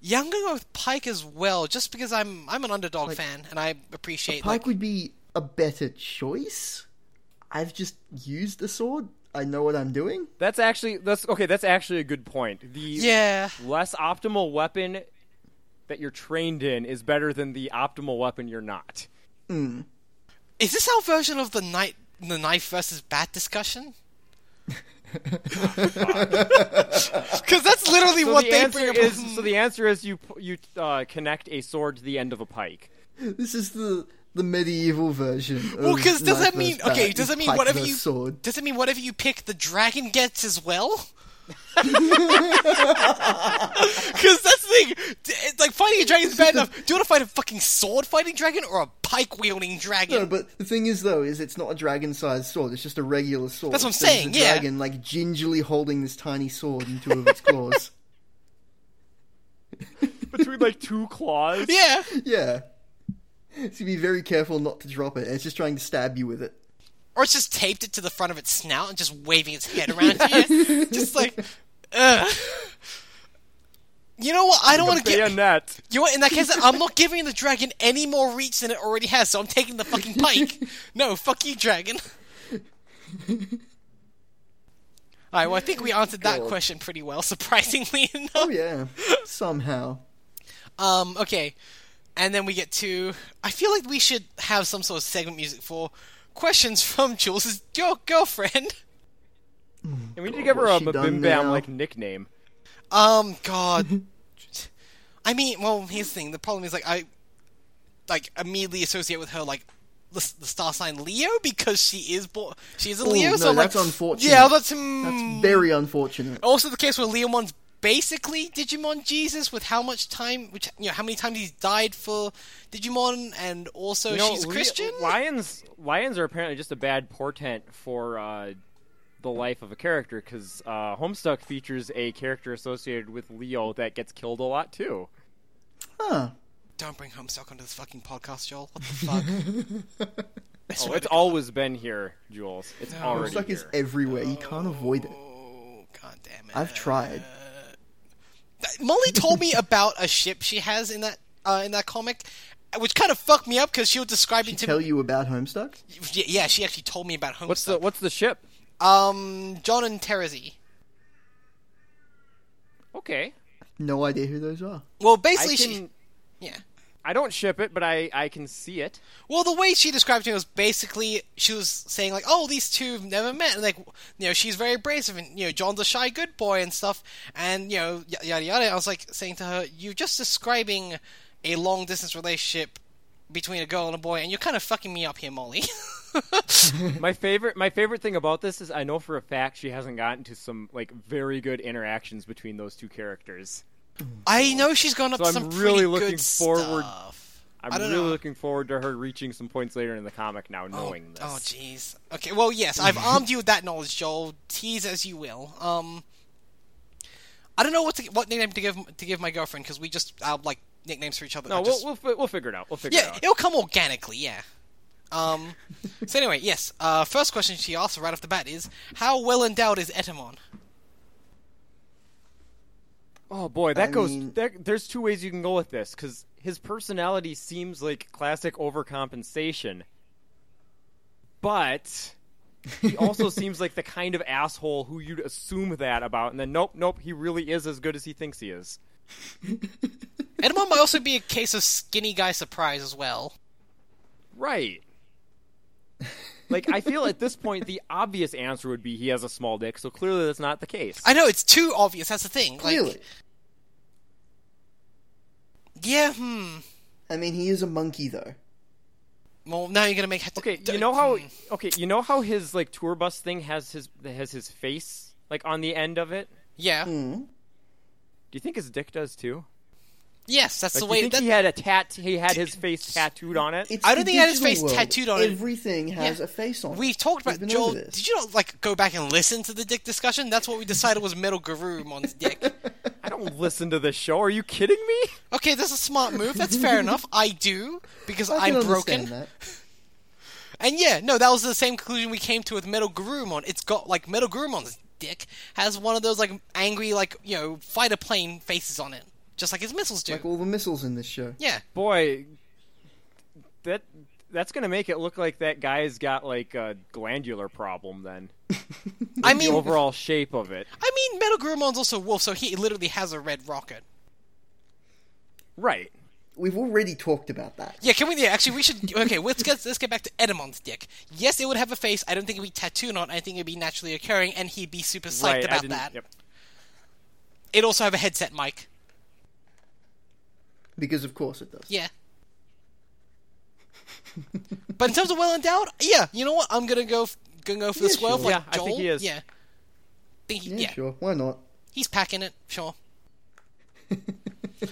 Speaker 2: Yeah, I'm gonna go with Pike as well, just because I'm I'm an underdog fan and I appreciate
Speaker 1: Pike
Speaker 2: like
Speaker 1: would be a better choice. I've just used a sword. I know what I'm doing.
Speaker 3: That's actually that's okay. That's actually a good point. The
Speaker 2: yeah.
Speaker 3: less optimal weapon that you're trained in is better than the optimal weapon you're not.
Speaker 2: Is this our version of the knife the knife versus bat discussion? Because that's literally
Speaker 3: So
Speaker 2: what
Speaker 3: the
Speaker 2: they
Speaker 3: answer
Speaker 2: bring up.
Speaker 3: is so the answer is you p- you uh, connect a sword to the end of a pike.
Speaker 1: This is the the medieval version.
Speaker 2: well,
Speaker 1: because
Speaker 2: because does that mean okay? Does that mean whatever you
Speaker 1: uh, sword?
Speaker 2: does it mean whatever you pick, the dragon gets as well? Because that's the thing. d- It's like fighting a dragon's bad enough. Do you want to fight a fucking sword fighting dragon or a pike wielding dragon?
Speaker 1: No, but the thing is, though, is it's not a dragon-sized sword. It's just a regular sword.
Speaker 2: That's what I'm
Speaker 1: So there's
Speaker 2: saying,
Speaker 1: A
Speaker 2: yeah.
Speaker 1: dragon, like gingerly holding this tiny sword in two of its claws.
Speaker 3: Between like two claws.
Speaker 2: yeah.
Speaker 1: yeah. So be very careful not to drop it. It's just trying to stab you with it.
Speaker 2: or it's just taped it to the front of its snout and just waving its head around to you. Just like, ugh. You know what? I don't want to get.
Speaker 3: Bayonet.
Speaker 2: You know what? In that case, I'm not giving the dragon any more reach than it already has, so I'm taking the fucking pike. No, fuck you, dragon. Alright, well, I think we answered that
Speaker 1: God.
Speaker 2: question pretty well, surprisingly
Speaker 1: Oh
Speaker 2: enough.
Speaker 1: yeah. Somehow.
Speaker 2: Um, okay. And then we get to. I feel like we should have some sort of segment music for questions from Jules' your girlfriend.
Speaker 3: And we need to give her a,
Speaker 1: what's she
Speaker 3: a
Speaker 1: done
Speaker 3: bim bam
Speaker 1: now?
Speaker 3: like nickname.
Speaker 2: Um, God. I mean, well, here's the thing. The problem is, like, I, like, immediately associate with her, like, the, the star sign Leo because she is born. She is a
Speaker 1: Ooh,
Speaker 2: Leo,
Speaker 1: no,
Speaker 2: so I'm
Speaker 1: that's
Speaker 2: like,
Speaker 1: unfortunate.
Speaker 2: Yeah, that's hmm.
Speaker 1: That's very unfortunate.
Speaker 2: also the case where Leomon's basically Digimon Jesus with how much time, which you know, how many times he's died for Digimon, and also
Speaker 3: You know,
Speaker 2: Oh, she's
Speaker 3: li-
Speaker 2: Christian.
Speaker 3: Lions lions are apparently just a bad portent for uh, the life of a character because uh, Homestuck features a character associated with Leo that gets killed a lot too.
Speaker 1: Huh.
Speaker 2: Don't bring Homestuck onto this fucking podcast, Joel. What the fuck? I
Speaker 3: Oh,
Speaker 2: swear
Speaker 3: it's
Speaker 2: to
Speaker 3: always been here, Jules. It's already
Speaker 1: Homestuck is
Speaker 3: here.
Speaker 1: everywhere. You can't avoid it.
Speaker 2: Oh, God damn it.
Speaker 1: I've tried.
Speaker 2: Molly told me about a ship she has in that uh, in that comic, which kind of fucked me up because she was describing to
Speaker 1: Tell you about Homestuck?
Speaker 2: Y- Yeah, she actually told me about Homestuck.
Speaker 3: What's the what's the ship?
Speaker 2: um John and Terezi?
Speaker 3: Okay,
Speaker 1: No idea who those are.
Speaker 2: Well,
Speaker 3: I
Speaker 2: basically,
Speaker 3: can.
Speaker 2: she yeah.
Speaker 3: I don't ship it, but I I can see it.
Speaker 2: Well, the way she described him was basically she was saying like, "Oh, these two have never met," and like, you know, she's very abrasive, and you know, John's a shy good boy and stuff, and you know, y- yada yada. I was like saying to her, "You're just describing a long distance relationship between a girl and a boy, and you're kind of fucking me up here, Molly."
Speaker 3: My favorite my favorite thing about this is I know for a fact she hasn't gotten to some like very good interactions between those two characters.
Speaker 2: I know she's gone up
Speaker 3: So
Speaker 2: to
Speaker 3: I'm
Speaker 2: some
Speaker 3: really
Speaker 2: pretty
Speaker 3: looking
Speaker 2: good
Speaker 3: forward-
Speaker 2: stuff.
Speaker 3: I'm
Speaker 2: I don't
Speaker 3: really
Speaker 2: know.
Speaker 3: looking forward to her reaching some points later in the comic now knowing this.
Speaker 2: Oh, jeez. Okay, well, yes, I've armed you with that knowledge, Joel. Tease as you will. Um, I don't know what to, what nickname to give to give my girlfriend because we just uh, like nicknames for each other.
Speaker 3: no,
Speaker 2: I
Speaker 3: we'll,
Speaker 2: just-
Speaker 3: we'll fi- we'll figure it out. We'll figure
Speaker 2: yeah,
Speaker 3: it out.
Speaker 2: it'll come organically. Yeah. Um. so anyway, yes. Uh, first question she asks right off the bat is, "How well endowed is Etamon?"
Speaker 3: Oh boy, that
Speaker 1: I
Speaker 3: goes.
Speaker 1: mean-
Speaker 3: that, there's two ways you can go with this because his personality seems like classic overcompensation, but he also seems like the kind of asshole who you'd assume that about, and then nope, nope, he really is as good as he thinks he is.
Speaker 2: Edamon might also be a case of skinny guy surprise as well.
Speaker 3: Right. Like I feel at this point the obvious answer would be he has a small dick, so clearly that's not the case.
Speaker 2: I know it's too obvious. That's the thing. Like,
Speaker 1: Really?
Speaker 2: Yeah. Hmm.
Speaker 1: I mean, he is a monkey, though.
Speaker 2: Well, now you're gonna make. Have to,
Speaker 3: Okay,
Speaker 2: d-
Speaker 3: you know how
Speaker 2: hmm.
Speaker 3: okay, you know how his like tour bus thing has his has his face like on the end of it?
Speaker 2: Yeah.
Speaker 1: Hmm.
Speaker 3: Do you think his dick does too?
Speaker 2: Yes, that's
Speaker 3: Like,
Speaker 2: the
Speaker 3: do you
Speaker 2: way.
Speaker 3: think
Speaker 2: That,
Speaker 3: he had a tat he had his face tattooed on it?
Speaker 1: It's
Speaker 2: I
Speaker 1: the
Speaker 2: don't think he had his
Speaker 1: digital
Speaker 2: face
Speaker 1: world.
Speaker 2: tattooed on it.
Speaker 1: Everything has
Speaker 2: Yeah.
Speaker 1: a face on it.
Speaker 2: we've talked about
Speaker 1: We've been
Speaker 2: Joel.
Speaker 1: over this.
Speaker 2: Did you not like go back and listen to the dick discussion? That's what we decided was Metal Garumon's dick.
Speaker 3: I don't listen to this show. Are you kidding me?
Speaker 2: Okay, that's a smart move. That's fair enough. I do because
Speaker 1: I can
Speaker 2: I'm broken.
Speaker 1: understand that.
Speaker 2: And yeah, no, that was the same conclusion we came to with Metal Garurumon. It's got like Metal Garurumon's dick has one of those like angry like you know fighter plane faces on it, just like his missiles do.
Speaker 1: Like all the missiles in this show.
Speaker 2: yeah,
Speaker 3: Boy, that that's gonna make it look like that guy's got like a glandular problem. Then
Speaker 2: I
Speaker 3: the
Speaker 2: mean,
Speaker 3: overall shape of it,
Speaker 2: I mean, Metal Garurumon's also a wolf, so he literally has a red rocket.
Speaker 3: right?
Speaker 1: We've already talked about that.
Speaker 2: Yeah, can we? Yeah, actually, we should. Okay, let's get let's get back to Edamon's dick. Yes, it would have a face. I don't think it'd be tattooed on. I think it'd be naturally occurring, and he'd be super psyched
Speaker 3: right. I
Speaker 2: about
Speaker 3: didn't,
Speaker 2: that.
Speaker 3: Yep.
Speaker 2: It'd also have a headset mic.
Speaker 1: Because of course it does.
Speaker 2: Yeah. but in terms of well endowed, yeah, you know what? I'm gonna go f- gonna go for the
Speaker 1: Yeah,
Speaker 2: swerve.
Speaker 1: sure.
Speaker 2: Like
Speaker 3: Yeah, I
Speaker 2: Joel.
Speaker 3: think he is.
Speaker 2: Yeah. Think he-
Speaker 1: Yeah,
Speaker 2: yeah.
Speaker 1: sure. Why not?
Speaker 2: he's packing it. Sure.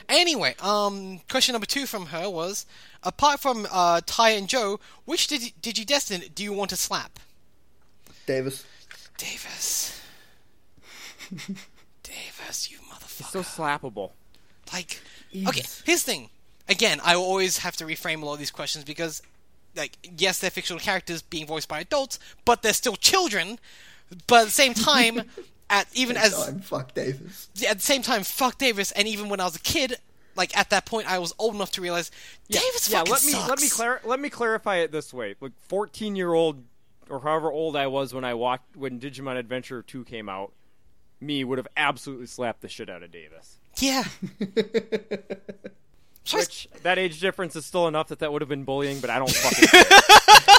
Speaker 2: anyway, um, question number two from her was: apart from uh, Ty and Joe, which did you, did you destin do you want to slap?
Speaker 1: Davis.
Speaker 2: Davis. Davis, you motherfucker.
Speaker 3: So slappable.
Speaker 2: Like,
Speaker 1: Yes.
Speaker 2: okay, here's the thing. Again, I will always have to reframe a lot of these questions because, like, yes, they're fictional characters being voiced by adults, but they're still children. But at the same time, at even as
Speaker 1: Oh, I'm fuck Davis.
Speaker 2: at the same time, fuck Davis. And even when I was a kid, like at that point, I was old enough to realize Davis
Speaker 3: yeah,
Speaker 2: fucking
Speaker 3: let me let me
Speaker 2: sucks.
Speaker 3: clar- let me clarify it this way. Like 14 year old or however old I was when I watched when Digimon Adventure 2 came out, me would have absolutely slapped the shit out of Davis.
Speaker 2: Yeah. So I-
Speaker 3: Which that age difference is still enough that that would have been bullying, but I don't fucking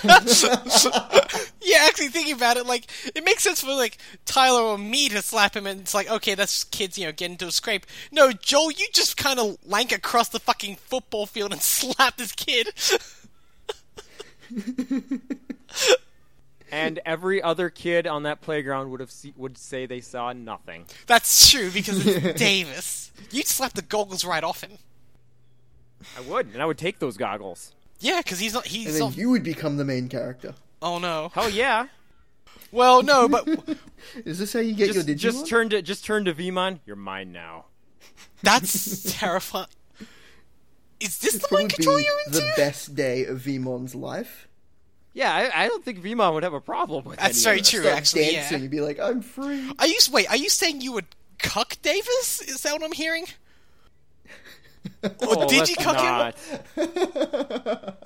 Speaker 3: care.
Speaker 2: yeah, actually thinking about it, like it makes sense for like Tyler or me to slap him, and it's like, okay, that's kids, you know, get into a scrape. No, Joel, you just kind of lank across the fucking football field and slap this kid.
Speaker 3: and every other kid on that playground would have se- would say they saw nothing.
Speaker 2: that's true because it's Davis. You'd slap the goggles right off him.
Speaker 3: I would, and I would take those goggles.
Speaker 2: Yeah, because he's not.
Speaker 1: And
Speaker 2: He's
Speaker 1: then
Speaker 2: not.
Speaker 1: you would become the main character.
Speaker 2: Oh no.
Speaker 3: Hell yeah!
Speaker 2: Well, no, but
Speaker 1: Is this how you get
Speaker 3: Just,
Speaker 1: your Digimon?
Speaker 3: just turn to just turn to Vmon. You're mine now.
Speaker 2: that's terrifying. Is this the
Speaker 1: Probably
Speaker 2: mind control
Speaker 1: be
Speaker 2: you're into?
Speaker 1: the best day of Vimon's life.
Speaker 3: Yeah, I, I don't think Vmon would have a problem with any
Speaker 2: that's
Speaker 3: of
Speaker 2: very
Speaker 3: this.
Speaker 2: true,
Speaker 1: Start
Speaker 2: actually.
Speaker 1: dancing
Speaker 2: Yeah.
Speaker 1: and be like, I'm free.
Speaker 2: Are you wait? Are you saying you would cuck Davis? Is that what I'm hearing? Or
Speaker 3: Oh,
Speaker 2: did
Speaker 3: let's
Speaker 2: you cuck him?
Speaker 3: not.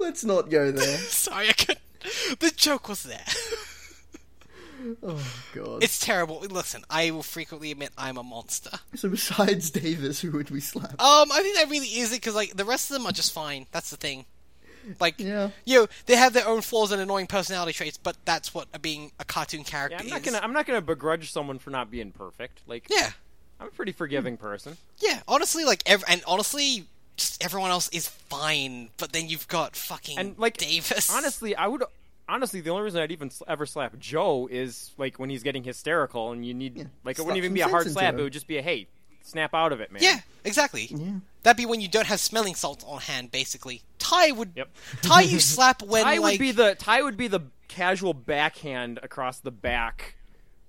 Speaker 1: Let's not go there.
Speaker 2: Sorry, I could. The joke was there.
Speaker 1: Oh god.
Speaker 2: It's terrible. Listen, I will frequently admit I'm a monster.
Speaker 1: So besides Davis, who would we slap?
Speaker 2: Um, I think that really is it because like the rest of them are just fine. That's the thing. Like,
Speaker 1: Yeah.
Speaker 2: you know, they have their own flaws and annoying personality traits, but that's what a- being a cartoon character
Speaker 3: Yeah, I'm
Speaker 2: is.
Speaker 3: not gonna. I'm not gonna begrudge someone for not being perfect. Like,
Speaker 2: yeah,
Speaker 3: I'm a pretty forgiving person.
Speaker 2: yeah. Honestly, like, ev- and honestly, just everyone else is fine. But then you've got fucking
Speaker 3: And like,
Speaker 2: Davis.
Speaker 3: honestly, I would. Honestly, the only reason I'd even sl- ever slap Joe is like when he's getting hysterical, and you need like it
Speaker 1: slap
Speaker 3: wouldn't even
Speaker 1: some
Speaker 3: be a
Speaker 1: sense
Speaker 3: hard
Speaker 1: into
Speaker 3: slap.
Speaker 1: him.
Speaker 3: It would just be a hey, snap out of it, man.
Speaker 2: Yeah, exactly.
Speaker 1: Yeah.
Speaker 2: That'd be when you don't have smelling salts on hand, basically. Ty would.
Speaker 3: Yep.
Speaker 2: Ty, you slap when
Speaker 3: Ty
Speaker 2: like.
Speaker 3: would be the Ty would be the casual backhand across the back,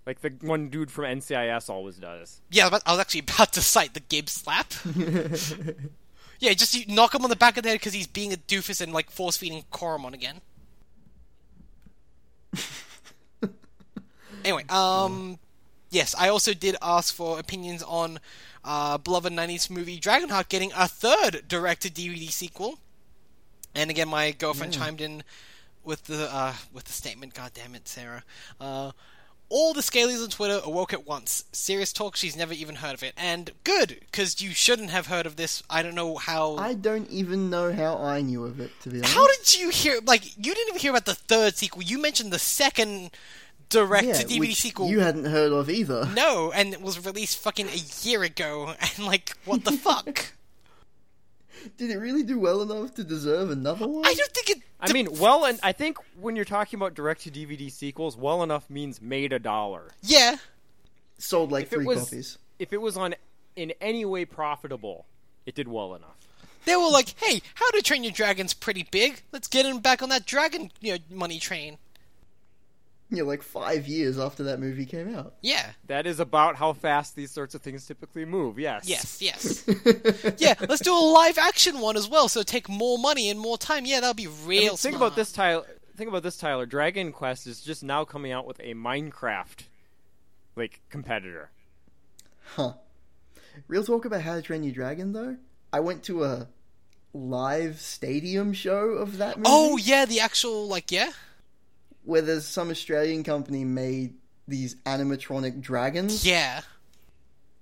Speaker 3: like the one dude from NCIS always does.
Speaker 2: Yeah, but I was actually about to cite the Gibbs slap. yeah, just you knock him on the back of the head because he's being a doofus and like force feeding Coromon again. anyway, um, yes, I also did ask for opinions on uh, beloved '90s movie Dragonheart getting
Speaker 1: Hmm.
Speaker 2: a third direct-to-DVD sequel, and again, my girlfriend chimed in with the uh, with the statement. God damn it, Sarah. Uh, all the Scalies on Twitter awoke at once. Serious talk, she's never even heard of it. And good, because you shouldn't have heard of this. I don't know how.
Speaker 1: I don't even know how I knew of it, to be honest.
Speaker 2: How did you hear? Like, you didn't even hear about the third sequel. You mentioned the second direct
Speaker 1: yeah,
Speaker 2: to DVD
Speaker 1: which
Speaker 2: sequel.
Speaker 1: You hadn't heard of either.
Speaker 2: no, and it was released fucking a year ago. And, like, what the fuck?
Speaker 1: Did it really do well enough to deserve another one?
Speaker 2: I don't think it.
Speaker 3: I mean, well, and I think when you're talking about direct to DVD sequels, well enough means made a dollar.
Speaker 2: Yeah.
Speaker 1: Sold like
Speaker 3: If it
Speaker 1: three
Speaker 3: was,
Speaker 1: copies.
Speaker 3: if it was on in any way profitable, it did well enough.
Speaker 2: They were like, hey, How to Train Your Dragon's pretty big. Let's get him back on that dragon you know, money train.
Speaker 1: You know, like five years after that movie came out.
Speaker 2: Yeah.
Speaker 3: That is about how fast these sorts of things typically move. Yes.
Speaker 2: Yes, yes. yeah, let's do a live action one as well, so take more money and more time. Yeah, that'll be
Speaker 3: I
Speaker 2: real
Speaker 3: mean, think
Speaker 2: smart.
Speaker 3: about this, Tyler. Think about this, Tyler. Dragon Quest is just now coming out with a Minecraft like competitor.
Speaker 1: Huh. Real talk about How to Train Your Dragon, though. I went to a live stadium show of that movie.
Speaker 2: Oh, yeah, the actual, like, yeah?
Speaker 1: Where there's some Australian company made these animatronic dragons.
Speaker 2: Yeah.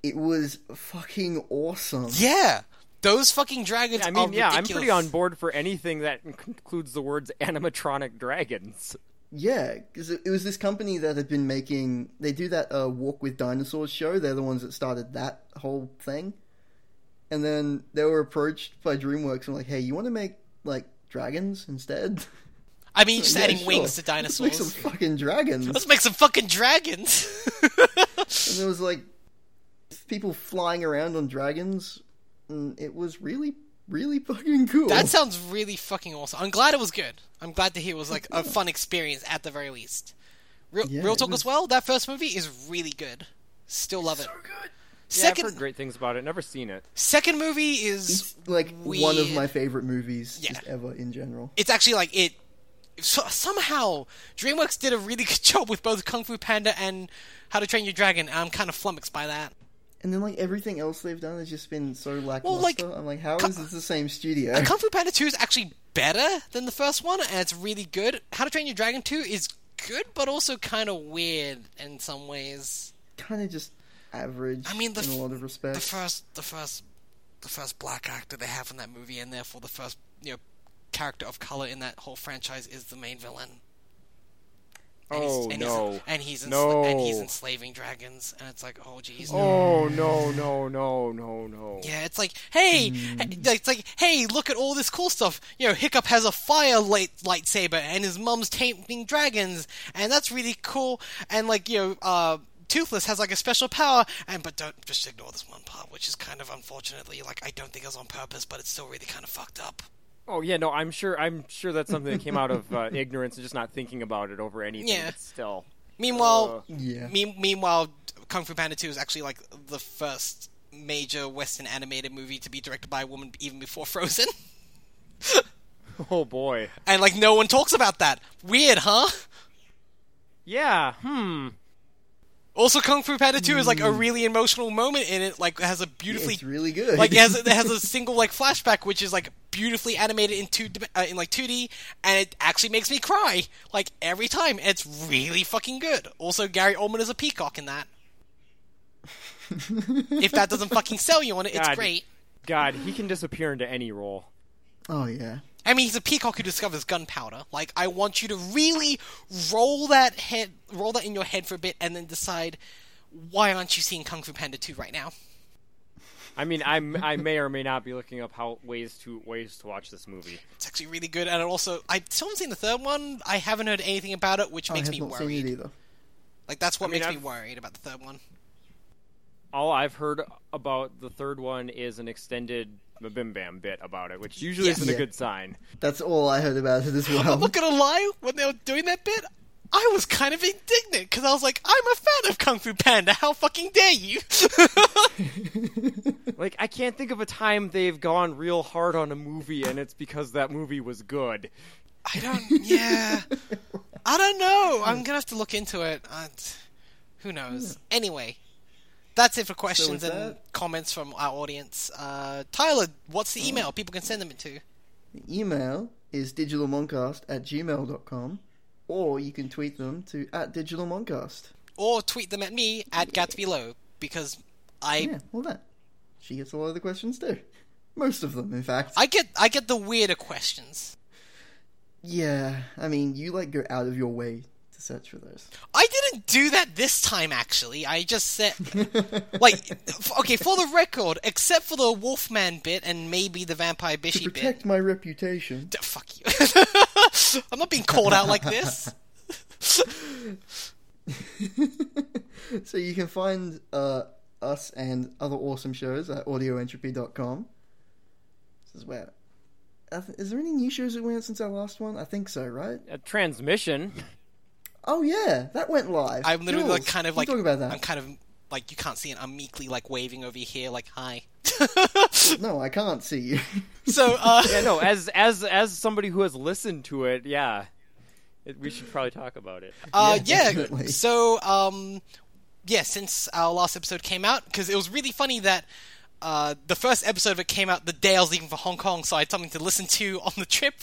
Speaker 1: It was fucking awesome.
Speaker 2: Yeah. Those fucking dragons
Speaker 3: I mean,
Speaker 2: are
Speaker 3: yeah, I'm
Speaker 2: ridiculous.
Speaker 3: pretty on board for anything that includes the words animatronic dragons.
Speaker 1: Yeah, because it it was this company that had been making. They do that uh, Walk with Dinosaurs show. They're the ones that started that whole thing. And then they were approached by DreamWorks and like, hey, you want to make like dragons instead?
Speaker 2: I mean, just
Speaker 1: Yeah,
Speaker 2: adding
Speaker 1: sure.
Speaker 2: wings to
Speaker 1: Let's make
Speaker 2: dinosaurs.
Speaker 1: some fucking dragons.
Speaker 2: Let's make some fucking dragons.
Speaker 1: And there was like people flying around on dragons. And it was really, really fucking cool.
Speaker 2: that sounds really fucking awesome. I'm glad it was good. I'm glad to hear it was like a fun experience at the very least. Real,
Speaker 1: Yeah,
Speaker 2: real
Speaker 1: it
Speaker 2: talk
Speaker 1: was-
Speaker 2: as well. That first movie is really good. Still love it.
Speaker 3: Yeah, I've
Speaker 2: Second,
Speaker 3: heard great things about it. Never seen it.
Speaker 2: second movie is
Speaker 1: It's like one of
Speaker 2: weird.
Speaker 1: my favorite movies
Speaker 2: Yeah.
Speaker 1: just ever in general.
Speaker 2: it's actually like it so- somehow DreamWorks did a really good job with both Kung Fu Panda and How to Train Your Dragon. and I'm kind of flummoxed by that.
Speaker 1: And then like everything else they've done has just been so lackluster.
Speaker 2: like,
Speaker 1: I'm like, how is
Speaker 2: co-
Speaker 1: this the same studio?
Speaker 2: Kung Fu Panda 2 is actually better than the first one, and it's really good. How to Train Your Dragon 2 is good, but also kind of weird in some ways.
Speaker 1: kind of just average.
Speaker 2: I mean, the
Speaker 1: in a
Speaker 2: f-
Speaker 1: lot of
Speaker 2: The
Speaker 1: respects.
Speaker 2: first, the first, the first black actor they have in that movie, and therefore the first, you know, character of color in that whole franchise is the main villain. And
Speaker 3: Oh
Speaker 2: he's, and
Speaker 3: no.
Speaker 2: He's, and he's ensla-
Speaker 3: No.
Speaker 2: and he's enslaving dragons, and it's like, oh jeez.
Speaker 3: Oh no no no no no.
Speaker 2: Yeah, it's like, hey, hey- it's like, hey, look at all this cool stuff. You know, Hiccup has a fire light lightsaber, and his mum's taming dragons, and that's really cool. And like, you know, uh, Toothless has like a special power, and but don't just ignore this one part, which is kind of unfortunately like I don't think it was on purpose, but it's still really kind of fucked up.
Speaker 3: Oh yeah, no, I'm sure. I'm sure that's something that came out of uh, ignorance and just not thinking about it over anything.
Speaker 2: Yeah.
Speaker 3: But still,
Speaker 2: Meanwhile,
Speaker 1: Yeah.
Speaker 2: mean, meanwhile, Kung Fu Panda Two is actually like the first major Western animated movie to be directed by a woman, even before Frozen.
Speaker 3: oh boy.
Speaker 2: And like no one talks about that. Weird, huh?
Speaker 3: Yeah. Hmm.
Speaker 2: Also, Kung Fu Panda 2 is like a really emotional moment in it. Like, has a beautifully,
Speaker 1: It's really good.
Speaker 2: like, it has it has a single like flashback, which is like beautifully animated in two dim- uh, in like 2D, and it actually makes me cry like every time. It's really fucking good. Also, Gary Oldman is a peacock in that. if that doesn't fucking sell you on it, it's
Speaker 3: God.
Speaker 2: great.
Speaker 3: God, he can disappear into any role.
Speaker 1: oh yeah.
Speaker 2: I mean, he's a peacock who discovers gunpowder. Like, I want you to really roll that head, roll that in your head for a bit, and then decide why aren't you seeing Kung Fu Panda 2 right now?
Speaker 3: I mean, I I may or may not be looking up how ways to ways to watch this movie.
Speaker 2: It's actually really good, and it also I still haven't seen the third one. I haven't heard anything about it, which
Speaker 1: Oh, I
Speaker 2: makes
Speaker 1: have
Speaker 2: me
Speaker 1: not seen it
Speaker 2: worried.
Speaker 1: either.
Speaker 2: Like that's what
Speaker 3: I mean,
Speaker 2: makes me
Speaker 3: I've-
Speaker 2: worried about the third one.
Speaker 3: All I've heard about the third one is an extended bim bam bit about it, which usually
Speaker 2: Yes.
Speaker 3: isn't
Speaker 1: Yeah.
Speaker 3: a good sign.
Speaker 1: That's all I heard about it as well.
Speaker 2: I'm not gonna lie, when they were doing that bit, I was kind of indignant because I was like, I'm a fan of Kung Fu Panda. How fucking dare you?
Speaker 3: Like, I can't think of a time they've gone real hard on a movie, and it's because that movie was good.
Speaker 2: I don't. Yeah. I don't know. I'm gonna have to look into it. Uh, t- who knows? Anyway, that's it for
Speaker 1: with
Speaker 2: questions and
Speaker 1: that- Oh.
Speaker 2: comments from our audience. Uh, Tyler, what's the email people can send them into?
Speaker 1: The email is digitalmoncast at gmail.com, or you can tweet them to at digitalmoncast.
Speaker 2: Or tweet them at me at GatsbyLow because I
Speaker 1: Yeah, well, that. She gets a lot of the questions too. Most of them, in fact.
Speaker 2: I get I get the weirder questions.
Speaker 1: yeah, I mean, you like go out of your way to search for those.
Speaker 2: I didn't do that this time actually. I just said like f- okay, for the record, except for the Wolfman bit and maybe the Vampire Bishy bit.
Speaker 1: Protect my reputation.
Speaker 2: D- fuck you. I'm not being called out like this.
Speaker 1: so you can find uh, us and other awesome shows at audioentropy.com. This is where. I th- Is there any new shows that went out since our last one? I think so, right?
Speaker 3: A transmission.
Speaker 1: Oh yeah, that went live.
Speaker 2: I'm literally like
Speaker 1: Jules,
Speaker 2: kind of
Speaker 1: you
Speaker 2: like
Speaker 1: talk about that.
Speaker 2: I'm kind of like you can't see it. I'm meekly like waving over here like hi.
Speaker 1: No, I can't see you.
Speaker 2: so uh
Speaker 3: Yeah, no, as as as somebody who has listened to it, yeah, it, we should probably talk about it.
Speaker 2: Uh,
Speaker 1: Yeah,
Speaker 2: yeah.
Speaker 1: definitely.
Speaker 2: So, um, yeah, since our last episode came out, because it was really funny that uh, the first episode of it came out the day I was leaving for Hong Kong, so I had something to listen to on the trip,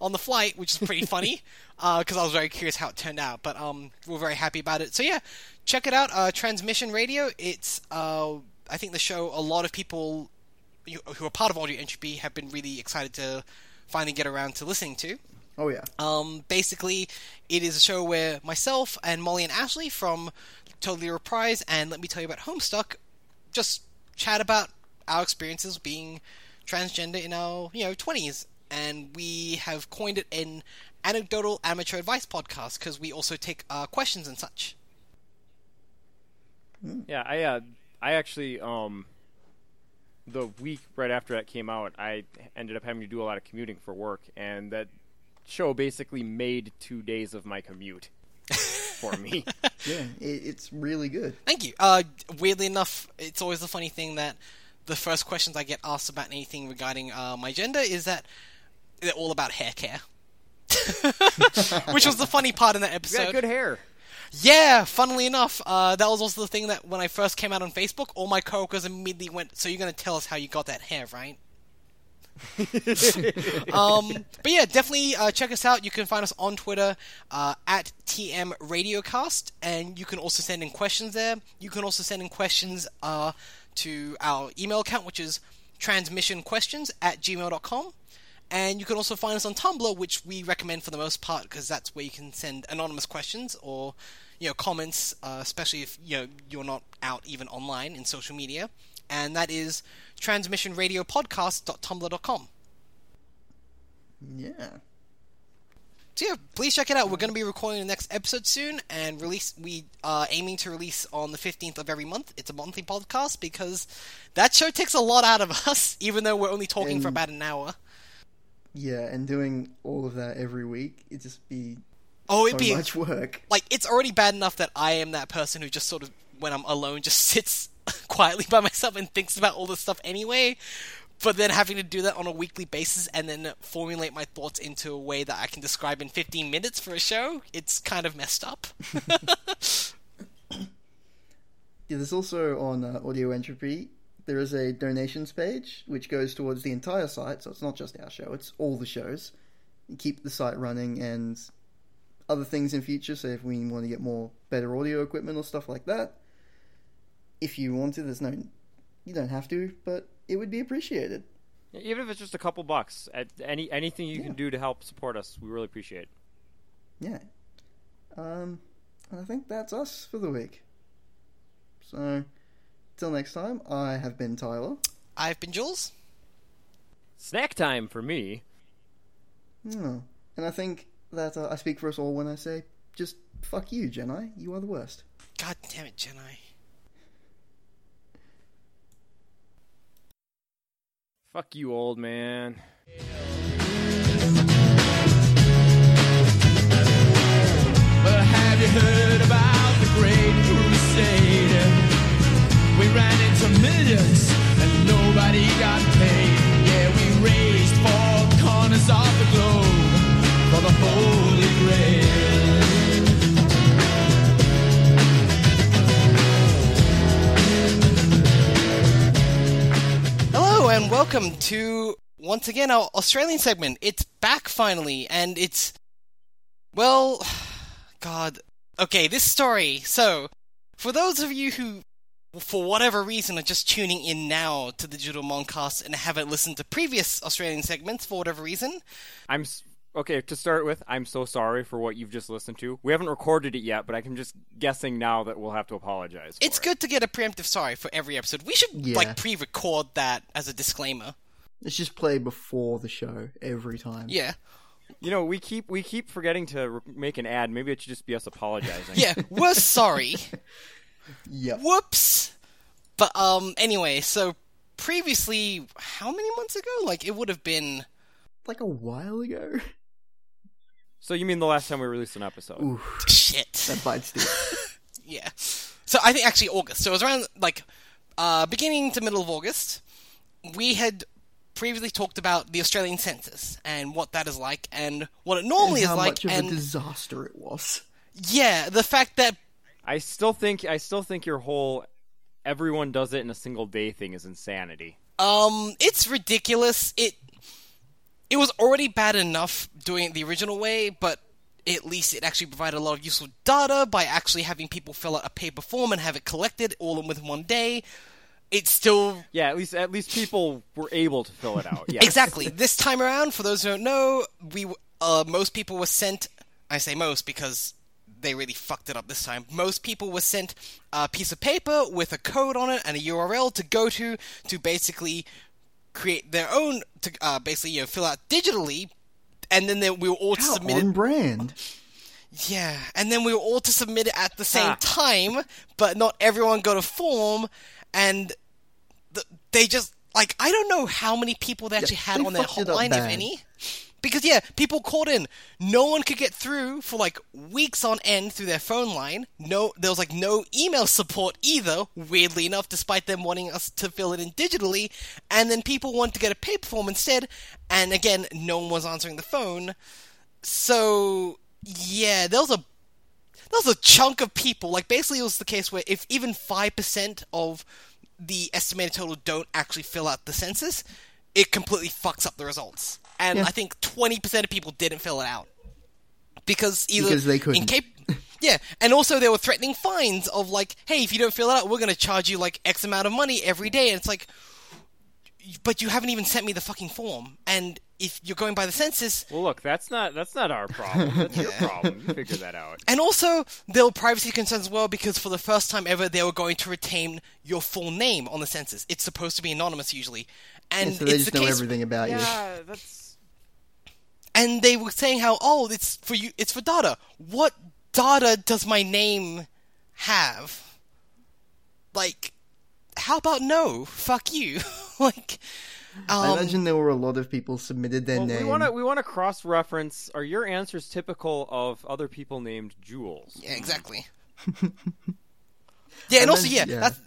Speaker 2: on the flight, which is pretty funny, because I was very curious how it turned out. But um, we're very happy about it. So yeah, check it out. Uh, Transmission Radio. It's uh, I think the show a lot of people you- who are part of Audio Entropy have been really excited to finally get around to listening to.
Speaker 1: oh yeah,
Speaker 2: Um, basically, it is a show where myself and Molly and Ashley from Totally Reprise and Let Me Tell You About Homestuck just chat about our experiences being transgender in our you know twenties, and we have coined it an anecdotal amateur advice podcast because we also take uh, questions and such.
Speaker 3: Yeah, I uh, I actually um, the week right after that came out, I ended up having to do a lot of commuting for work, and that show basically made two days of my commute for me.
Speaker 1: yeah, it, it's really good.
Speaker 2: Thank you. Uh, weirdly enough, it's always the funny thing that the first questions I get asked about anything regarding uh, my gender is that they're all about hair care. Which was the funny part in that
Speaker 3: You
Speaker 2: episode.
Speaker 3: got good hair.
Speaker 2: Yeah, funnily enough, uh, that was also the thing that when I first came out on Facebook, all my coworkers immediately went, "So you're going to tell us how you got that hair, right?" um, but yeah, definitely uh, check us out. You can find us on Twitter uh, at TM Radiocast, and you can also send in questions there. You can also send in questions uh, to our email account, which is transmissionquestions at gmail.com. And you can also find us on Tumblr, which we recommend for the most part because that's where you can send anonymous questions or you know comments, uh, especially if you know you're not out even online in social media. And that is transmissionradiopodcast.tumblr.com.
Speaker 1: Yeah,
Speaker 2: So yeah, please check it out. We're going to be recording the next episode soon, and release we are aiming to release on the fifteenth of every month. It's a monthly podcast because that show takes a lot out of us, even though we're only talking for
Speaker 1: And-
Speaker 2: about an hour.
Speaker 1: yeah, and doing all of that every week, it'd just be
Speaker 2: Oh,
Speaker 1: so
Speaker 2: it'd be
Speaker 1: much work.
Speaker 2: like it's already bad enough that I am that person who just sort of when I'm alone just sits quietly by myself and thinks about all this stuff anyway. But then having to do that on a weekly basis and then formulate my thoughts into a way that I can describe in 15 minutes for a show, it's kind of messed up.
Speaker 1: Yeah, there's also on uh, Audio Entropy, there is a donations page which goes towards the entire site, so it's not just our show, it's all the shows. You keep the site running and other things in future, so if we want to get more better audio equipment or stuff like that, if you want to, there's no, you don't have to, but it would be appreciated.
Speaker 3: Even if it's just a couple bucks, at any anything you can do to help support us, we really appreciate. it.
Speaker 1: Yeah. Um, and I think that's us for the week. So, till next time, I have been Tyler.
Speaker 2: I've been Jules.
Speaker 3: Snack time for me.
Speaker 1: No. And I think that uh, I speak for us all when I say, just fuck you, Jedi. You are the worst.
Speaker 2: God damn it, Jedi.
Speaker 3: Fuck you, old man.
Speaker 4: But have you heard about the Great Crusade? We ran into millions and nobody got paid. Yeah, we raised four corners of the globe for the Holy Grail.
Speaker 2: Hello and welcome to Once again, our Australian segment. It's back finally, and it's. Well, God. Okay, this story. So, for those of you who, for whatever reason, are just tuning in now to the Judo Moncast and haven't listened to previous Australian segments for whatever reason,
Speaker 3: I'm s- okay to start with. I'm so sorry for what you've just listened to. We haven't recorded it yet, but I'm just guessing now that we'll have to apologize. for
Speaker 2: it's
Speaker 3: it.
Speaker 2: good to get a preemptive sorry for every episode. We should,
Speaker 1: Yeah.
Speaker 2: like, pre record that as a disclaimer.
Speaker 1: It's just play before the show every time.
Speaker 2: Yeah.
Speaker 3: You know, we keep we keep forgetting to re- make an ad. Maybe it should just be us apologizing.
Speaker 2: Yeah, we're sorry.
Speaker 1: Yep.
Speaker 2: Whoops. But um anyway, so previously how many months ago? Like it would have been
Speaker 1: Like a while ago.
Speaker 3: So you mean the last time we released an episode?
Speaker 2: shit.
Speaker 1: That bites deep.
Speaker 2: Yeah. So I think actually August. So it was around like uh beginning to middle of August. We had previously talked about the Australian census and what that is like and what it normally
Speaker 1: how
Speaker 2: is like
Speaker 1: much of
Speaker 2: and
Speaker 1: a disaster it was.
Speaker 2: yeah, the fact that
Speaker 3: I still think I still think your whole everyone does it in a single day thing is insanity.
Speaker 2: Um, it's ridiculous. It it was already bad enough doing it the original way, but at least it actually provided a lot of useful data by actually having people fill out a paper form and have it collected all in within one day. It's still
Speaker 3: Yeah, at least at least people were able to fill it out. Yeah,
Speaker 2: exactly this time around. For those who don't know, we w- uh, most people were sent. I say most because they really fucked it up this time. Most people were sent a piece of paper with a code on it and a URL to go to to basically create their own to uh, basically you know, fill out digitally. And then they, we were all to
Speaker 1: How
Speaker 2: submit it.
Speaker 1: on brand.
Speaker 2: Yeah, and then we were all to submit it at the same
Speaker 3: Ah.
Speaker 2: time, but not everyone got a form, and th- they just like I don't know how many people they actually had
Speaker 1: they
Speaker 2: on their
Speaker 1: fucked it up
Speaker 2: hotline, if
Speaker 1: bad.
Speaker 2: any. Because yeah, people called in. No one could get through for like weeks on end through their phone line. No, there was like no email support either. Weirdly enough, despite them wanting us to fill it in digitally, and then people wanted to get a paper form instead. And again, no one was answering the phone. So yeah, there was a that was a chunk of people. Like basically, it was the case where if even five percent of the estimated total don't actually fill out the census, it completely fucks up the results. And
Speaker 1: Yeah.
Speaker 2: I think twenty percent of people didn't fill it out because either
Speaker 1: Because they couldn't.
Speaker 2: incap- yeah, and also they were threatening fines of like, hey, if you don't fill it out, we're going to charge you like X amount of money every day. And it's like, but you haven't even sent me the fucking form. And if you're going by the census,
Speaker 3: Well, look, that's not that's not our problem. That's your problem. You figure that out.
Speaker 2: And also, there were privacy concerns as well because for the first time ever, they were going to retain your full name on the census. It's supposed to be anonymous usually, and
Speaker 1: so they
Speaker 2: it's
Speaker 1: just
Speaker 2: the
Speaker 1: know
Speaker 2: case.
Speaker 1: everything about you.
Speaker 3: Yeah, that's
Speaker 2: And they were saying how oh, it's for you, it's for data. What data does my name have? Like, how about no? Fuck you. like,
Speaker 1: I
Speaker 2: um,
Speaker 1: imagine there were a lot of people submitted their
Speaker 3: well,
Speaker 1: name.
Speaker 3: we want to we want to cross reference. Are your answers typical of other people named Jules?
Speaker 2: Yeah, exactly. yeah, and
Speaker 1: Mm.
Speaker 2: also,
Speaker 1: then-
Speaker 2: yeah,
Speaker 1: yeah.
Speaker 2: That's,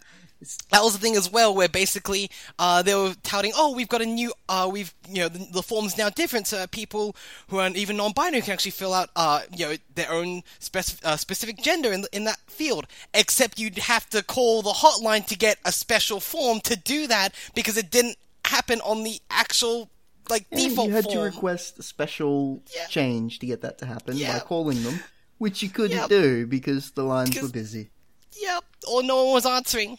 Speaker 2: that was the thing as well, where basically uh, they were touting, "Oh, we've got a new, uh, we've you know the, the form's now different, so people who are even non-binary can actually fill out uh, you know their own spec- uh, specific gender in in that field. Except you'd have to call the hotline to get a special form to do that because it didn't happen on the actual like
Speaker 1: Yeah,
Speaker 2: default
Speaker 1: you had
Speaker 2: form.
Speaker 1: to request a special
Speaker 2: Yeah.
Speaker 1: change to get that to happen
Speaker 2: Yeah.
Speaker 1: by calling them, which you couldn't
Speaker 2: Yep.
Speaker 1: do because the lines were
Speaker 2: Because-
Speaker 1: busy.
Speaker 2: Yep, or no one was answering.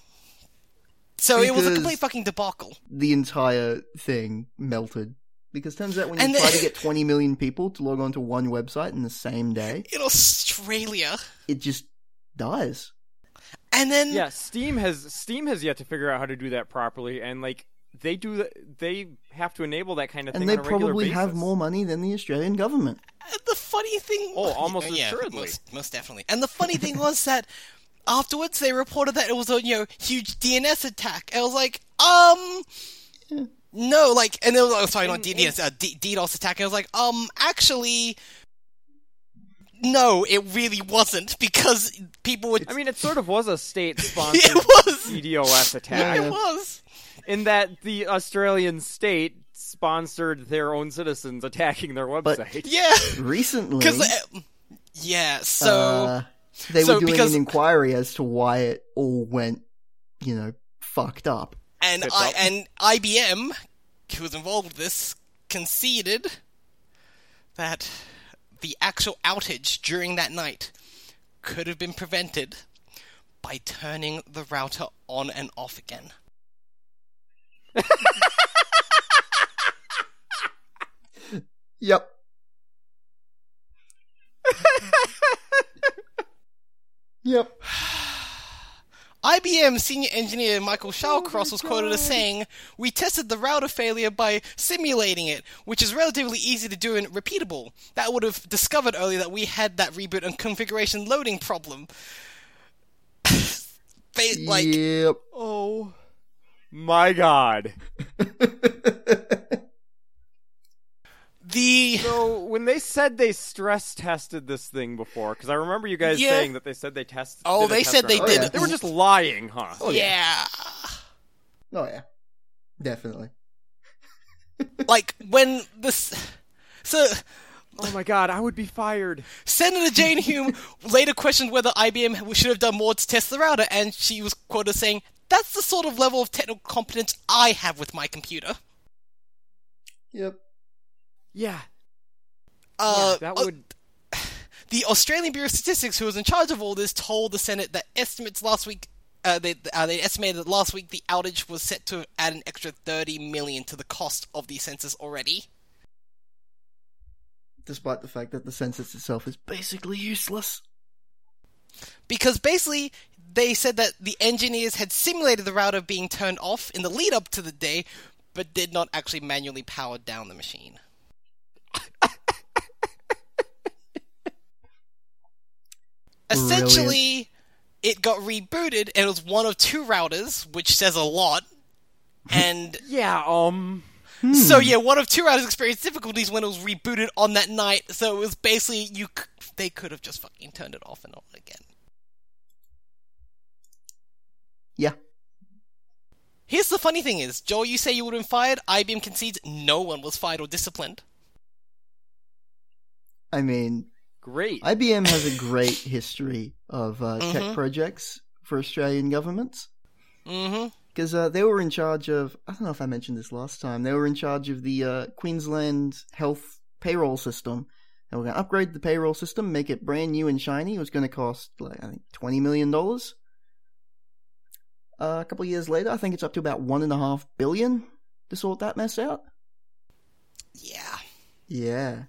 Speaker 2: So it was a
Speaker 1: Because-
Speaker 2: complete fucking debacle.
Speaker 1: The entire thing melted. Because turns out when you
Speaker 2: And
Speaker 1: try
Speaker 2: the-
Speaker 1: to get 20 million people to log on to one website in the same day,
Speaker 2: in Australia.
Speaker 1: it just dies.
Speaker 2: And then
Speaker 3: Yeah, Steam has Steam has yet to figure out how to do that properly, and like they do, th- they have to enable that kind of
Speaker 1: And
Speaker 3: thing.
Speaker 1: they
Speaker 3: on a regular
Speaker 1: probably have
Speaker 3: basis.
Speaker 1: more money than the Australian government.
Speaker 2: and the funny thing
Speaker 3: Oh, almost
Speaker 2: yeah,
Speaker 3: assuredly.
Speaker 2: Most, most definitely. And the funny thing was that afterwards they reported that it was a you know huge DNS attack. And I was like, um no, like and it was oh, sorry, not
Speaker 3: Mm,
Speaker 2: DNS, uh, D- DDoS attack. And I was like, um actually no, it really wasn't because people would
Speaker 3: I mean, it sort of was a state-sponsored E
Speaker 2: It was.
Speaker 3: DDoS attack
Speaker 1: Yeah.
Speaker 2: it was.
Speaker 3: in that the Australian state sponsored their own citizens attacking their website.
Speaker 2: Yeah.
Speaker 1: Recently,
Speaker 2: Cuz yeah, so
Speaker 1: uh, they
Speaker 2: uh, oh. so
Speaker 1: were doing
Speaker 2: because-
Speaker 1: an inquiry as to why it all went, you know, fucked up.
Speaker 2: and
Speaker 3: Fits
Speaker 2: I
Speaker 3: up.
Speaker 2: and IBM who was involved with this, conceded that the actual outage during that night could have been prevented by turning the router on and off again.
Speaker 1: Yep. yep.
Speaker 2: IBM senior engineer Michael Shawcross was quoted as saying, We tested the router failure by simulating it, which is relatively easy to do and repeatable. That would have discovered earlier that we had that reboot and configuration loading problem. they, like,
Speaker 1: yep.
Speaker 3: Oh my god.
Speaker 2: the.
Speaker 3: So when they said they stress tested this thing before, because I remember you guys
Speaker 2: Yeah.
Speaker 3: saying that they said they tested.
Speaker 2: Oh,
Speaker 3: did a
Speaker 2: they
Speaker 3: test
Speaker 2: said they
Speaker 3: run.
Speaker 1: did
Speaker 3: They were just lying, huh?
Speaker 2: yeah.
Speaker 1: Oh yeah. Definitely.
Speaker 2: like, when this. So,
Speaker 3: Oh my god, I would be fired.
Speaker 2: Senator Jane Hume later questioned whether IBM should have done more to test the router, and she was quoted as saying, That's the sort of level of technical competence I have with my computer.
Speaker 1: Yep.
Speaker 3: Yeah,
Speaker 2: Uh,
Speaker 3: that
Speaker 2: uh,
Speaker 3: would.
Speaker 2: the Australian Bureau of Statistics, who was in charge of all this, told the Senate that estimates last week. Uh, they, uh, they estimated that last week the outage was set to add an extra 30 million to the cost of the census already.
Speaker 1: Despite the fact that the census itself is basically useless.
Speaker 2: because basically they said that the engineers had simulated the router being turned off in the lead up to the day, but did not actually manually power down the machine. Essentially, it got rebooted, and it was one of two routers, which says a lot. And
Speaker 3: Yeah, um.
Speaker 2: so yeah, one of two routers experienced difficulties when it was rebooted on that night. So it was basically you. c- They could have just fucking turned it off and on again.
Speaker 1: Yeah.
Speaker 2: Here's the funny thing is, Joel, you say you would have been fired. IBM concedes no one was fired or disciplined.
Speaker 1: I mean,
Speaker 3: Great.
Speaker 1: IBM has a great history of uh, tech projects for Australian governments.
Speaker 2: Mm-hmm.
Speaker 1: because uh, they were in charge of I don't know if I mentioned this last time. They were in charge of the uh, Queensland health payroll system, and we're going to upgrade the payroll system, make it brand new and shiny. It was going to cost like I think twenty million dollars. Uh, a couple of years later, I think it's up to about one and a half billion to sort that mess out.
Speaker 2: Yeah.
Speaker 1: Yeah.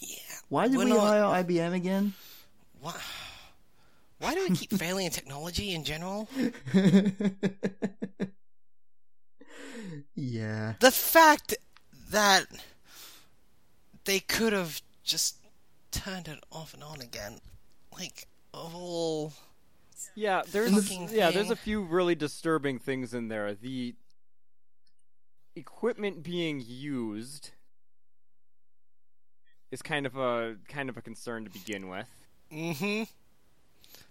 Speaker 2: Yeah.
Speaker 1: Why did
Speaker 2: We're
Speaker 1: we
Speaker 2: not-
Speaker 1: hire IBM again?
Speaker 2: Why, why do we keep failing in technology in general?
Speaker 1: yeah.
Speaker 2: The fact that they could have just turned it off and on again. Like, of all...
Speaker 3: Yeah, there's
Speaker 2: Fucking
Speaker 3: yeah, there's
Speaker 2: thing.
Speaker 3: a few really disturbing things in there. The equipment being used is kind of a kind of a concern to begin with.
Speaker 2: Mm-hmm.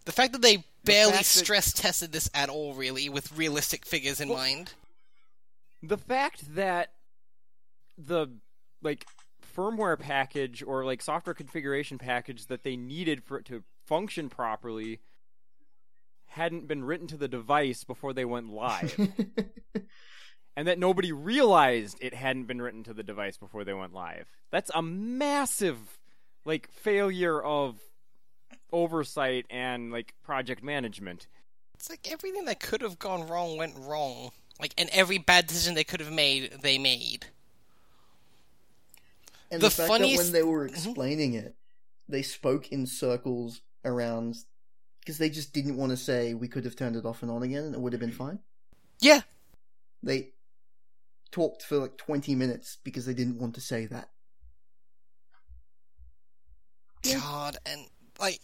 Speaker 2: The fact that they barely
Speaker 3: fact that-
Speaker 2: stress-tested this at all, really, with realistic figures in mind.
Speaker 3: The fact that the like firmware package or like software configuration package that they needed for it to function properly hadn't been written to the device before they went live. and that nobody realized it hadn't been written to the device before they went live. That's a massive like failure of oversight and like project management.
Speaker 2: It's like everything that could have gone wrong went wrong. Like, and every bad decision they could have made, they made.
Speaker 1: And the,
Speaker 2: The
Speaker 1: fact
Speaker 2: funniest-
Speaker 1: that when they were explaining it, they spoke in circles around because they just didn't want to say we could have turned it off and on again and it would have been fine.
Speaker 2: Yeah,
Speaker 1: They talked for like 20 minutes because they didn't want to say that.
Speaker 2: God, and like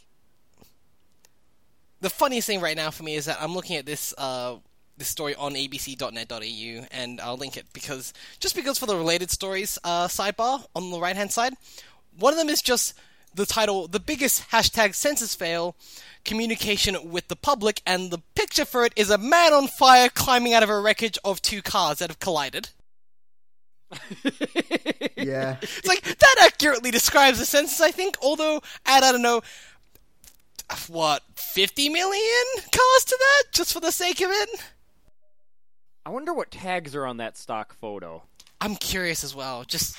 Speaker 2: the funniest thing right now for me is that I'm looking at this uh this story on abc.net.au and I'll link it because just because for the related stories uh sidebar on the right hand side, one of them is just the title the biggest hashtag census fail communication with the public and the picture for it is a man on fire climbing out of a wreckage of two cars that have collided
Speaker 1: Yeah.
Speaker 2: It's like that accurately describes the census, I think. Although add I don't know what fifty million cars to that just for the sake of it.
Speaker 3: I wonder what tags are on that stock photo.
Speaker 2: I'm curious as well. Just,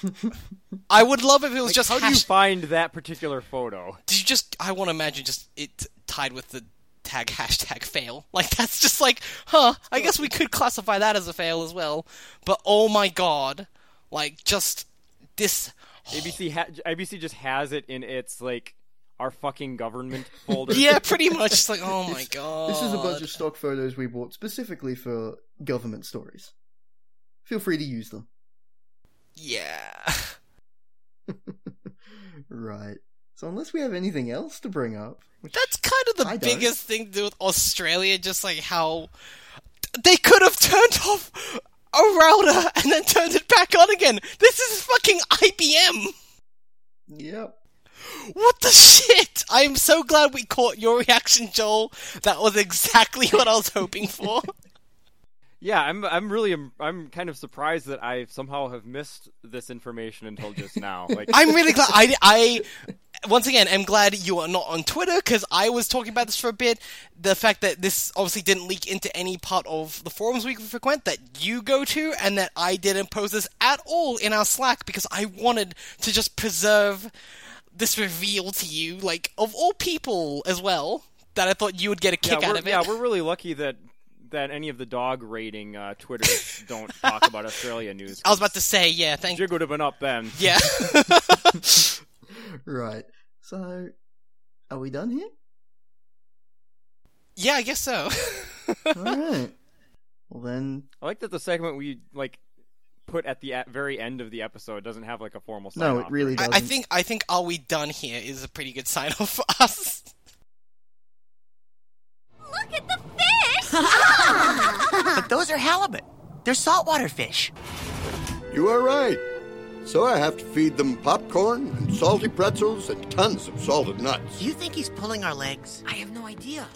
Speaker 2: I would love if it was just
Speaker 3: How do you
Speaker 2: hash-
Speaker 3: find that particular photo?
Speaker 2: Did you just? I want to imagine just it tied with the tag hashtag fail. Like that's just like, huh? I guess we could classify that as a fail as well. But oh my god, like just this.
Speaker 3: ABC ha- ABC just has it in its like our fucking government folder.
Speaker 2: Yeah, pretty much. It's like, oh my god.
Speaker 1: This is a bunch of stock photos we bought specifically for government stories. Feel free to use them.
Speaker 2: Yeah.
Speaker 1: Right. So unless we have anything else to bring up, which
Speaker 2: That's kind of the
Speaker 1: I don't.
Speaker 2: biggest thing to do with Australia, just like how they could have turned off a router and then turned it back on again. This is fucking IBM.
Speaker 1: yep.
Speaker 2: What the shit? I'm so glad we caught your reaction, Joel. That was exactly what I was hoping for.
Speaker 3: yeah. I'm I'm really I'm kind of surprised that I somehow have missed this information until just now. Like
Speaker 2: I'm really glad. I, I once again am glad you are not on Twitter because I was talking about this for a bit. The fact that this obviously didn't leak into any part of the forums we frequent that you go to, and that I didn't post this at all in our Slack because I wanted to just preserve this reveal to you, like of all people as well. That I thought you would get a
Speaker 3: yeah,
Speaker 2: kick
Speaker 3: we're,
Speaker 2: out of it.
Speaker 3: yeah, we're really lucky that that any of the dog rating uh, Twitter don't talk about Australia news.
Speaker 2: I was about to say, yeah, thank
Speaker 3: Jig would have been up then.
Speaker 2: Yeah.
Speaker 1: Right. So are we done here?
Speaker 2: yeah, I guess so.
Speaker 1: Alright. Well then
Speaker 3: I like that the segment we like put at the a- very end of the episode doesn't have like a formal.
Speaker 1: No,
Speaker 3: sign-off.
Speaker 1: it really
Speaker 2: I,
Speaker 1: doesn't.
Speaker 2: I think I think are we done here is a pretty good sign off for us.
Speaker 5: Look at the fish!
Speaker 6: But those are halibut. They're saltwater fish.
Speaker 7: You are right. So I have to feed them popcorn and salty pretzels and tons of salted nuts.
Speaker 6: Do you think he's pulling our legs?
Speaker 5: I have no idea.